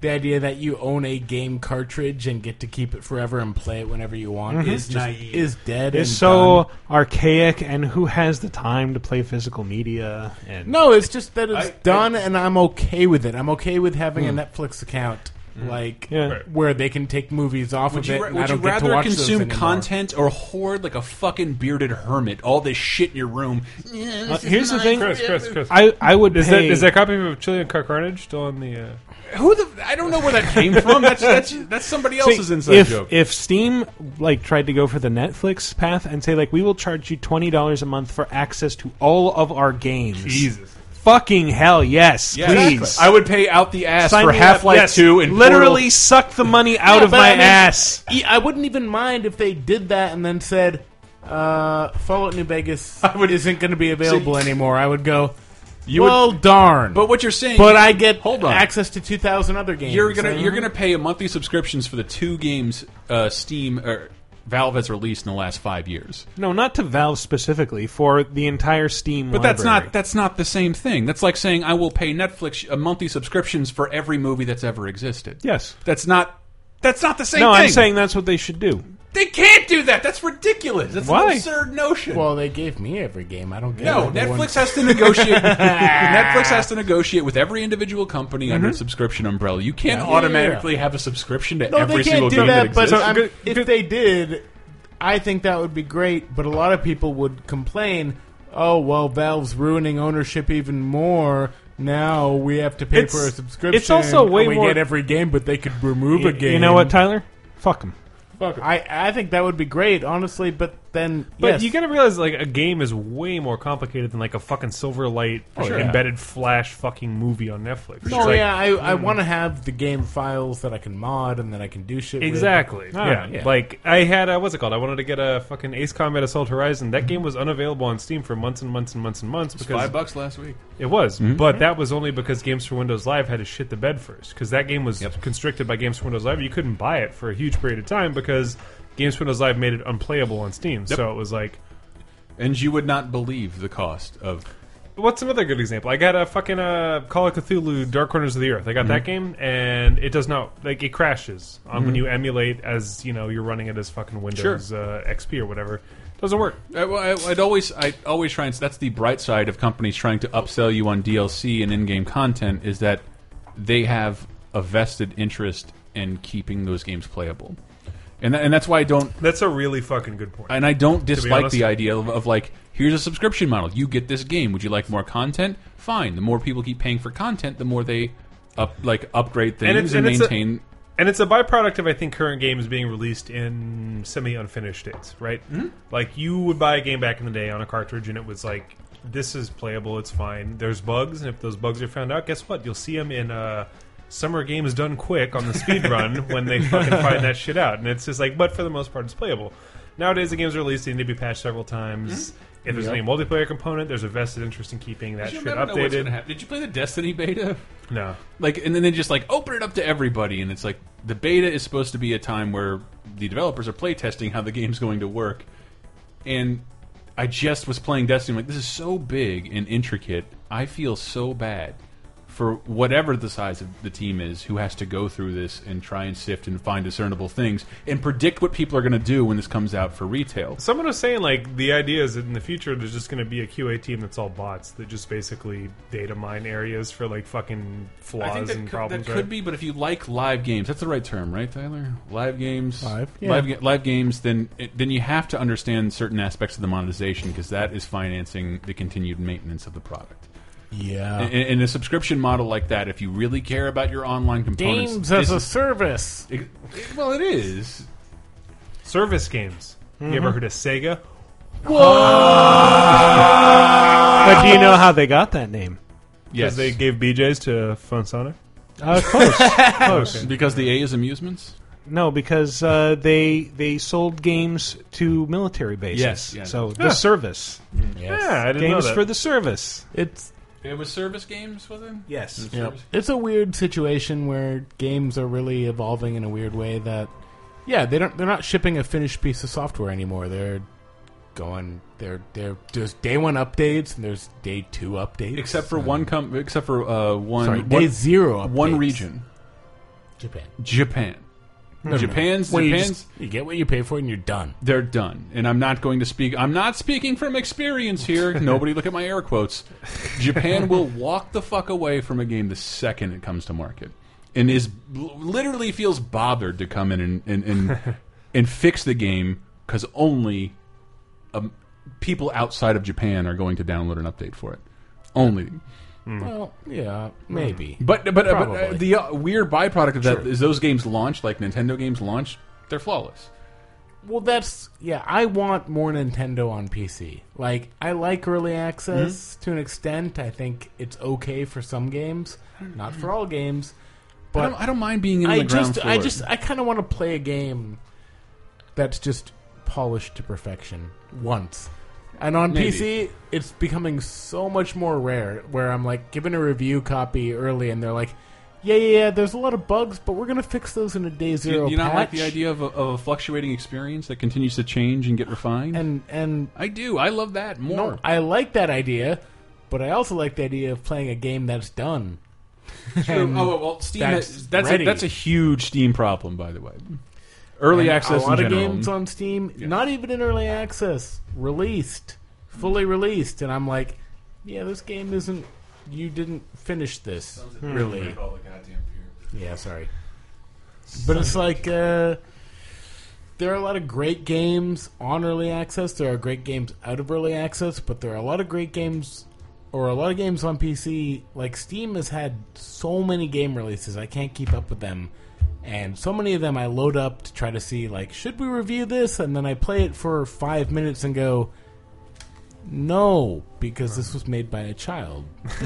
S4: the idea that you own a game cartridge and get to keep it forever and play it whenever you want is just
S2: Mm-hmm. Naive.
S4: is dead.
S1: It's
S4: and
S1: so
S4: done.
S1: archaic, and who has the time to play physical media? And
S4: No, it's just that it's
S2: I-
S4: done, and I'm okay with it. I'm okay with having a Netflix account like
S2: Mm. Yeah. Right.
S4: where they can take movies off
S2: Would
S4: of
S2: you,
S4: it.
S2: ra-
S4: and I
S2: would you
S4: don't get to
S2: rather
S4: watch those
S2: consume
S4: anymore.
S2: content or hoard like a fucking bearded hermit all this shit in your room?
S1: Uh, here's the thing.
S3: Chris, Chris, Chris.
S1: I, I would
S3: is
S1: pay.
S3: that is that copy of Chilean Car Carnage still on the? Uh,
S2: Who the? I don't know where that came from. That's that's, that's somebody
S1: See,
S2: else's inside
S1: if,
S2: joke.
S1: If Steam like tried to go for the Netflix path and say like we will charge you twenty dollars a month for access to all of our games,
S2: Jesus.
S1: fucking hell, yes,
S2: Yeah,
S1: please.
S2: exactly. I would pay out the ass
S1: Sign
S2: for
S1: me up,
S2: Half Life
S1: yes.
S2: Two and
S1: literally
S2: Portal.
S1: suck the money out
S4: Yeah,
S1: of
S4: but
S1: my
S4: I mean,
S1: ass.
S4: e- I wouldn't even mind if they did that and then said, uh, "Fallout
S2: [LAUGHS]
S4: New Vegas isn't going to be available anymore." I would go,
S2: You would-
S4: "Well, darn!"
S2: But what you're saying,
S4: but I get
S2: hold on.
S4: access to two thousand other games.
S2: You're gonna
S4: Mhm.
S2: you're gonna pay a monthly subscriptions for the two games uh, Steam or Valve has released in the last five years.
S1: No, not to Valve specifically for the entire Steam.
S2: But that's
S1: library.
S2: not that's not the same thing. That's like saying I will pay Netflix a monthly subscriptions for every movie that's ever existed.
S1: Yes.
S2: That's not that's not the same
S1: No,
S2: thing.
S1: I'm saying that's what they should do.
S2: they can't do that. That's ridiculous. That's
S1: Why?
S2: an absurd notion.
S4: Well, they gave me every game. I don't get
S2: no,
S4: it. Everyone-
S2: Netflix has to negotiate.
S4: [LAUGHS]
S2: Netflix has to negotiate with every individual company under a subscription umbrella. You can't
S4: Mm-hmm. Yeah.
S2: automatically have a subscription to
S4: No,
S2: every
S4: they can't
S2: single
S4: do
S2: game
S4: that.
S2: that
S4: But
S2: exists.
S4: I'm- if they did, I think that would be great. But a lot of people would complain. Oh well, Valve's ruining ownership even more. Now we have to pay
S1: It's-
S4: for a subscription.
S1: it's also way
S4: and we
S1: more-
S4: get every game, but they could remove
S1: Y-
S4: a game.
S1: You know what, Tyler? Fuck them.
S4: I I think that would be great, honestly. But then,
S3: but
S4: yes.
S3: you gotta realize, like, a game is way more complicated than like a fucking Silverlight
S4: Oh, yeah.
S3: embedded Flash fucking movie on Netflix.
S4: No,
S3: It's like-
S4: Oh, yeah, I, I want to have the game files that I can mod and that I can do shit. with.
S3: Exactly.
S4: Ah,
S3: yeah. Like I had uh, what's it called? I wanted to get a fucking Ace Combat Assault Horizon. That game was unavailable on Steam for months and months and months and months because
S2: five bucks last week.
S3: It was,
S2: Mhm.
S3: but that was only because Games for Windows Live had to shit the bed first because that game was constricted by Games for Windows Live. You couldn't buy it for a huge period of time because Games for Windows Live made it unplayable on Steam.
S2: Yep.
S3: So it was like
S2: and you would not believe the cost of
S3: What's another good example? I got a fucking uh, Call of Cthulhu: Dark Corners of the Earth. I got that
S2: Mhm.
S3: game, and it does not like it crashes on when
S2: Mhm.
S3: you emulate as you know you're running it as fucking Windows uh, XP or whatever. Doesn't work.
S2: I, well, I, I'd always, I always try and that's the bright side of companies trying to upsell you on DLC and in-game content is that they have a vested interest in keeping those games playable, and tha- and that's why I don't,
S3: That's a really fucking good point.
S2: and I don't
S3: To be
S2: dislike
S3: honest.
S2: the idea of, of like here's a subscription model. You get this game. Would you like more content? Fine. The more people keep paying for content, the more they up like upgrade things and, maintain.
S3: a, and it's a byproduct of I think current games being released in semi-unfinished states, right?
S2: Hmm?
S3: Like you would buy a game back in the day on a cartridge, and it was like, "This is playable. It's fine. There's bugs, and if those bugs are found out, guess what? You'll see them in uh, Summer Games Done Quick on
S2: [LAUGHS]
S3: the speed run when they fucking find that shit out." And it's just like, but for the most part, it's playable. Nowadays, the games are released; they need to be patched several times. If there's
S2: Hmm? Yep.
S3: any multiplayer component, there's a vested interest in keeping that
S2: You
S3: shit
S2: never know what's
S3: updated.
S2: gonna happen. Did you play the Destiny beta?
S3: No.
S2: Like, and then they just like open it up to everybody, and it's like the beta is supposed to be a time where the developers are playtesting how the game's going to work. And I just was playing Destiny, like this is so big and intricate. I feel so bad for whatever the size of the team is who has to go through this and try and sift and find discernible things and predict what people are going to do when this comes out for retail.
S3: Someone was saying like the idea is that in the future there's just going to be a QA team that's all bots that just basically data mine areas for like fucking flaws
S2: I think that,
S3: and
S2: could,
S3: problems.
S2: that could
S3: right?
S2: be, but if you like live games, that's the right term, right, Tyler? Live games,
S4: Live, yeah.
S2: live, ga- live games. Then, it, then you have to understand certain aspects of the monetization because that is financing the continued maintenance of the product.
S4: yeah,
S2: In, in a subscription model like that, if you really care about your online components,
S4: games
S2: this
S4: as a
S2: is-
S4: service.
S2: it- it- well, it is.
S3: Service games. You ever
S1: Mm-hmm.
S2: Mhm.
S3: heard of Sega?
S1: But do you know how they got that name?
S2: Yes.
S3: Because they gave BJ's to Funsonic.
S1: Uh,
S3: [LAUGHS]
S1: close, close.
S2: Because the A is amusements.
S1: No, because uh, they they sold games to military bases.
S2: Yes, yes.
S1: So
S2: Huh.
S1: the service.
S3: Yeah, I didn't know
S1: games
S3: that.
S1: for the service.
S4: It's
S2: It was service games, was it?
S1: Yes.
S2: It was
S4: Yep.
S2: service-
S4: It's a weird situation where games are really evolving in a weird way that yeah, they don't they're not shipping a finished piece of software anymore. They're going they're they're there's day one updates and there's day two updates. Uh,
S2: Except for one, com except for uh, one,
S4: Sorry,
S2: one-
S4: day zero
S2: one
S4: updates.
S2: region,
S4: Japan.
S2: Japan.
S4: No, no, no.
S2: Japan's
S4: Where you
S2: Japan's
S4: just- you get what you pay for and you're done.
S2: they're done and i'm not going to speak i'm not speaking from experience
S4: [LAUGHS]
S2: here nobody look at my air quotes japan will walk the fuck away from a game the second it comes to market and is literally feels bothered to come in and and
S4: [LAUGHS]
S2: and, and fix the game because only um, people outside of Japan are going to download an update for it. Only.
S4: Well, yeah, maybe.
S2: Mm. But but, uh, but uh,
S4: Probably.
S2: the uh, weird byproduct of that is those games launch like Nintendo games launch, they're flawless.
S4: Well, that's yeah. I want more Nintendo on PC. Like, I like early access
S2: Mm.
S4: to an extent. I think it's okay for some games, not for all games. But
S2: I don't- I don't mind being in on
S4: I
S2: the ground
S4: just,
S2: floor.
S4: I just, I kind of want to play a game that's just polished to perfection once. And on
S2: Maybe.
S4: PC, it's becoming so much more rare. Where I'm like given a review copy early, and they're like, "Yeah, yeah, yeah. There's a lot of bugs, but we're gonna fix those in a day
S2: Do you-
S4: zero
S2: do you not like
S4: patch."
S2: the idea of a, of a fluctuating experience that continues to change and get refined?
S4: and and
S2: I do. I love that more.
S4: No, I like that idea, but I also like the idea of playing a game that's done. [LAUGHS] And
S2: oh well, Steam.
S4: that's
S2: That's that's a,
S4: ready.
S2: that's a huge Steam problem, by the way. Early
S4: And
S2: access
S4: A lot
S2: in
S4: of
S2: general.
S4: games on Steam, not even in early access, released, fully released, and I'm like, yeah, this game isn't. You didn't finish this,
S2: Hmm.
S4: really.
S2: All the goddamn
S4: Yeah, sorry. But it's like uh, there are a lot of great games on early access. There are great games out of early access, but there are a lot of great games or a lot of games on PC. Like Steam has had so many game releases, I can't keep up with them. And so many of them I load up to try to see like should we review this and then I play it for 5 minutes and go no, because this was made by a child. [LAUGHS]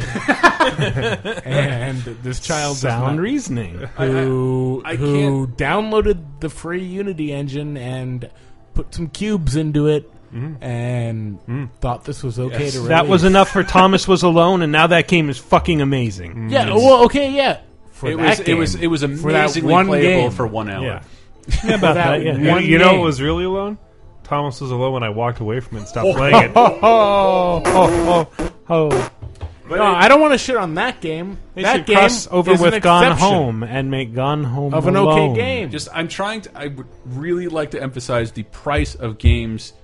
S4: and this child does
S1: Sound
S4: not-
S1: reasoning. [LAUGHS]
S4: who
S1: I- I- I
S4: who downloaded the free Unity engine and put some cubes into it and thought this was okay to release.
S1: That was enough for Thomas was alone, and now that game is fucking amazing.
S4: Yeah. Well, okay. Yeah. For
S2: It
S4: that
S2: was- it
S4: game.
S2: was- it was
S4: For that
S2: amazingly
S4: one
S2: playable
S4: game.
S2: for one hour.
S3: Yeah.
S1: Yeah, about that, yeah.
S3: You,
S1: One
S3: you know
S1: game.
S3: what was really alone? Thomas was alone when I walked away from it and stopped
S1: Oh, [LAUGHS]
S3: playing it.
S1: ho, ho, ho, ho, ho.
S4: No, I don't want to shit on that game.
S1: They
S4: that
S1: should
S4: game
S1: cross over
S4: is an
S1: with Gone
S4: exception.
S1: Home and make Gone Home
S4: Of an okay
S1: alone.
S4: game.
S2: Just I'm trying to. I would really like to emphasize the price of games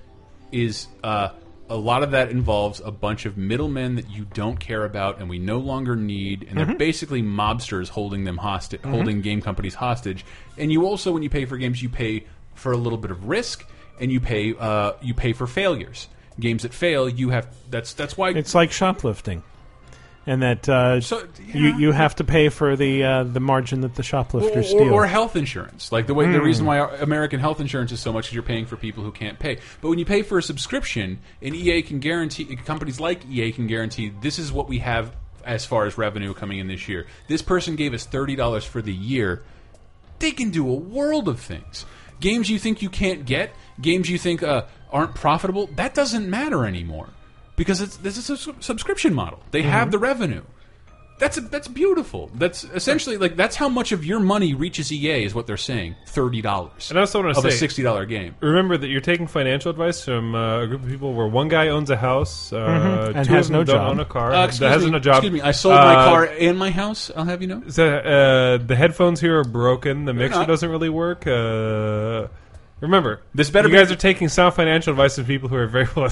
S2: is uh, a lot of that involves a bunch of middlemen that you don't care about and we no longer need, and they're
S1: Mhm.
S2: basically mobsters holding them hostage,
S1: Mhm.
S2: holding game companies hostage. And you also, when you pay for games, you pay for a little bit of risk, and you pay uh, you pay for failures. Games that fail, you have that's that's why
S1: It's like shoplifting, and that uh, you
S2: yeah.
S1: you have to pay for the uh, the margin that the
S2: or,
S1: shoplifters
S2: or,
S1: steal.
S2: or health insurance. Like the way the
S1: Hmm.
S2: reason why our American health insurance is so much is you're paying for people who can't pay. But when you pay for a subscription, and EA can guarantee companies like EA can guarantee this is what we have as far as revenue coming in this year. This person gave us thirty dollars for the year. They can do a world of things. Games you think you can't get, games you think uh, aren't profitable, that doesn't matter anymore because it's this is a sub- subscription model. They have
S1: Mhm.
S2: the revenue. That's that's beautiful. That's essentially like that's how much of your money reaches EA is what they're saying. Thirty dollars.
S3: And I also want
S2: of
S3: to say,
S2: a sixty dollar game.
S3: Remember that you're taking financial advice from uh, a group of people where one guy owns a house, uh,
S2: Mhm.
S1: Mm-hmm. And
S3: two
S1: has
S3: of them
S1: no
S3: don't
S1: job.
S3: own a car,
S2: Uh,
S3: that
S2: excuse
S3: hasn't
S2: me,
S3: a job.
S2: Excuse me. I sold my
S3: Uh,
S2: car and my house. I'll have you know.
S3: So, uh, the headphones here are broken. The mixer
S2: not.
S3: doesn't really work. Uh, remember,
S2: This better
S3: You
S2: be-
S3: guys are taking sound financial advice from people who are very [LAUGHS] well.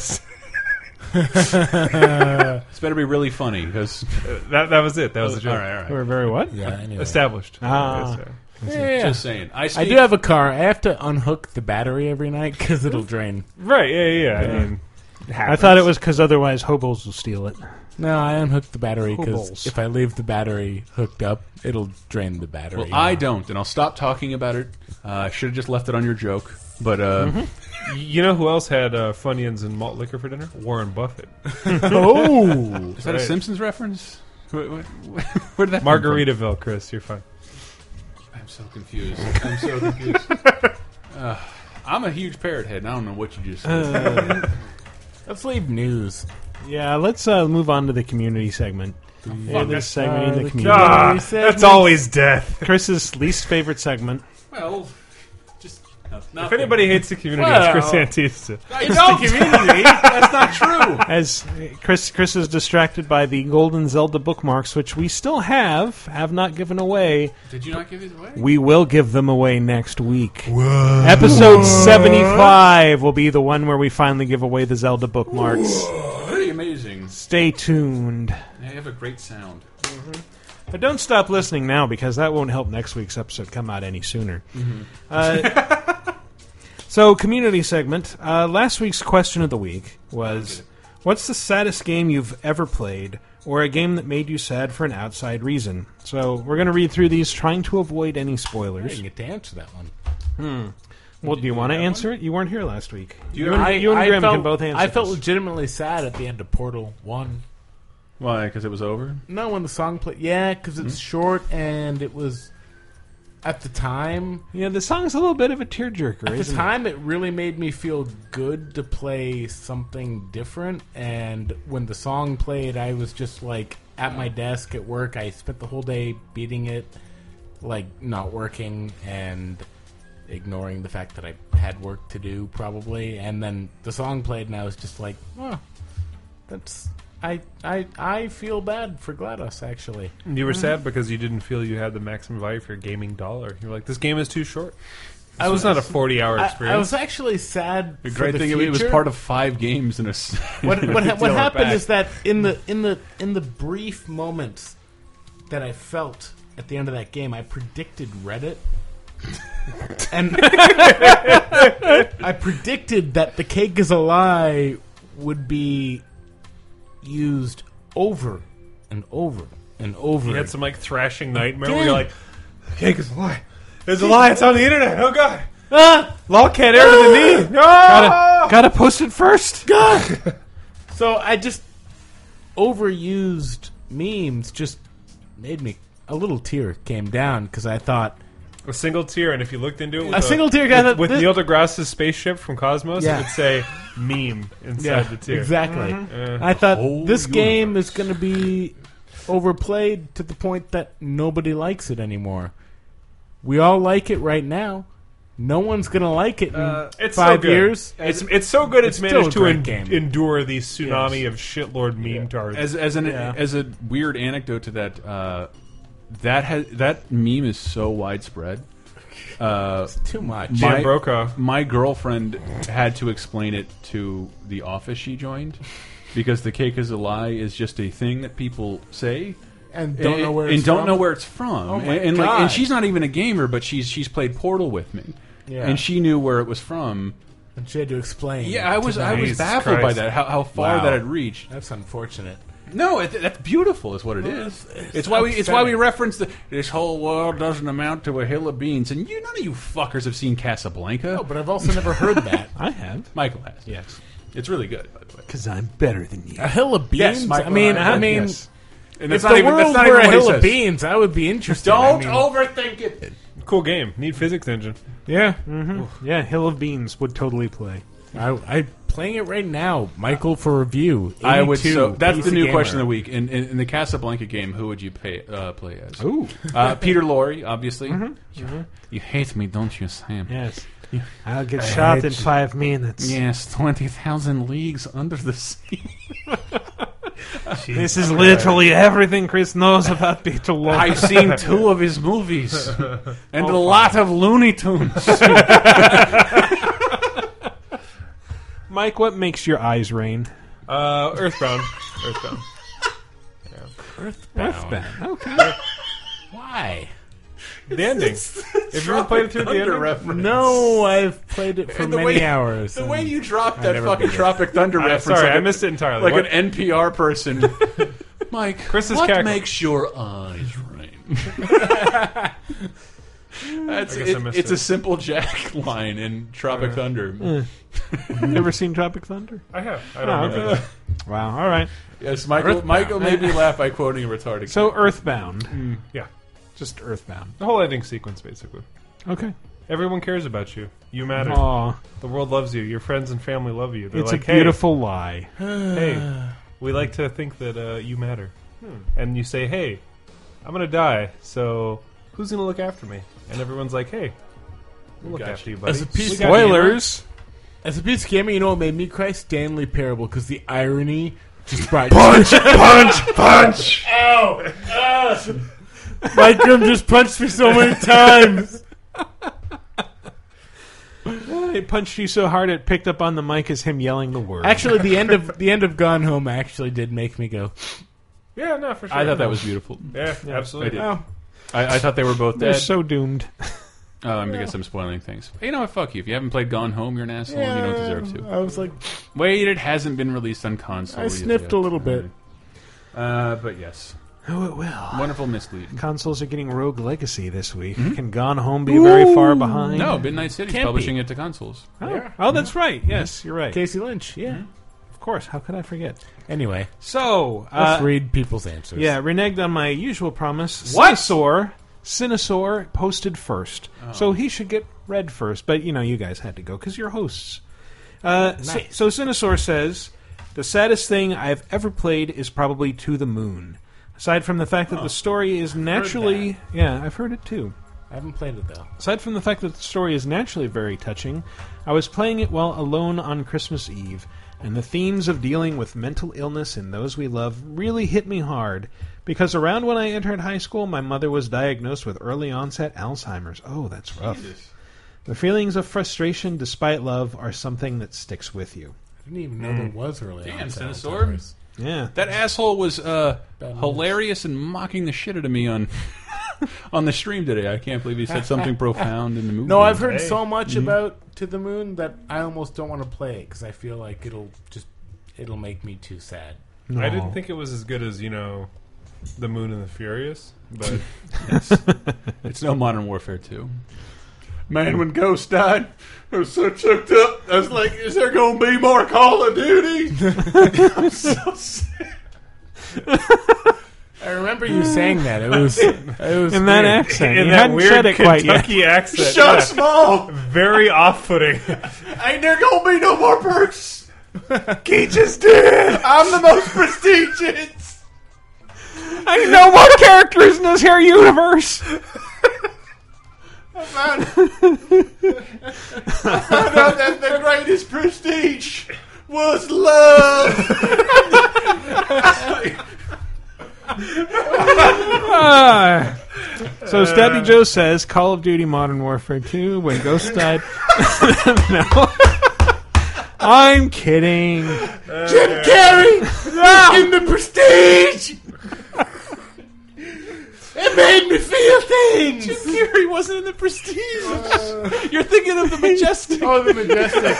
S2: It's better be really funny because
S3: that that was it. That was the joke.
S2: [LAUGHS] All right, all right.
S1: We're very what?
S4: Yeah, anyway.
S3: Established.
S1: Ah.
S3: Yes,
S4: Yeah,
S3: sir.
S4: yeah, yeah.
S2: Just saying. I
S4: I
S2: sneak-
S4: do have a car. I have to unhook the battery every night because
S1: Hmm?
S4: it'll drain.
S3: Right? Yeah, yeah. yeah. I
S4: Yeah.
S3: mean,
S1: I thought it was because otherwise hobos will steal it.
S4: No, I unhooked the battery
S1: Hobols.
S4: because if I leave the battery hooked up, it'll drain the battery.
S2: Well, I don't, and I'll stop talking about it. Uh, I should have just left it on your joke, but uh,
S3: Mm-hmm. you know who else had uh, Funyuns and malt liquor for dinner? Warren Buffett.
S4: Oh.
S2: is that a
S3: Right.
S2: Simpsons reference? Where, where, where did that come from?
S3: Margaritaville, Chris. You're fine.
S2: I'm so confused. I'm so confused. [LAUGHS] uh, I'm a huge parrot head. and I don't know what you just
S3: Uh.
S2: said.
S4: Let's leave news.
S1: Yeah, let's uh, move on to the community segment. Yeah, this segment in Uh, the community.
S3: Ah, that's always death.
S1: Chris's least favorite segment.
S2: well, just nothing.
S3: If anybody hates the community,
S1: Well-
S3: it's Chris Antista.
S2: I don't. community. That's not true.
S1: As Chris Chris is distracted by the golden Zelda bookmarks, which we still have, have not given away.
S2: Did you not give it away?
S1: We will give them away next week. Episode seventy five will be the one where we finally give away the Zelda bookmarks.
S2: Pretty amazing.
S1: Stay tuned.
S2: They have a great sound.
S1: But don't stop listening now because that won't help next week's episode come out any sooner.
S2: Mhm.
S1: [LAUGHS] Uh, so, community segment. Uh, last week's question of the week was What's the saddest game you've ever played, or a game that made you sad for an outside reason? So, we're going to read through these, trying to avoid any
S4: I
S1: spoilers.
S4: didn't get to answer that one.
S1: Hmm. Well, do you want to answer it? You weren't here last week.
S4: You,
S1: and,
S4: I,
S1: you and
S4: I
S1: Grim
S4: felt,
S1: can both answer.
S4: I felt
S1: this.
S4: legitimately sad at the end of Portal One.
S2: Why? Because it was over.
S4: No, when the song played, yeah, because it's short and it was at the time.
S1: Yeah, the song's a little bit of a tearjerker.
S4: At the
S1: isn't it?
S4: time, it? really made me feel good to play something different. And when the song played, I was just like at my desk at work. I spent the whole day beating it, like not working and ignoring the fact that I had work to do probably. And then the song played, and I was just like, oh, that's. I, I I feel bad for Gladys actually.
S3: You were sad because you didn't feel you had the maximum value for your gaming dollar. You're like, this game is too short. This
S4: I
S3: was
S4: was-
S3: not a 40 hour
S4: I- I
S3: experience.
S4: was actually sad
S2: The
S4: for
S2: great
S4: the
S2: thing it was
S4: future.
S2: part of five games in a. s- [LAUGHS]
S4: what what, ha- what
S2: Deal it
S4: happened
S2: back.
S4: is that in the in the in the brief moments that I felt at the end of that game, I predicted Reddit, [LAUGHS] and I predicted that the cake is a lie would be used over and over and over.
S3: You had some like thrashing nightmare where
S4: Damn.
S3: you're like, the cake is a lie. It's a lie. It's on the internet. Oh god.
S4: Ah!
S3: Law can't air to the knee. No.
S1: Gotta, gotta post it first.
S4: God. so I just overused memes just made me a little tear came down because I thought
S3: A single tear, and if you looked into it, with
S4: A single tear, guy,
S3: with,
S4: that-
S3: with
S4: this-
S3: Neil deGrasse's spaceship from Cosmos,
S4: Yeah.
S3: it would say meme inside
S4: [LAUGHS]
S3: the tear.
S4: Exactly.
S3: Mhm.
S4: I thought
S3: Whole
S4: this
S3: universe.
S4: game is going to be overplayed to the point that nobody likes it anymore. We all like it right now. No one's going to like it in
S3: Uh, it's so
S4: five
S3: good.
S4: years.
S3: It's it's so good. It's,
S4: still
S3: managed
S4: a
S3: to
S4: great
S3: en-
S4: game.
S3: endure the tsunami of shitlord meme tards.
S2: As as an
S3: Yeah.
S2: as a weird anecdote to that, uh, that has that meme is so widespread. Uh,
S4: too much.
S2: My,
S4: Dan
S3: Brokaw.
S2: My girlfriend had to explain it to the office she joined because the cake is a lie is just a thing that people say
S4: And don't know where
S2: and
S4: it's
S2: don't
S4: from.
S2: know where it's from.
S4: Oh my
S2: and, and like,
S4: God.
S2: and she's not even a gamer, but she's she's played Portal with me,
S4: Yeah.
S2: and she knew where it was from.
S4: and she had to explain.
S2: Yeah, I was
S4: to
S2: I
S4: them.
S2: was baffled by that how, how far
S4: Wow.
S2: that had reached.
S4: That's unfortunate.
S2: No, it, that's beautiful. Is what it
S4: Well,
S2: is.
S4: that's-
S2: It's,
S4: it's
S2: why we it's why we
S4: upsetting.
S2: reference the this whole world doesn't amount to a hill of beans. And you none of you fuckers have seen Casablanca.
S4: No, but I've also never heard [LAUGHS] that.
S1: I have.
S2: Michael has.
S1: Yes.
S2: It's really good, by the way.
S1: Because I'm better than you.
S4: A hill of beans.
S2: Yes,
S4: I
S2: Michael
S4: mean,
S2: Ryan,
S4: I mean,
S2: yes. And
S4: if
S2: that's
S4: the
S2: not even- that's
S4: world
S2: not
S4: were
S2: even
S4: a
S2: what he
S4: hill of
S2: says.
S4: beans, I would be interested. I
S2: Don't
S4: mean,
S2: overthink it.
S3: cool game. Need physics engine.
S1: Yeah. hmm Yeah, Hill of Beans would totally play.
S4: I, I playing it right now, Michael, for review.
S2: I would.
S4: 82,
S2: So that's the
S4: PC
S2: new
S4: gamer.
S2: question of the week. In, in, in the Casablanca game, who would you pay, uh, play as? Ooh, uh, Peter Lorre, obviously.
S4: Mm-hmm.
S2: You, you hate me, don't you, Sam?
S1: Yes.
S2: You-
S1: I'll get
S2: I
S1: shot
S2: hate
S1: in
S2: you.
S1: five minutes.
S2: Yes, twenty thousand leagues under the sea.
S4: [LAUGHS]
S1: This is literally everything Chris knows about Peter Lorre.
S2: I've seen two of his
S4: [LAUGHS]
S2: movies and
S4: Oh,
S2: a lot of Looney Tunes.
S1: Mike, what makes your eyes rain?
S3: Uh, Earthbound. Earthbound.
S4: Earthbound.
S1: Okay.
S4: Why?
S3: The ending. if you ever played it through the ending,
S4: [LAUGHS] No, I've played it for
S2: And the
S4: many
S2: way-
S4: hours.
S2: The
S4: and
S2: way you dropped
S4: I've
S2: that
S4: never
S2: fucking
S4: beat it.
S2: Tropic Thunder
S3: [LAUGHS] I'm
S2: reference.
S3: sorry,
S2: like
S3: I
S2: a-
S3: missed it entirely.
S2: Like
S3: What-
S2: an NPR
S3: [LAUGHS]
S2: person. Mike,
S3: Chris's
S2: what
S3: cackle.
S2: makes your eyes
S3: [LAUGHS]
S2: rain? [LAUGHS] That's,
S3: I guess I
S2: it,
S3: missed
S2: it's
S3: it.
S2: a simple Jack [LAUGHS] line in Tropic Thunder.
S1: Never seen Tropic Thunder?
S3: I have. I don't
S1: Oh,
S3: remember
S1: okay.
S3: that.
S1: Wow. All right.
S2: Yes, Michael.
S1: Earthbound.
S2: Michael made
S3: [LAUGHS]
S2: me laugh by quoting a retarded.
S1: So
S2: character.
S1: Earthbound.
S3: Yeah,
S1: Just Earthbound.
S3: the whole ending sequence basically.
S1: Okay.
S3: Everyone cares about you. You matter.
S1: Aw.
S3: The world loves you. Your friends and family love you. They're
S1: It's
S3: like,
S1: a beautiful lie.
S3: Hey,
S1: Uh,
S3: hey, we like to think that uh, you matter. And you say, hey, I'm gonna die, so who's gonna look after me? And everyone's like, hey, we'll look
S2: got
S3: after
S2: you.
S3: you, buddy.
S4: As a piece
S3: We
S4: of
S3: got you.
S1: Spoilers.
S4: As a piece of camera, you know what made me cry? Stanley Parable, because the irony just brought
S12: punch, punch.
S4: Ow! Ah! Mike Grimm just punched me so many times.
S1: It punched you so hard it picked up on the mic as him yelling the word.
S4: Actually, the end [LAUGHS] of the end of Gone Home actually did make me go.
S3: Yeah, no, for sure.
S2: I thought that was beautiful.
S3: Yeah, absolutely.
S2: I, did. I, I thought they were both
S1: They're
S2: dead.
S1: so doomed.
S2: Um, because I'm spoiling things. You know what? Fuck you. If you haven't played Gone Home, you're an asshole and you don't deserve to.
S4: I was like,
S2: Wait, it hasn't been released on console.
S4: I sniffed a little bit.
S2: Uh, but yes.
S1: Oh, it will.
S2: Wonderful mislead.
S1: Consoles are getting Rogue Legacy this week. Can Gone Home be very far behind?
S2: No, Midnight City's
S1: Can't be.
S2: publishing it to consoles.
S1: Oh, oh, that's right. Yes, you're right.
S4: Casey Lynch. Yeah.
S1: Of course. How could I forget?
S4: Anyway,
S1: So, uh,
S4: let's read people's answers.
S1: yeah, reneged on my usual promise.
S4: What?
S1: Sinosaur, Sinosaur posted first, so he should get read first. But you know, you guys had to go because you're hosts. Uh, so, so Sinosaur says the saddest thing I've ever played is probably To the Moon. Aside from the fact that the story is naturally, yeah, I've heard it too.
S4: I haven't played it though.
S1: Aside from the fact that the story is naturally very touching, I was playing it while alone on Christmas Eve, and the themes of dealing with mental illness and those we love really hit me hard. Because around when I entered high school, my mother was diagnosed with early onset Alzheimer's. Oh, that's rough. The feelings of frustration despite love are something that sticks with you.
S4: I didn't even know there was early.
S2: Damn,
S4: on
S2: Sinister.
S1: Yeah.
S2: That asshole was uh,
S4: Bad news.
S2: hilarious and mocking the shit out of me on [LAUGHS] on the stream today. I can't believe he said something profound
S12: [LAUGHS]
S2: in the movie.
S4: No, I've heard
S2: Hey.
S4: so much
S2: Mhm.
S4: about To the Moon that I almost don't want to play it because I feel like it'll just it'll make me too sad.
S3: I didn't think it was as good as you know, the Moon and the Furious, [LAUGHS] but
S2: Yes. it's no Modern Warfare 2.
S12: Man, when Ghost died, I was so choked up. I was like, "Is there gonna be more Call of Duty?" [LAUGHS] I'm so sad.
S4: I remember you saying [LAUGHS] that. It was it was
S1: In that
S4: weird.
S1: accent.
S3: [LAUGHS] in
S1: you
S3: that
S1: hadn't
S3: weird
S1: said it quite yet.
S3: Kentucky accent, [LAUGHS]
S12: Shut
S3: yeah.
S12: small.
S3: very off-putting. [LAUGHS]
S12: Ain't there gonna be no more perks? Keach is dead. I'm the
S3: [LAUGHS]
S12: most prestigious.
S1: I ain't no more characters in this here universe!
S12: I found, I found out that the greatest prestige was love.
S1: Ah. So Stabby Joe says Call of Duty Modern Warfare 2 when Ghost died. [LAUGHS] no. I'm kidding.
S12: Jim Carrey in the prestige. It made me feel things.
S1: Fury wasn't in the Prestige. You're thinking of the Majestic.
S4: Oh, the majestic.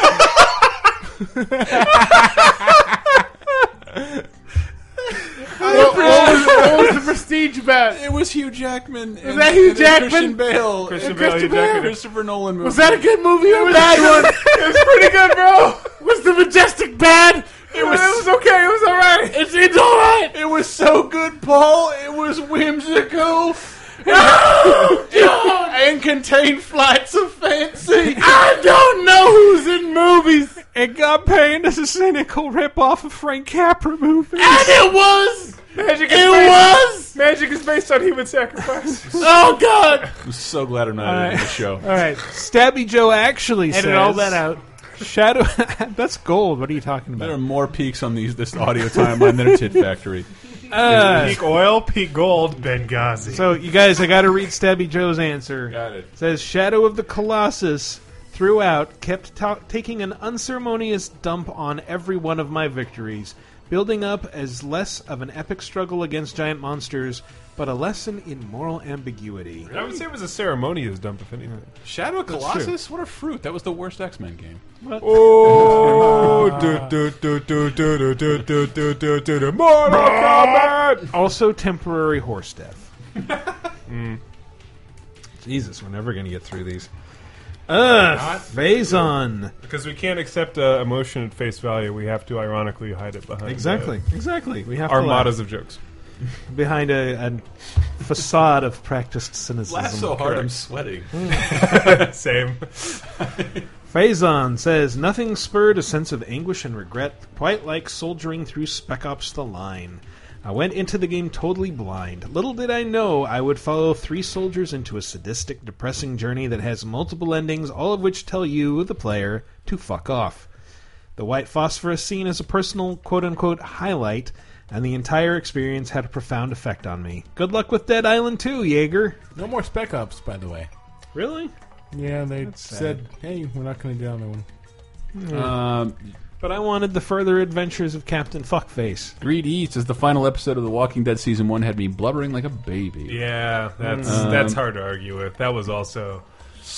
S4: what, what was, what was the prestige about?
S2: It was Hugh Jackman. and,
S4: that Hugh
S2: and then
S4: Jackman?
S2: Christian Bale.
S3: Christian
S2: and
S3: Bale,
S2: Christopher,
S3: Hugh Jackman.
S2: Christopher Nolan movie.
S4: Was that a good movie or a bad one?
S12: It was pretty good, bro.
S4: Was the majestic bad?
S12: It was, it was okay. It was all right.
S4: It's, it's all right.
S12: It was so good, Paul. It was whimsical. and contained flights of fancy.
S4: I don't know who's in movies,
S1: It got paid as a cynical ripoff of Frank Capra movie.
S4: and it was.
S3: Magic is
S4: It
S3: based-
S4: was.
S3: Magic is based on human sacrifice.
S4: Oh God!
S2: I'm so glad I'm not
S1: right.
S2: in the show.
S1: All right, Stabby Joe actually says
S4: Edit all that out.
S1: Shadow. [LAUGHS] that's gold. What are you talking
S2: There are
S1: about?
S2: more peaks on these this audio timeline than
S12: [LAUGHS]
S2: a tit factory.
S1: Uh,
S3: peak oil, peak gold, Benghazi.
S1: so you guys, I got to read Stabby Joe's answer.
S2: Got it.
S1: says Shadow of the Colossus throughout kept ta- taking an unceremonious dump on every one of my victories, building up as less of an epic struggle against giant monsters, but a lesson in moral ambiguity.
S3: I would say it was a ceremonious dump, if anything.
S2: Shadow of Colossus? What a fruit. That was the worst X Men game.
S12: Oh, do, do, do, do, do, do, do, do, do, do, do, do. Mortal Kombat.
S1: Also, temporary horse death.
S2: [LAUGHS]
S1: Mm. Jesus, we're never going to get through these. Ugh, Phazon.
S3: Because we can't accept uh, emotion at face value, we have to ironically hide it behind
S1: Exactly, exactly. We
S3: uh,
S1: have to laugh
S3: armadas of jokes. [LAUGHS]
S1: behind a, a facade of practiced cynicism.
S2: Laugh so hard, I'm sweating.
S3: Same.
S1: Faison says, Nothing spurred a sense of anguish and regret quite like soldiering through Spec Ops The Line. I went into the game totally blind. Little did I know I would follow three soldiers into a sadistic, depressing journey that has multiple endings, all of which tell you, the player, to fuck off. The white phosphorus scene is a personal, quote unquote, highlight, and the entire experience had a profound effect on me. Good luck with Dead Island 2, Jaeger.
S4: No more Spec Ops, by the way.
S1: Really?
S4: Yeah, they
S1: That's sad.
S4: said, "Hey, we're not going to do another one."
S2: Um,
S1: but I wanted the further adventures of Captain Fuckface.
S2: Greedy says the final episode of The Walking Dead season one had me blubbering like a baby.
S3: Yeah, that's
S2: Um,
S3: that's hard to argue with. That was also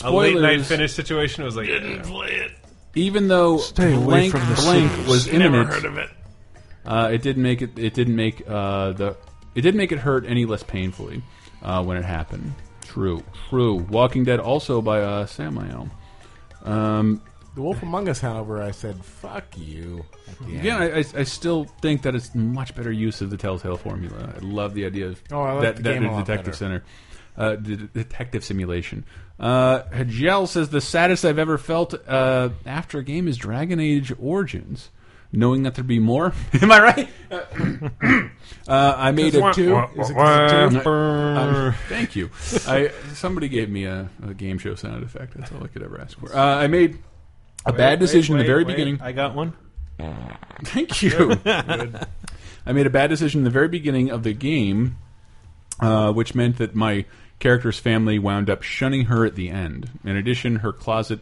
S3: a late night
S2: Spoilers.
S3: finish situation. It was like didn't play it.
S2: Even though
S3: Stay
S2: blank
S3: away from the
S2: blank
S3: cities.
S2: was
S3: Never
S2: imminent,
S3: heard of it.
S2: Uh, it didn't make it. It didn't make uh, the. It didn't make it hurt any less painfully uh, when it happened. True, true. Walking Dead also by uh, Samael. Um,
S4: The Wolf Among Us, however, I said, "Fuck you." at the
S2: Again,
S4: end.
S2: I, I, I still think that it's much better use of the Telltale formula. I love the idea of
S4: Oh, I like
S2: that,
S4: the
S2: that
S4: game a lot
S2: detective
S4: better.
S2: center, uh, the d- detective simulation. Uh, Hajel says the saddest I've ever felt uh, after a game is Dragon Age Origins, knowing that there'd be more. [LAUGHS] Am I right? [COUGHS] Uh, uh, I made a
S3: Wah,
S2: two.
S3: wah,
S2: Is it-
S3: wah,
S2: is it two?
S3: wah.
S2: Uh, thank you. I somebody gave me a, a game show sound effect. That's all I could ever ask for. Uh, I made a
S1: Wait,
S2: bad decision
S1: wait,
S2: in the very
S1: wait, wait.
S2: beginning.
S1: I got one.
S2: Thank you.
S1: Good.
S2: I made a bad decision in the very beginning of the game, uh, which meant that my character's family wound up shunning her at the end. In addition, her closet,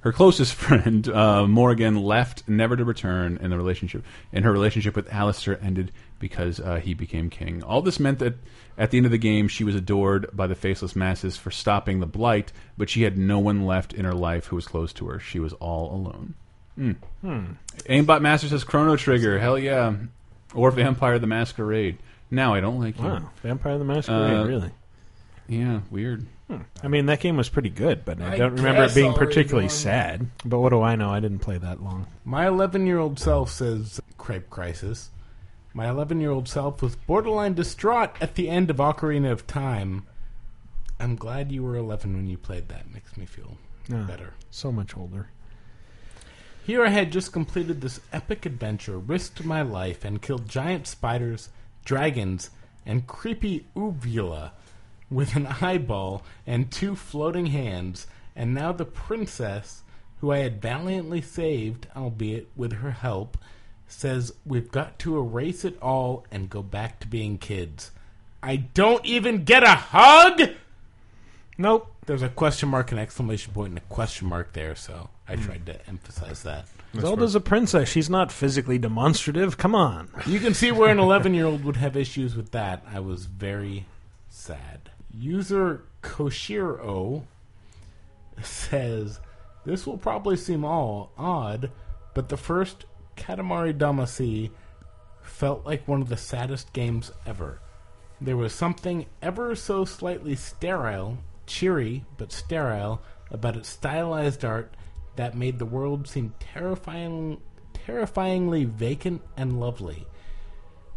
S2: her closest [LAUGHS] friend uh, Morgan left, never to return. In the relationship, and her relationship with Alistair ended because uh, he became king. All this meant that at the end of the game, she was adored by the faceless masses for stopping the blight, but she had no one left in her life who was close to her. She was all alone. Mm.
S1: Hmm.
S2: Aimbot Master says Chrono Trigger. Hell yeah. Or Vampire the Masquerade. Now I don't like you.
S1: Wow, Vampire the Masquerade,
S2: Hmm. Uh,
S1: really?
S2: Yeah, weird.
S1: I mean, that game was pretty good, but I,
S4: I
S1: don't remember it
S4: guess
S1: being
S4: already
S1: particularly
S4: gone.
S1: sad. But what do I know? I didn't play that long.
S4: My 11 year old self says, Crepe Crisis. My 11 year old self was borderline distraught at the end of Ocarina of Time. I'm glad you were 11 when you played that. Makes me feel
S1: Ah,
S4: better.
S1: So much older.
S4: Here I had just completed this epic adventure, risked my life, and killed giant spiders, dragons, and creepy uvula with an eyeball and two floating hands, and now the princess, who I had valiantly saved, albeit with her help, says we've got to erase it all and go back to being kids. I don't even get a hug.
S1: Nope.
S4: There's a question mark, an exclamation point, and a question mark there, so I tried to emphasize that.
S1: Zelda's a princess. She's not physically demonstrative. Come on.
S4: You can see where an 11 year old would have issues with that. I was very sad. User Koshiro says this will probably seem all odd, but the first Katamari Damacy felt like one of the saddest games ever. There was something ever so slightly sterile, cheery but sterile, about its stylized art that made the world seem terrifying, terrifyingly vacant and lovely.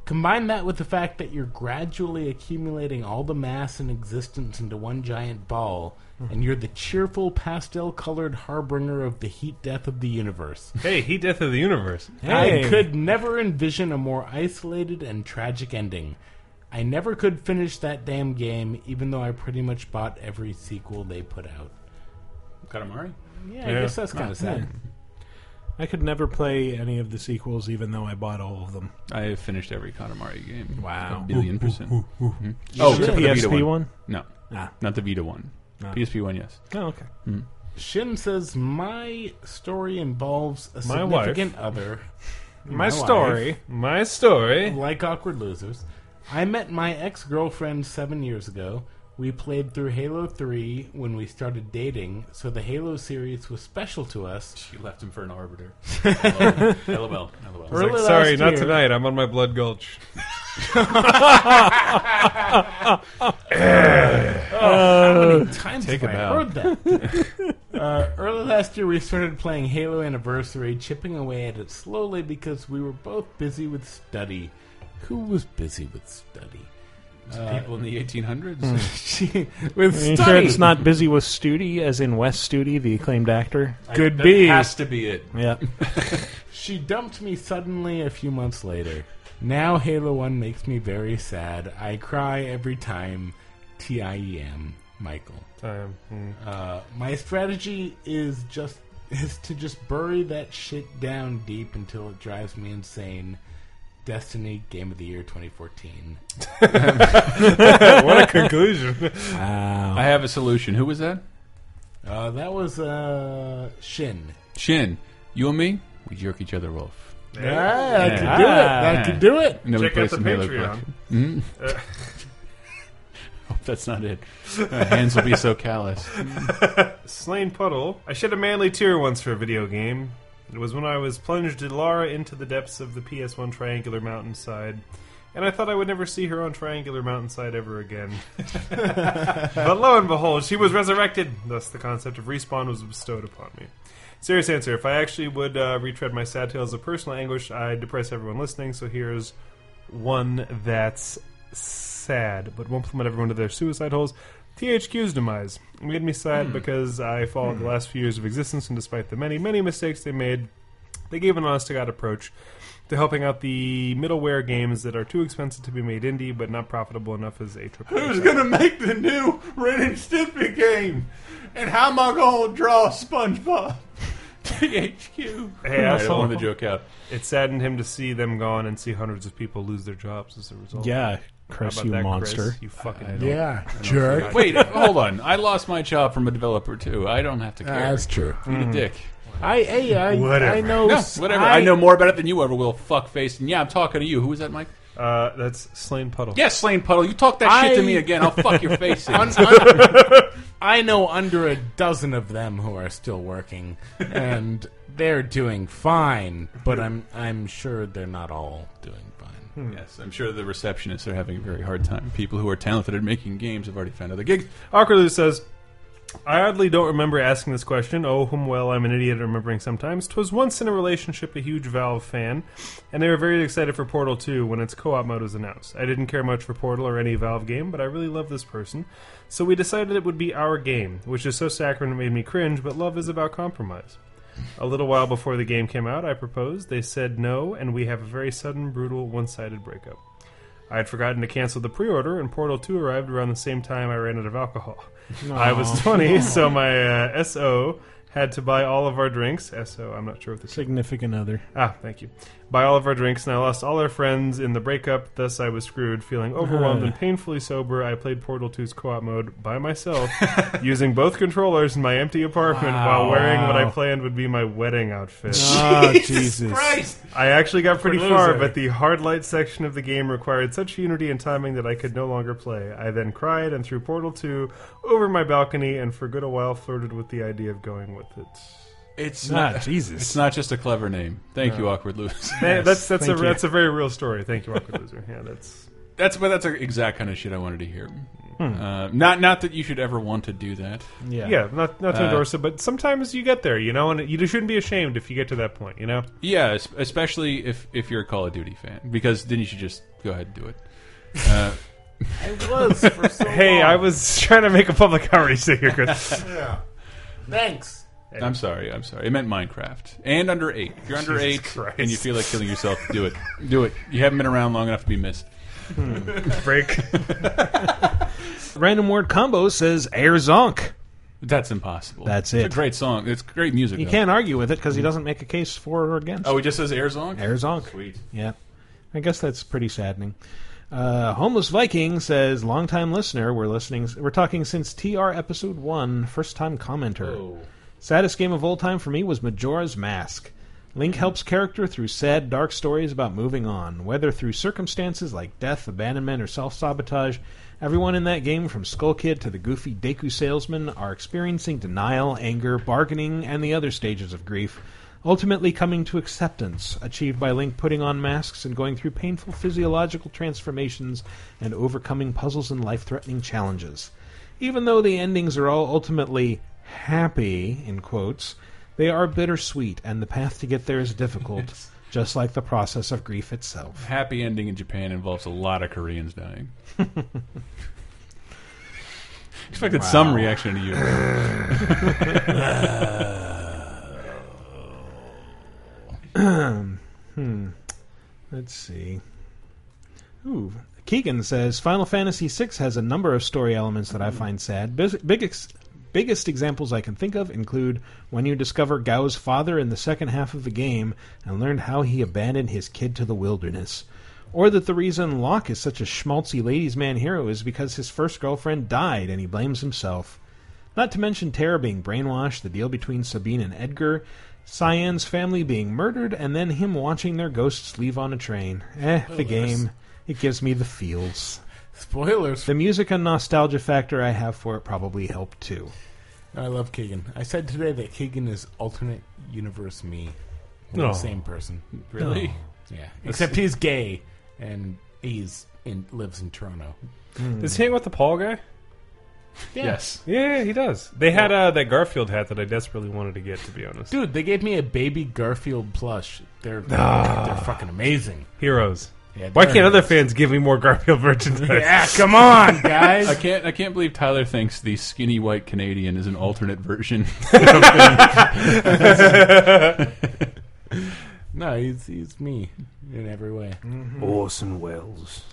S4: Combine that with the fact that you're gradually accumulating all the mass in existence into one giant ball, and you're the cheerful pastel colored harbinger of the heat death of the universe.
S3: Hey, he death of the universe.
S4: I could never envision a more isolated and tragic ending. I never could finish that damn game, even though I pretty much bought every sequel they put out.
S2: Katamari?
S4: Yeah, I guess that's kind of sad.
S1: I could never play any of the sequels, even though I bought all of them.
S2: I have finished every Katamari game.
S1: Wow.
S2: A billion
S1: Ooh,
S2: percent.
S1: ooh, ooh, ooh.
S2: Mhm.
S1: You
S2: Oh,
S1: sure?
S2: except for the Vita
S1: PSP
S2: one.
S1: one?
S2: No.
S1: Ah.
S2: Not the Vita one.
S1: Ah.
S2: PSP one, yes.
S1: Oh, okay.
S2: Mhm.
S4: Shin says my story involves a
S3: My wife.
S4: significant other.
S3: My story. My story.
S4: Like awkward losers, I met my ex girlfriend seven years ago. We played through Halo Three when we started dating, so the Halo series was special to us.
S2: She left him for an [LAUGHS] arbiter.
S4: LOL.
S3: I was like, sorry, not tonight. I'm on my blood gulch.
S4: How many times
S3: Take
S4: have
S3: a
S4: I
S3: bow.
S4: heard that?
S2: [LAUGHS]
S4: uh, early last year, we started playing Halo Anniversary, chipping away at it slowly because we were both busy with study. Who was busy with study? Uh,
S2: People in the 1800s.
S4: [LAUGHS]
S1: Hmm.
S4: she, with
S1: Are you sure
S4: study.
S1: it's not busy with Studi, as in Wes Studi, the acclaimed actor?
S2: I-
S1: Could
S2: that
S1: be.
S2: has to be it.
S1: Yeah.
S4: She dumped me suddenly a few months later. Now Halo 1 makes me very sad. I cry every time. T I E M, Michael.
S3: Time. Mm.
S4: Uh, my strategy is just is to just bury that shit down deep until it drives me insane. Destiny Game of the Year 2014.
S3: what a conclusion.
S2: I have a solution. Who was that?
S4: Uh, that was uh, Shin.
S2: Shin, you and me, we jerk each other off.
S4: [LAUGHS] Yeah, that could do it. That could do it.
S2: And then we
S4: Check
S2: play
S4: out the
S2: some Halo
S4: Patreon.
S2: Black. Mhm.
S4: Uh.
S2: Hope that's not it. My Uh, hands will be so callous.
S3: Slain Puddle. I shed a manly tear once for a video game. It was when I was plunged Ilara into the depths of the PS1 Triangular Mountainside, and I thought I would never see her on Triangular Mountainside ever again. but lo and behold, she was resurrected. Thus, the concept of respawn was bestowed upon me. Serious answer. If I actually would uh, retread my sad tales of personal anguish, I'd depress everyone listening. So here's one that's sad, but won't plummet everyone to their suicide holes. THQ's demise It made me sad
S12: Hmm.
S3: because I followed the
S12: Hmm.
S3: last few years of existence, and despite the many, many mistakes they made, they gave an honest to God approach to helping out the middleware games that are too expensive to be made indie, but not profitable enough as a triple.
S12: Who's gonna make the [LAUGHS] new Ren and Stimpy game? And how am I gonna draw SpongeBob? [LAUGHS] THQ.
S3: Hey,
S2: I
S3: asshole.
S2: wanted to joke out.
S3: It saddened him to see them gone and see hundreds of people lose their jobs as a result.
S1: Yeah,
S3: How
S1: Chris,
S3: about
S1: you
S3: that,
S1: monster.
S3: Chris? You fucking
S2: I don't-
S4: Yeah,
S2: I don't
S4: jerk.
S2: care. Wait, hold on. I lost my job from a developer too. I don't have to care.
S4: That's true.
S2: Eat a
S4: Mm.
S2: dick.
S4: I- hey, I- Whatever. I know
S2: No,
S4: s-
S2: whatever.
S4: I-
S2: I, know more about it than you ever will. Fuck face. And yeah, I'm talking to you. Who was that, Mike?
S3: Uh, that's Slain Puddle.
S2: Yes, Slain Puddle. You talk that shit to
S4: I-
S2: me again. I'll fuck your face in.
S4: Un- un- I know under a dozen of them who are still working, [LAUGHS] and they're doing fine. But I'm I'm sure they're not all doing fine.
S2: [LAUGHS] Yes, I'm sure the receptionists are having a very hard time. People who are talented at making games have already found other gigs.
S3: Awkwardly says, I oddly don't remember asking this question. Oh, whom well, I'm an idiot at remembering sometimes. 'Twas once in a relationship a huge Valve fan, and they were very excited for Portal 2 when its co op mode was announced. I didn't care much for Portal or any Valve game, but I really love this person, so we decided it would be our game, which is so saccharine it made me cringe, but love is about compromise. A little while before the game came out, I proposed. They said no, and we have a very sudden, brutal, one sided breakup. I had forgotten to cancel the pre order, and Portal 2 arrived around the same time I ran out of alcohol. I was
S1: Aw.
S3: 20, so my uh, SO had to buy all of our drinks. SO, I'm not sure what the
S1: Significant other.
S3: Ah, thank you. Buy all of our drinks, and I lost all our friends in the breakup, thus I was screwed. Feeling overwhelmed
S1: Uh. [LAUGHS]
S3: and painfully sober, I played Portal 2's co op mode by myself, [LAUGHS] using both controllers in my empty apartment
S1: Wow.
S3: while wearing what I
S1: Wow.
S3: planned would be my wedding outfit.
S1: Oh, Jesus Jesus. Christ.
S3: I actually got pretty
S1: We're
S3: far,
S1: losing.
S3: but the hard light section of the game required such unity and timing that I could no longer play. I then cried and threw Portal 2 over my balcony and for good a while flirted with the idea of going with it.
S2: It's
S1: Ah,
S2: not
S1: Jesus.
S2: It's not just a clever name. Thank
S3: No.
S2: you, awkward Lewis.
S3: Hey, that's that's a that's a very real story. Thank you, Awkward Loser. Yeah,
S1: [LAUGHS]
S3: that's
S2: That's but that's the exact kind of shit I wanted to hear. Uh, not not that you should ever want to do that.
S3: yeah, not not to
S2: Uh,
S3: endorse it, but sometimes you get there, you know, and you shouldn't be ashamed if you get to that point, you know.
S2: Yeah, es- especially if if you're a Call of Duty fan, because then you should just go ahead and do it. Uh,
S4: I was [LAUGHS] for so
S3: hey,
S4: long.
S3: I was [LAUGHS] trying to make a public outreach to here,
S1: [LAUGHS]
S3: Chris.
S4: yeah. Thanks.
S2: I'm sorry, I'm sorry. It meant Minecraft and under eight. If you're under
S3: Jesus
S2: eight
S3: Christ.
S2: and you feel like killing yourself, do it. Do it. You haven't been around long enough to be missed.
S3: Break.
S1: [LAUGHS] Random word combo says Air Zonk.
S2: That's impossible.
S1: That's
S2: It's
S1: it.
S2: a great song. It's great music.
S1: You
S2: though.
S1: can't argue with it because he doesn't make a case for or against.
S2: Oh, he just says Airzonk.
S1: Airzonk.
S2: Sweet.
S1: Yeah. I guess that's pretty saddening. Uh, Homeless Viking says, longtime listener, we're listening. We're talking since TR episode one, first time commenter. Saddest game of all time for me was Majora's Mask. Link helps character through sad, dark stories about moving on, whether through circumstances like death, abandonment, or self sabotage. Everyone in that game, from Skull Kid to the goofy Deku salesman, are experiencing denial, anger, bargaining, and the other stages of grief, ultimately coming to acceptance, achieved by Link putting on masks and going through painful physiological transformations and overcoming puzzles and life threatening challenges. Even though the endings are all ultimately happy, in quotes, they are bittersweet, and the path to get there is difficult, just like the process of grief itself.
S2: Happy ending in Japan involves a lot of Koreans dying. [LAUGHS] Expected some reaction to
S1: you. hmm. Let's see. Ooh. Keegan says Final Fantasy VI has a number of story elements that I find sad. Bis- Big ex- biggest examples I can think of include when you discover Gao's father in the second half of the game and learn how he abandoned his kid to the wilderness. Or that the reason Locke is such a schmaltzy ladies' man hero is because his first girlfriend died and he blames himself. Not to mention Tara being brainwashed, the deal between Sabine and Edgar, Cyan's family being murdered, and then him watching their ghosts leave on a train. Eh, the
S4: Spoilers.
S1: game. It gives me the feels.
S4: Spoilers.
S1: The music and nostalgia factor I have for it probably helped too.
S4: I love Keegan. I said today that Keegan is alternate universe me. We're
S1: No.
S4: the same person.
S1: Really? No.
S4: Yeah.
S1: That's-
S4: Except he's gay and he's in lives in Toronto.
S3: Does he hang with the Paul guy?
S4: Yeah.
S3: Yes. Yeah, he does. They had uh, that Garfield hat that I desperately wanted to get, to be honest.
S4: Dude, they gave me a baby Garfield plush. They're
S3: Ah.
S4: they're fucking amazing.
S3: Heroes.
S4: Yeah,
S3: Why
S4: they're
S3: can't other fans give me more Garfield merchandise?
S4: Yeah, come on, guys. [LAUGHS]
S2: I can't. I can't believe Tyler thinks the skinny white Canadian is an alternate version.
S4: no, he's he's me in every way.
S13: Orson Welles.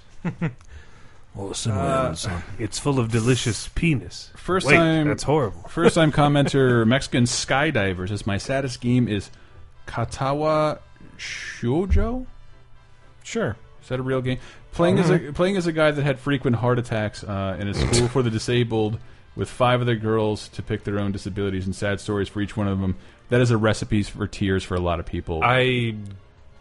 S13: Orson
S2: Uh,
S13: Welles. It's full of delicious penis.
S2: First
S13: Wait,
S2: time,
S13: That's horrible.
S2: First time commenter, Mexican skydivers. Is my saddest game is Katawa Shoujo.
S1: Sure,
S2: is that a real game? Playing as a
S3: Uh-huh.
S1: Mhm.
S2: playing as a guy that had frequent heart attacks uh, in a school for the disabled, with five other girls to pick their own disabilities and sad stories for each one of them. That is a recipe for tears for a lot of people.
S3: I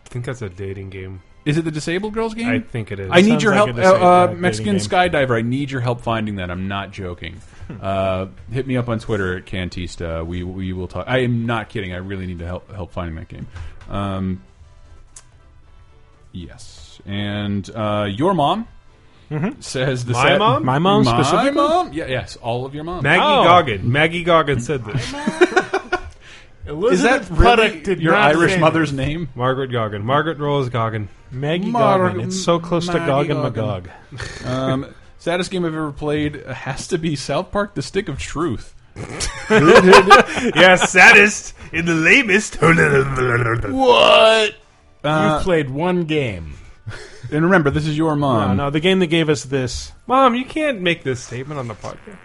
S3: think that's a dating game.
S2: Is it the disabled girls game?
S3: I think it is.
S2: I need your help,
S3: Sounds like a disabled
S2: uh, uh,
S3: dating
S2: Mexican
S3: game.
S2: skydiver. I need your help finding that. I'm not joking.
S3: Hmm.
S2: uh, hit me up on Twitter at Cantista. We we will talk. I am not kidding. I really need to help help finding that game. Um, yes, and uh, your mom. Says the
S3: Mm-hmm. My
S2: sad-
S3: mom? My mom
S2: my
S3: specifically? Oh.
S2: mom? Yeah, yes, all of your mom.
S3: Maggie Goggin. Maggie Goggin said this.
S2: Is that really your Irish mother's name?
S3: Margaret Goggin. Margaret
S2: [LAUGHS]
S3: Rose Goggin.
S1: Maggie
S2: Mar-
S1: Goggin. It's so close to
S2: Maggie
S1: Gog and Magog.
S2: Goggin. um, [LAUGHS] saddest game I've ever played has to be South Park: The Stick of Truth.
S3: yeah, saddest in the lamest.
S2: What? Uh,
S4: you played one game.
S2: And remember, this is your mom.
S1: No, no, the game that gave us this
S3: [LAUGHS] Mom, you can't make this statement on the podcast.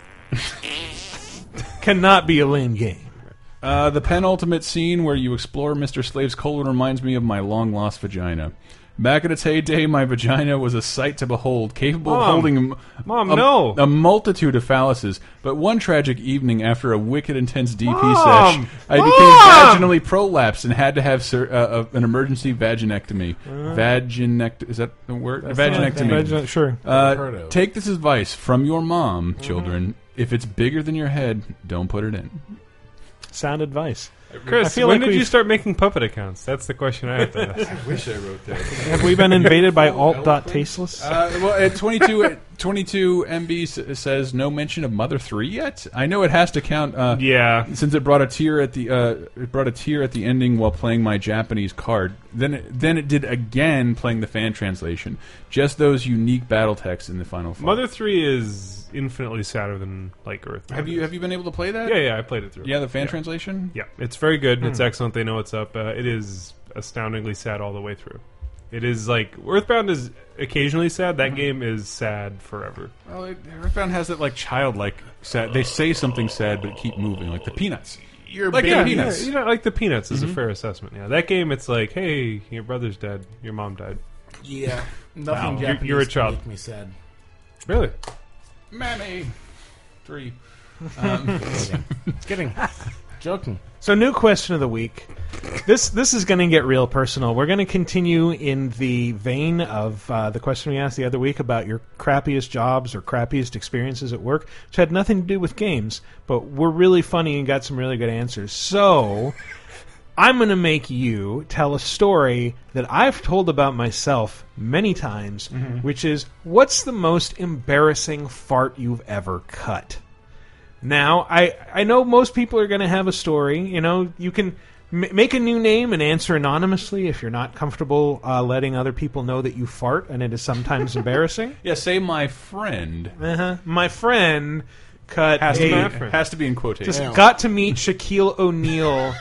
S1: cannot be a lame game.
S2: Uh, the penultimate scene where you explore Mr. Slave's colon reminds me of my long lost vagina. Back in its heyday, my vagina was a sight to behold, capable of
S3: Mom.
S2: holding m-
S3: Mom,
S2: a,
S3: no.
S2: a multitude of phalluses. But one tragic evening, after a wicked intense DP
S3: Mom.
S2: sesh, I became vaginally prolapsed and had to have sur- uh, uh, an emergency vaginectomy.
S1: Ah.
S2: Vaginect is that the word?
S1: That's
S2: vaginectomy.
S1: not a thing. Vagin- sure.
S2: Uh,
S1: I've heard of. Mm-hmm.
S2: take this advice from your mom, children. If it's bigger than your head, don't put it in.
S1: Sound advice. I
S3: Chris,
S1: feel
S3: when
S1: like
S3: did you
S1: we've-
S3: start making puppet accounts? That's the question I have
S2: [LAUGHS]
S3: to ask.
S2: I wish I wrote that.
S1: Have we been invaded by alt.tasteless?
S2: Uh, well, at 22, at 22 MB s- uh, says no mention of Mother Three yet. I know it has to count. Uh,
S3: yeah,
S2: since it brought a tear at the uh, it brought a tear at the ending while playing my Japanese card. Then it, then it did again playing the fan translation. Just those unique battle texts in the final. Fight.
S3: Mother 3 is infinitely sadder than like Earth.
S2: Have you have you been able to play that?
S3: Yeah, yeah, I played it through.
S2: Yeah, the fan translation.
S3: Yeah, it's very good. It's
S2: Hmm.
S3: excellent. They know what's up. Uh, it is astoundingly sad all the way through. It is like Earthbound is occasionally sad.
S2: Mm-hmm.
S3: That game is sad forever.
S2: Well, it- Earthbound has that like childlike sad. They say something sad, but keep moving, like the peanuts. like
S3: yeah,
S2: the peanuts.
S3: yeah, you know, like the Peanuts is
S2: Mhm.
S3: a fair assessment. Yeah, that game, it's like, hey, your brother's dead, your mom died.
S4: Yeah. Nothing
S3: Wow. You're-
S4: Japanese
S3: You're a
S4: can
S3: child.
S4: make me sad.
S3: Really?
S2: Mammy. Three.
S4: Kidding. Kidding. Joking.
S1: So, new question of the week. This this is going to get real personal. We're going to continue in the vein of uh, the question we asked the other week about your crappiest jobs or crappiest experiences at work, which had nothing to do with games, but we're really funny and got some really good answers. So, I'm going to make you tell a story that I've told about myself many times, which is what's the most embarrassing fart you've ever cut? Now, I I know most people are going to have a story. You know, you can m- make a new name and answer anonymously if you're not comfortable uh, letting other people know that you fart, and it is
S2: [LAUGHS]
S1: sometimes embarrassing.
S2: Yeah, say my friend.
S1: Uh-huh. My friend cut
S2: Has to be-
S1: a-
S2: has to be in quotation.
S1: Just
S2: Yeah.
S1: got to meet Shaquille
S2: [LAUGHS]
S1: O'Neal.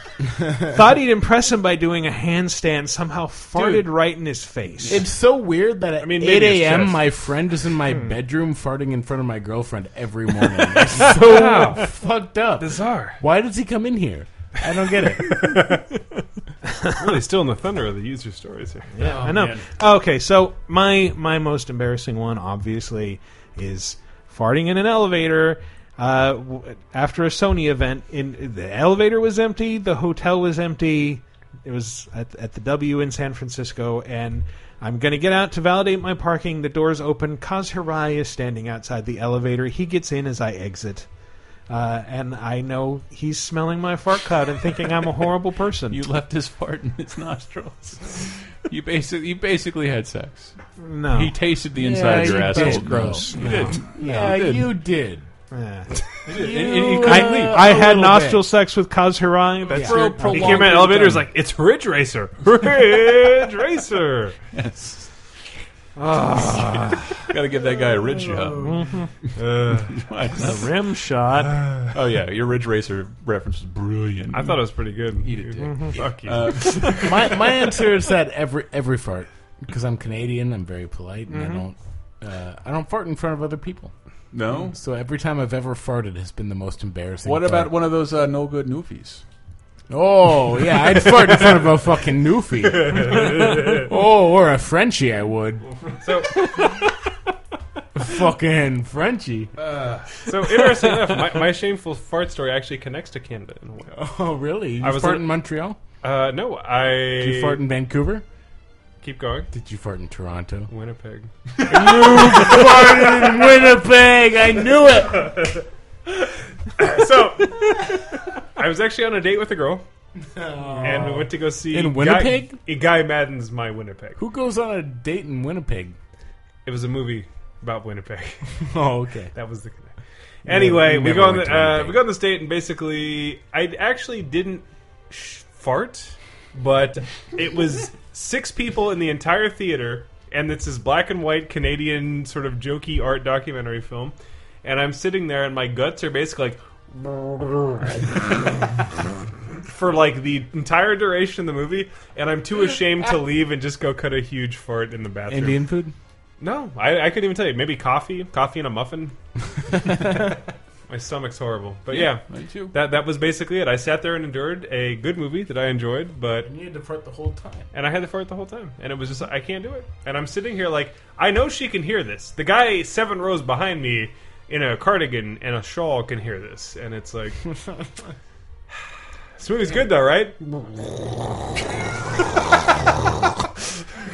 S1: thought he'd impress him by doing a handstand. Somehow farted
S4: Dude.
S1: right in his face.
S4: It's so weird that at
S1: mean, maybe it's
S4: 8 a.m.
S1: just-
S4: my friend is in my
S1: Hmm.
S4: bedroom farting in front of my girlfriend every morning. It's so
S1: Wow.
S4: fucked up.
S1: Bizarre.
S4: Why does he come in here? I don't get it.
S3: really, still in the thunder of the user stories here.
S1: Yeah, I know. Okay, so my my most embarrassing one obviously is farting in an elevator. Uh, w- after a Sony event, in the elevator was empty, the hotel was empty. It was at, at the W in San Francisco, and I'm going to get out to validate my parking. The doors open. Kaz Hirai is standing outside the elevator. He gets in as I exit. Uh, and I know he's smelling my fart cloud and thinking I'm a horrible person.
S2: You left his fart in his nostrils. you basically you basically had sex.
S1: No.
S2: he tasted the inside of your asshole.
S1: No.
S2: [LAUGHS] You did.
S1: Yeah,
S2: you did.
S1: you
S4: did.
S2: You,
S1: I,
S2: uh,
S1: I
S2: a
S1: had
S2: little
S1: nostril
S2: bit.
S1: sex with Kaz Hirai. That's
S3: For a
S1: your-
S3: prolonged He came out of the elevator, he's like, "It's Ridge Racer." [LAUGHS] Ridge Racer.
S2: Yes.
S1: Ah.
S2: Gotta give that guy a ridge shot.
S1: Mhm.
S2: [LAUGHS] What?
S1: A rim shot.
S2: Oh yeah, your Ridge Racer reference was brilliant.
S3: I thought it was pretty good.
S2: Eat it, dick.
S3: Mhm. Fuck you.
S2: Uh, [LAUGHS]
S4: my my answer is that every every fart because I'm Canadian, I'm very polite, and I don't uh, I don't fart in front of other people.
S2: No?
S4: So every time I've ever farted has been the most embarrassing.
S2: What
S4: fart.
S2: about one of those uh, no good newfies?
S4: Oh yeah, I'd fart in front of a fucking newfie. oh, or a Frenchie, I would.
S3: So
S4: fucking Frenchie.
S3: so interesting enough, my, my shameful fart story actually connects to Canada in a way.
S4: Oh really? You
S3: I was
S4: fart
S3: in-
S4: in Montreal?
S3: Uh, no, I
S4: Did you fart in Vancouver?
S3: Keep going.
S4: Did you fart in Toronto?
S3: Winnipeg.
S4: you farted in Winnipeg. I knew it.
S3: so I was actually on a date with a girl, and we went to go see
S4: In
S3: Guy-
S4: Winnipeg?
S3: Guy, Madden's My Winnipeg.
S4: Who goes on a date in Winnipeg?
S3: It was a movie about Winnipeg.
S4: Oh, okay.
S3: [LAUGHS] that was the connect.
S4: Yeah,
S3: Anyway,
S4: you
S3: we
S4: never
S3: go on
S4: went
S3: the
S4: to
S3: uh,
S4: Winnipeg.
S3: we go on this date, and basically, I actually didn't sh- fart,
S4: [LAUGHS]
S3: but it was six people in the entire theater, and it's this black and white Canadian sort of jokey art documentary film, and I'm sitting there, and my guts are
S4: [LAUGHS]
S3: basically like. For like the entire duration of the movie, and I'm too ashamed
S4: [LAUGHS]
S3: to leave and just go cut a huge fart in the bathroom.
S4: Indian food?
S3: No, I, I couldn't even tell you. Maybe coffee, coffee and a muffin. My stomach's horrible, but yeah,
S2: Yeah, me too.
S3: that that was basically it. I sat there and endured a good movie that I enjoyed, but
S4: You had to fart the whole time.
S3: and I had to fart the whole time, and it was just I can't do it. And I'm sitting here like I know she can hear this. The guy seven rows behind me in a cardigan and a shawl can hear this, and it's like. [SIGHS] This movie's good though, right?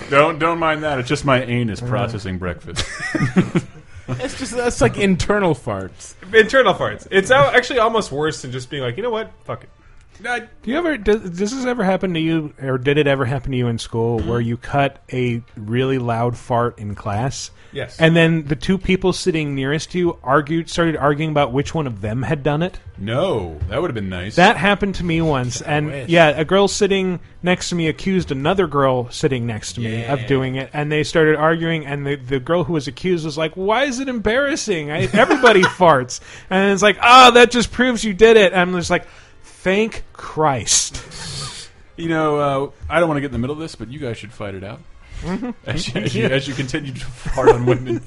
S2: Don't don't mind that. It's just my anus processing [LAUGHS] breakfast.
S4: It's just that's like internal farts.
S3: Internal farts. It's al- actually almost worse than just being like, you know what, fuck it.
S1: Do you ever does, does this ever happen to you, or did it ever happen to you in school where you cut a really loud fart in class?
S3: Yes.
S1: And then the two people sitting nearest to you argued, started arguing about which one of them had done it.
S2: no, that would have been nice.
S1: That happened to me once, and
S2: wish.
S1: yeah, a girl sitting next to me accused another girl sitting next to me of doing it, and they started arguing. And the, the girl who was accused was like, "Why is it embarrassing? I, everybody [LAUGHS] farts," and it's like, "Ah, that just proves you did it." And I'm just like, "Thank Christ."
S2: You know, uh, I don't want to get in the middle of this, but you guys should fight it out. As, you, as, you, as you continue to fart on women.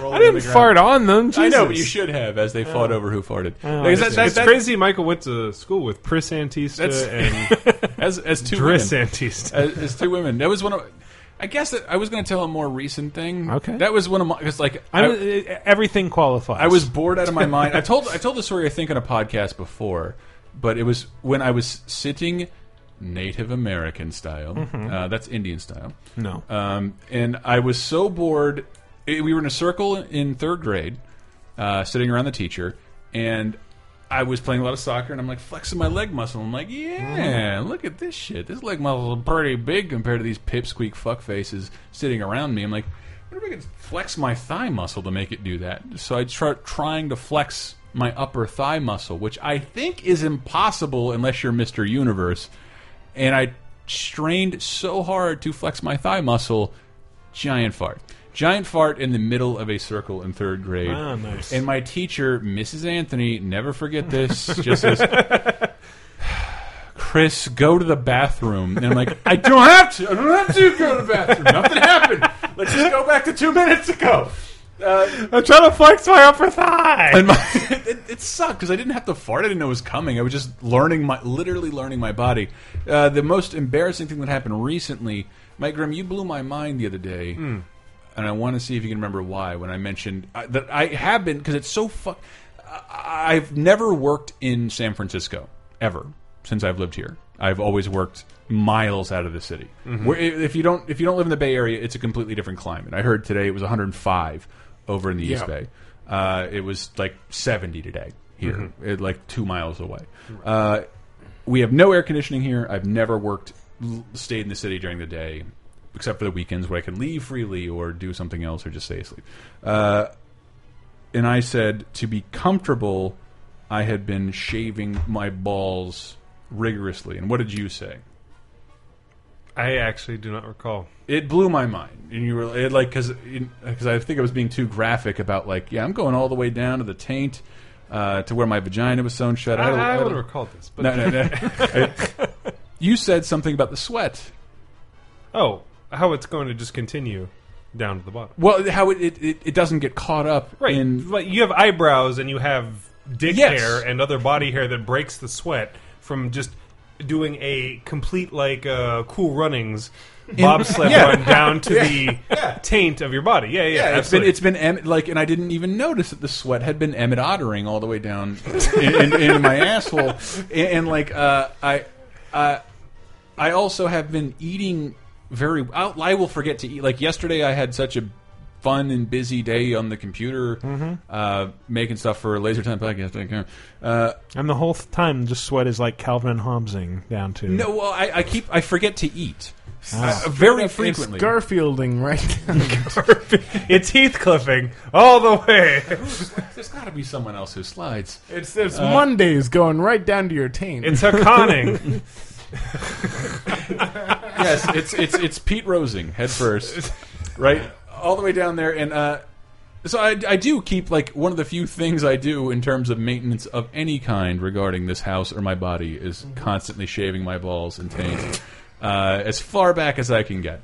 S2: rolling
S1: I didn't
S2: on the ground.
S1: fart on them,
S2: I know, but
S1: Jesus.
S2: you should have, as they fought over who farted.
S1: Oh,
S2: Because that-
S3: it's
S2: that- that-
S3: crazy. Michael went to school with Pris Antista
S2: That's- [LAUGHS]
S3: and
S2: as as two
S3: Driss
S2: women.
S3: Antista.
S2: As, as two women. That was one of. I guess that, I was going to tell a more recent thing.
S1: Okay.
S2: That was one of my because like
S1: I'm,
S2: I-
S1: everything qualifies.
S2: I was bored out of my mind. I told I told the story I think on a podcast before, but it was when I was sitting Native American style.
S1: Mhm.
S2: Uh, that's Indian style.
S1: No.
S2: Um, and I was so bored. It- we were in a circle in third grade, uh, sitting around the teacher, and I was playing a lot of soccer, and I'm like flexing my leg muscle. I'm like, yeah, look at this shit. This leg muscle is pretty big compared to these pipsqueak fuck faces sitting around me. I'm like, what if I could flex my thigh muscle to make it do that? So I start trying to flex my upper thigh muscle, which I think is impossible unless you're Mr. Universe. And I strained so hard to flex my thigh muscle, giant fart. Giant fart in the middle of a circle in third grade.
S1: Ah, nice.
S2: And my teacher, Mrs. Anthony, never forget this, just says, Chris, go to the bathroom. And I'm like, I don't have to. I don't have to go to the bathroom. Nothing happened. Let's just go back to two minutes ago.
S3: I'm trying to flex my upper thigh.
S2: And my, [LAUGHS] it, it sucked because I didn't have to fart. I didn't know it was coming. I was just learning my, literally learning my body. Uh, the most embarrassing thing that happened recently, Mike Grimm, you blew my mind the other day,
S12: Hmm.
S2: and I want to see if you can remember why. When I mentioned uh, that I have been because it's so fuck. I- I've never worked in San Francisco ever since I've lived here. I've always worked miles out of the city.
S12: Mhm.
S2: Where i- if you don't if you don't live in the Bay Area, it's a completely different climate. I heard today it was 105 over in the East
S12: Yeah.
S2: Bay. Uh, it was like 70 today here,
S12: Mhm.
S2: it- like two miles away. Uh, we have no air conditioning here. I've never worked, l- stayed in the city during the day, except for the weekends where I can leave freely or do something else or just stay asleep. Uh, and I said to be comfortable, I had been shaving my balls rigorously. And what did you say?
S3: I actually do not recall.
S2: It blew my mind, and you were it, like, because because I think I was being too graphic about like, yeah, I'm going all the way down to the taint, uh, to where my vagina was sewn shut. had a-
S3: I- I
S2: had a-
S3: would've recalled this, but-
S2: no, no, no. I- [LAUGHS] you said something about the sweat.
S3: Oh, how it's going to just continue down to the bottom.
S2: Well, how it it, it, it doesn't get caught up
S3: Right.
S2: in
S3: Like, you have eyebrows and you have dick
S2: Yes.
S3: hair and other body hair that breaks the sweat from just doing a complete like uh, cool runnings
S2: In-
S3: bobsled
S2: Yeah.
S3: run down to
S2: Yeah.
S3: the taint of your body. Yeah, yeah,
S2: it's been
S3: absolutely.
S2: it's been em- like, and I didn't even notice that the sweat had been Emmett Ottering all the way down in, in, into my asshole, and, and, like uh, I, uh, I also have been eating very. I, I will forget to eat. Like yesterday, I had such a fun and busy day on the computer,
S3: Mm-hmm.
S1: Mhm.
S2: uh, making stuff for Laser Time Podcast. Uh,
S1: and the whole th- time, just sweat is like Calvin and Hobbesing down to.
S2: no, well, I, I keep I forget to eat.
S1: Ah.
S2: Uh, very
S4: It's
S2: frequently,
S4: Garfielding [LAUGHS] right
S2: [LAUGHS]
S3: it's Heathcliffing all the way.
S2: There's got to be someone else who slides.
S4: It's there's
S2: Uh,
S4: Mondays going right down to your taint.
S3: It's a conning.
S2: yes, it's it's it's Pete Rosing head first, right, all the way down there, and uh, so I, I do keep like one of the few things I do in terms of maintenance of any kind regarding this house or my body is constantly shaving my balls and taint uh, as far back as I can get.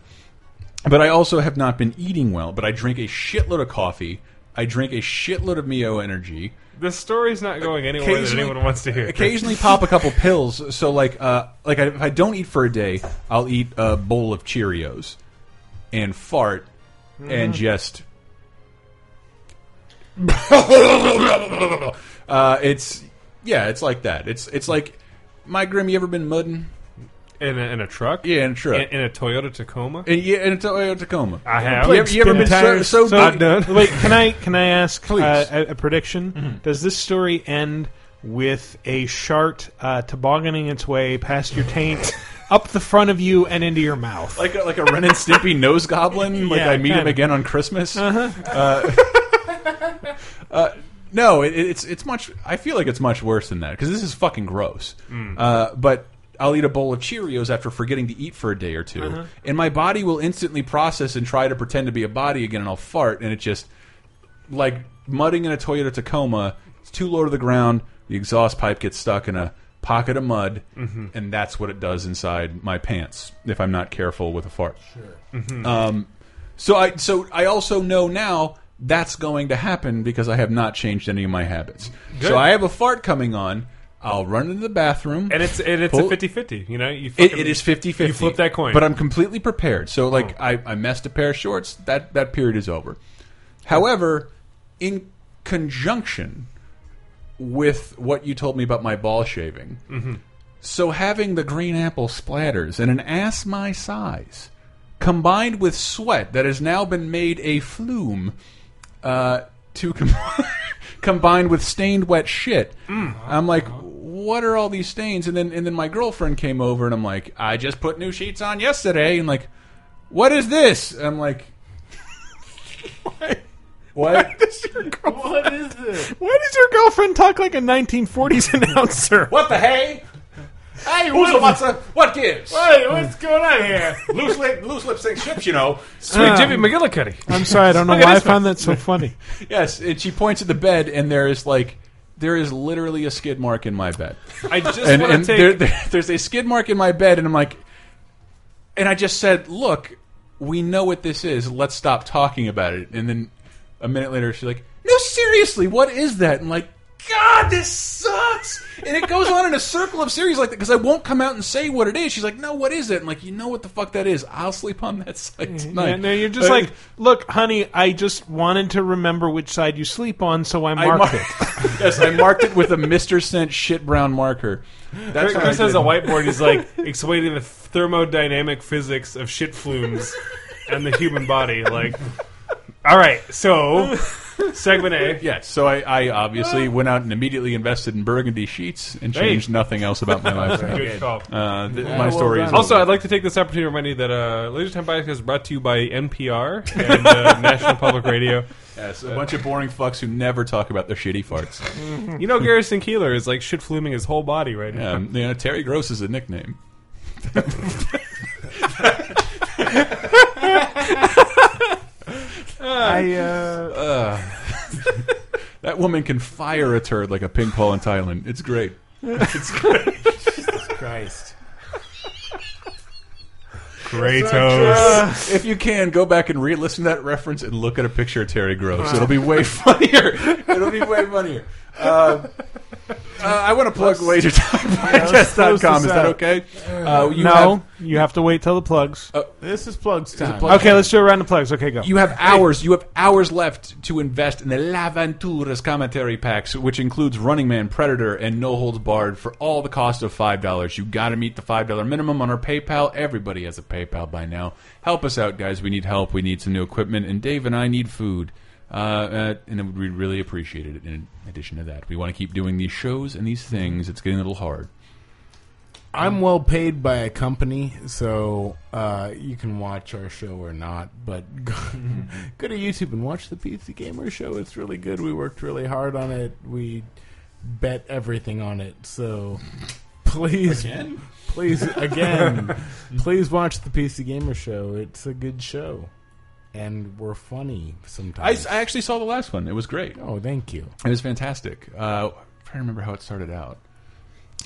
S2: But I also have not been eating well. But I drink a shitload of coffee. I drink a shitload of Mio Energy
S3: this story's not going anywhere that
S2: occasionally-
S3: anyone wants to hear.
S2: occasionally pop a couple pills. So like uh, like I, if I don't eat for a day, I'll eat a bowl of Cheerios and fart
S3: Mm-hmm.
S2: and
S12: Mhm.
S3: [LAUGHS]
S2: just. uh, it's yeah, it's like that. It's it's like my grim. You ever been mudding?
S3: In a, in a truck?
S2: Yeah, in a truck.
S3: In, in a Toyota Tacoma?
S2: And yeah, in a Toyota Tacoma.
S3: I have.
S2: You ever, you ever been so,
S1: [LAUGHS]
S2: so,
S1: Wait, can I can I ask uh, a, a prediction?
S2: Mm-hmm.
S1: Does this story end with a shart uh, tobogganing its way past your taint,
S2: [LAUGHS]
S1: up the front of you, and into your mouth?
S2: like a, like a Ren and Stimpy nose goblin. Like
S1: Yeah,
S2: I meet
S1: kinda.
S2: him
S1: Uh-huh.
S2: again on Christmas. Uh, [LAUGHS] uh, no, it, it's it's much. I feel like it's much worse than that because this is fucking gross.
S12: Mm.
S2: Uh, but I'll eat a bowl of Cheerios after forgetting to eat for a day or 2
S12: Uh-huh.
S2: and my body will instantly process and try to pretend to be a body again, and I'll fart, and it just like mudding in a Toyota Tacoma. It's too low to the ground. The exhaust pipe gets stuck in a pocket of mud,
S3: Mm-hmm.
S12: Mhm.
S2: and that's what it does inside my pants if I'm not careful with a fart.
S12: Mhm.
S2: Um, so I so I also know now that's going to happen because I have not changed any of my habits.
S3: Good.
S2: So I have a fart coming on. I'll run into the bathroom,
S3: And it's and it's
S2: pull-
S3: a 50-50, you know? You
S2: it,
S3: fucking-
S2: it is 50 50.
S3: You flip that coin. Oh.
S2: But I'm completely prepared. So, like, I, I messed a pair of shorts. That, that period is over. However, in conjunction with what you told me about my ball shaving,
S3: Mm-hmm.
S12: Mhm.
S2: so having the green apple splatters and an ass my size combined with sweat that has now been made a flume uh, to com- [LAUGHS] combined with stained wet shit. I'm like, what are all these stains? And then and then my girlfriend came over and I'm like, I just put new sheets on yesterday. And like, what is this? And I'm like, [LAUGHS] what?
S4: what is this?
S1: Why does your girlfriend talk like a
S4: [LAUGHS]
S1: 1940s announcer?
S2: What the hey?
S4: Hey,
S2: Who's a
S4: what-
S2: what's a what gives?
S4: Hey, what's going on here?
S2: [LAUGHS] loose lip, loose lip sync ships, you know.
S1: Sweet Um, Jimmy
S3: McGillicuddy.
S1: [LAUGHS] I'm sorry, I don't know
S2: Look at
S1: why I
S2: this
S1: found
S2: one.
S1: that so funny.
S2: Yes, and she points at the bed, and there is like there is literally a skid mark in my bed.
S3: I just
S2: and,
S3: wanna
S2: and
S3: take-
S2: there, there- [LAUGHS] there's a skid mark in my bed, and I'm like, and I just said, look, we know what this is. Let's stop talking about it. And then a minute later, she's like, no, seriously, what is that? And I'm like, God, this sucks. Yes, and it goes on in a circle of series like that because I won't come out and say what it is. She's like, "No, what is it?" I'm like, "You know what the fuck that is? I'll sleep on that side tonight."
S1: Yeah, no, you're just
S2: Uh,
S1: like, look, honey, I just wanted to remember which side you sleep on, so I
S2: I
S1: marked
S2: mar-
S1: it.
S2: [LAUGHS] yes, I marked it with a Mister Cent shit brown marker. That's what I
S3: Chris has
S2: did.
S3: a whiteboard.
S2: [LAUGHS]
S3: He's like explaining the thermodynamic physics of shit flumes and the human body. Like, all right, so segment A.
S2: [LAUGHS] Yes, so I, I
S3: Ah.
S2: obviously went out and immediately invested in burgundy sheets and
S3: Hey.
S2: changed nothing else about my life.
S3: [LAUGHS] Good call.
S2: Uh, th- my story is
S3: also, I'd like to take this opportunity to remind you that uh, Laser Time Bias is brought to you by NPR and uh, National [LAUGHS] Public Radio.
S2: Yes, a bunch of boring fucks who never talk about their shitty farts.
S3: You know, Garrison Keeler is like shit fluming his whole body right now.
S2: Um, you know, Terry Gross is a
S3: [LAUGHS]
S2: nickname. [LAUGHS]
S5: I,
S2: Uh, [LAUGHS] that woman can fire a turd like a ping pong in Thailand. It's great. It's great.
S4: Jesus [LAUGHS] Christ.
S1: Uh,
S2: Kratos. If you can, go back and re-listen to that reference and look at a picture of Terry Gross. It'll be
S1: Uh.
S2: way funnier. It'll be way funnier. Uh, uh, I want to plug lasertimepodcast.com.
S1: Yeah,
S2: Is that okay? Uh, you
S1: no,
S2: have-
S1: you have to wait till the plugs.
S4: This is plugs time.
S1: okay, let's do a round of plugs. Okay, go.
S2: You have hours. You have hours left to invest in the Laventuras commentary packs, which includes Running Man, Predator, and No Holds Barred for all the cost of five dollars. You got to meet the five dollar minimum on our PayPal. Everybody has a PayPal by now. Help us out, guys. We need help. We need some new equipment, and Dave and I need food. Uh, uh, and we really appreciate it. In addition to that, we want to keep doing these shows and these things. It's getting a little hard.
S4: I'm well paid by a company, so uh, you can watch our show or not. But [LAUGHS] go,
S2: Mm-hmm.
S4: go to YouTube and watch the PC Gamer show. It's really good. We worked really hard on it. We bet everything on it. So [LAUGHS] please,
S2: Again?
S4: please
S2: [LAUGHS]
S4: again, please watch the PC Gamer show. It's a good show, and we're funny
S2: I,
S4: sometimes.
S2: I actually saw the last one. It was great.
S4: oh, thank you.
S2: It was fantastic. Uh, I'm trying to remember how it started out. [LAUGHS]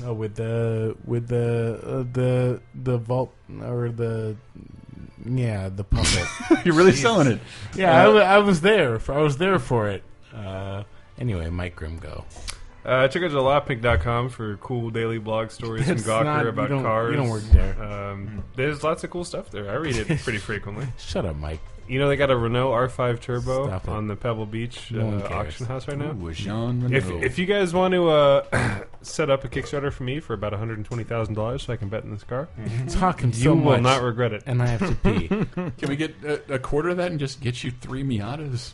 S4: Oh, with the with the uh, the the vault or the yeah the puppet.
S2: You're really selling it.
S4: Yeah,
S2: Uh,
S4: I, wa- I was there. For, I was there for it. Uh, anyway, Mike Grimgo.
S3: Uh, check out jalopnik.com for cool daily blog stories from
S4: That's
S3: Gawker
S4: not- you
S3: about
S4: don't-
S3: cars.
S4: you don't work there.
S3: Um, there's lots of cool stuff there. I read it pretty frequently.
S4: Shut up, Mike.
S3: You know they got a Renault R5 Turbo
S4: Stop it.
S3: on the Pebble Beach
S4: No one
S3: uh,
S4: cares.
S3: auction house right now.
S2: Ooh, a Jean
S3: if,
S2: Renault.
S3: if you guys want to uh, [COUGHS] set up a Kickstarter for me for about one hundred twenty thousand dollars, so I can bet in this car,
S4: Talking
S3: you
S4: Mm. so
S3: will
S4: much,
S3: not regret
S4: [LAUGHS]
S3: it.
S4: and I have to pee.
S2: Can we get a, a quarter of that and just get you three Miatas?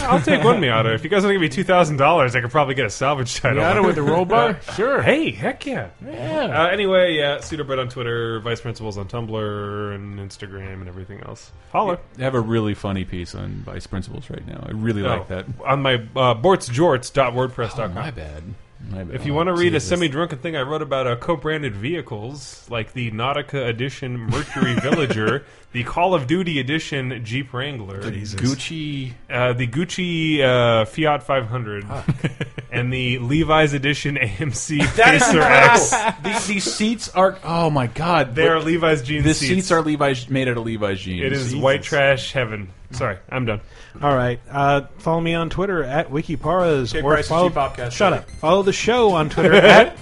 S3: I'll take one Miata. If you guys want to give me two thousand dollars, I could probably get a salvage title.
S4: Miata with the roll bar?
S3: sure. [LAUGHS] Hey, heck yeah.
S4: Yeah.
S3: Uh, anyway, yeah, Pseudobread on Twitter, Vice Principals on Tumblr and Instagram and everything else. Holler.
S2: I have a really funny piece on Vice Principals right now. I really like
S3: Oh,
S2: that.
S3: On my uh, bortsjorts.wordpress.com.
S4: Oh,
S2: My bad. My bad.
S3: If you want to read
S2: Jesus.
S3: a semi-drunken thing I wrote about uh, co-branded vehicles, like the Nautica Edition Mercury
S1: [LAUGHS]
S3: Villager, the Call of Duty Edition Jeep Wrangler,
S2: Gucci,
S3: uh, the Gucci uh, Fiat 500,
S1: Ah.
S3: [LAUGHS] and the Levi's Edition
S1: [LAUGHS]
S3: AMC Pacer X.
S2: these, these seats are. Oh my God!
S3: They are Levi's jeans.
S2: The seats. are Levi's made out of Levi's jeans.
S3: It is white trash heaven. Sorry, I'm
S1: [LAUGHS]
S3: done.
S1: All right. Uh, follow me on Twitter at Wikiparas.
S2: Jay
S1: or
S2: Price is
S1: follow,
S2: G-Podcast.
S1: Shut up. Follow the show on
S2: [LAUGHS]
S1: Twitter at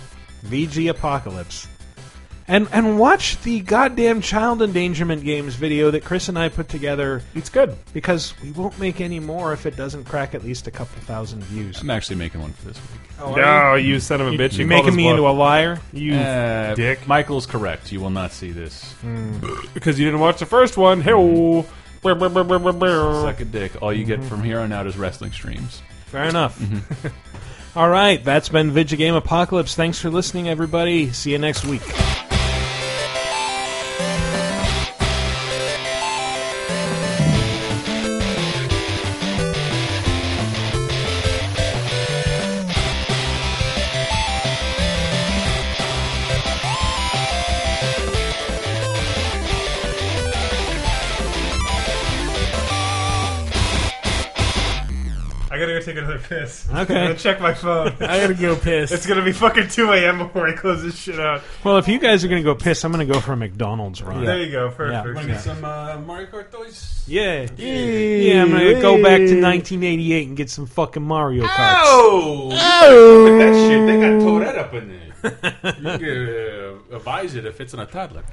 S1: VG Apocalypse. And and watch the goddamn child endangerment games video that Chris and I put together.
S3: It's good.
S1: Because we won't make any more if it doesn't crack at least a couple thousand views.
S2: I'm actually making one for this week.
S3: No, you son of a bitch!
S1: You're
S3: called
S1: making
S3: us
S1: me
S3: bluff.
S1: into a liar.
S3: you
S2: Uh,
S3: dick.
S2: Michael's correct. You will not see this.
S3: because you didn't watch the first one. Hey,
S2: Suck a dick. All you get from here on out is wrestling streams.
S1: Fair enough. [LAUGHS] All right, that's been Video Game Apocalypse. Thanks for listening, everybody. See you next
S3: [LAUGHS]
S1: week.
S3: I gotta go here, take another piss.
S1: Okay.
S3: I'm gonna [LAUGHS] check my phone.
S1: I gotta go piss.
S3: It's gonna be fucking 2 a.m. before I close this shit out.
S1: Well, if you guys are going to go piss, I'm going to go for a McDonald's run.
S3: There you go. Perfect.
S1: Yeah.
S2: Want to get some uh, Mario Kart toys?
S1: Yeah. Yeah, I'm going to go back to 1988 and get some fucking Mario Kart.
S2: Oh!
S1: Oh!
S2: [LAUGHS] Look at that shit. They got tore that up in there. you could uh, advise it if it's in a toddler.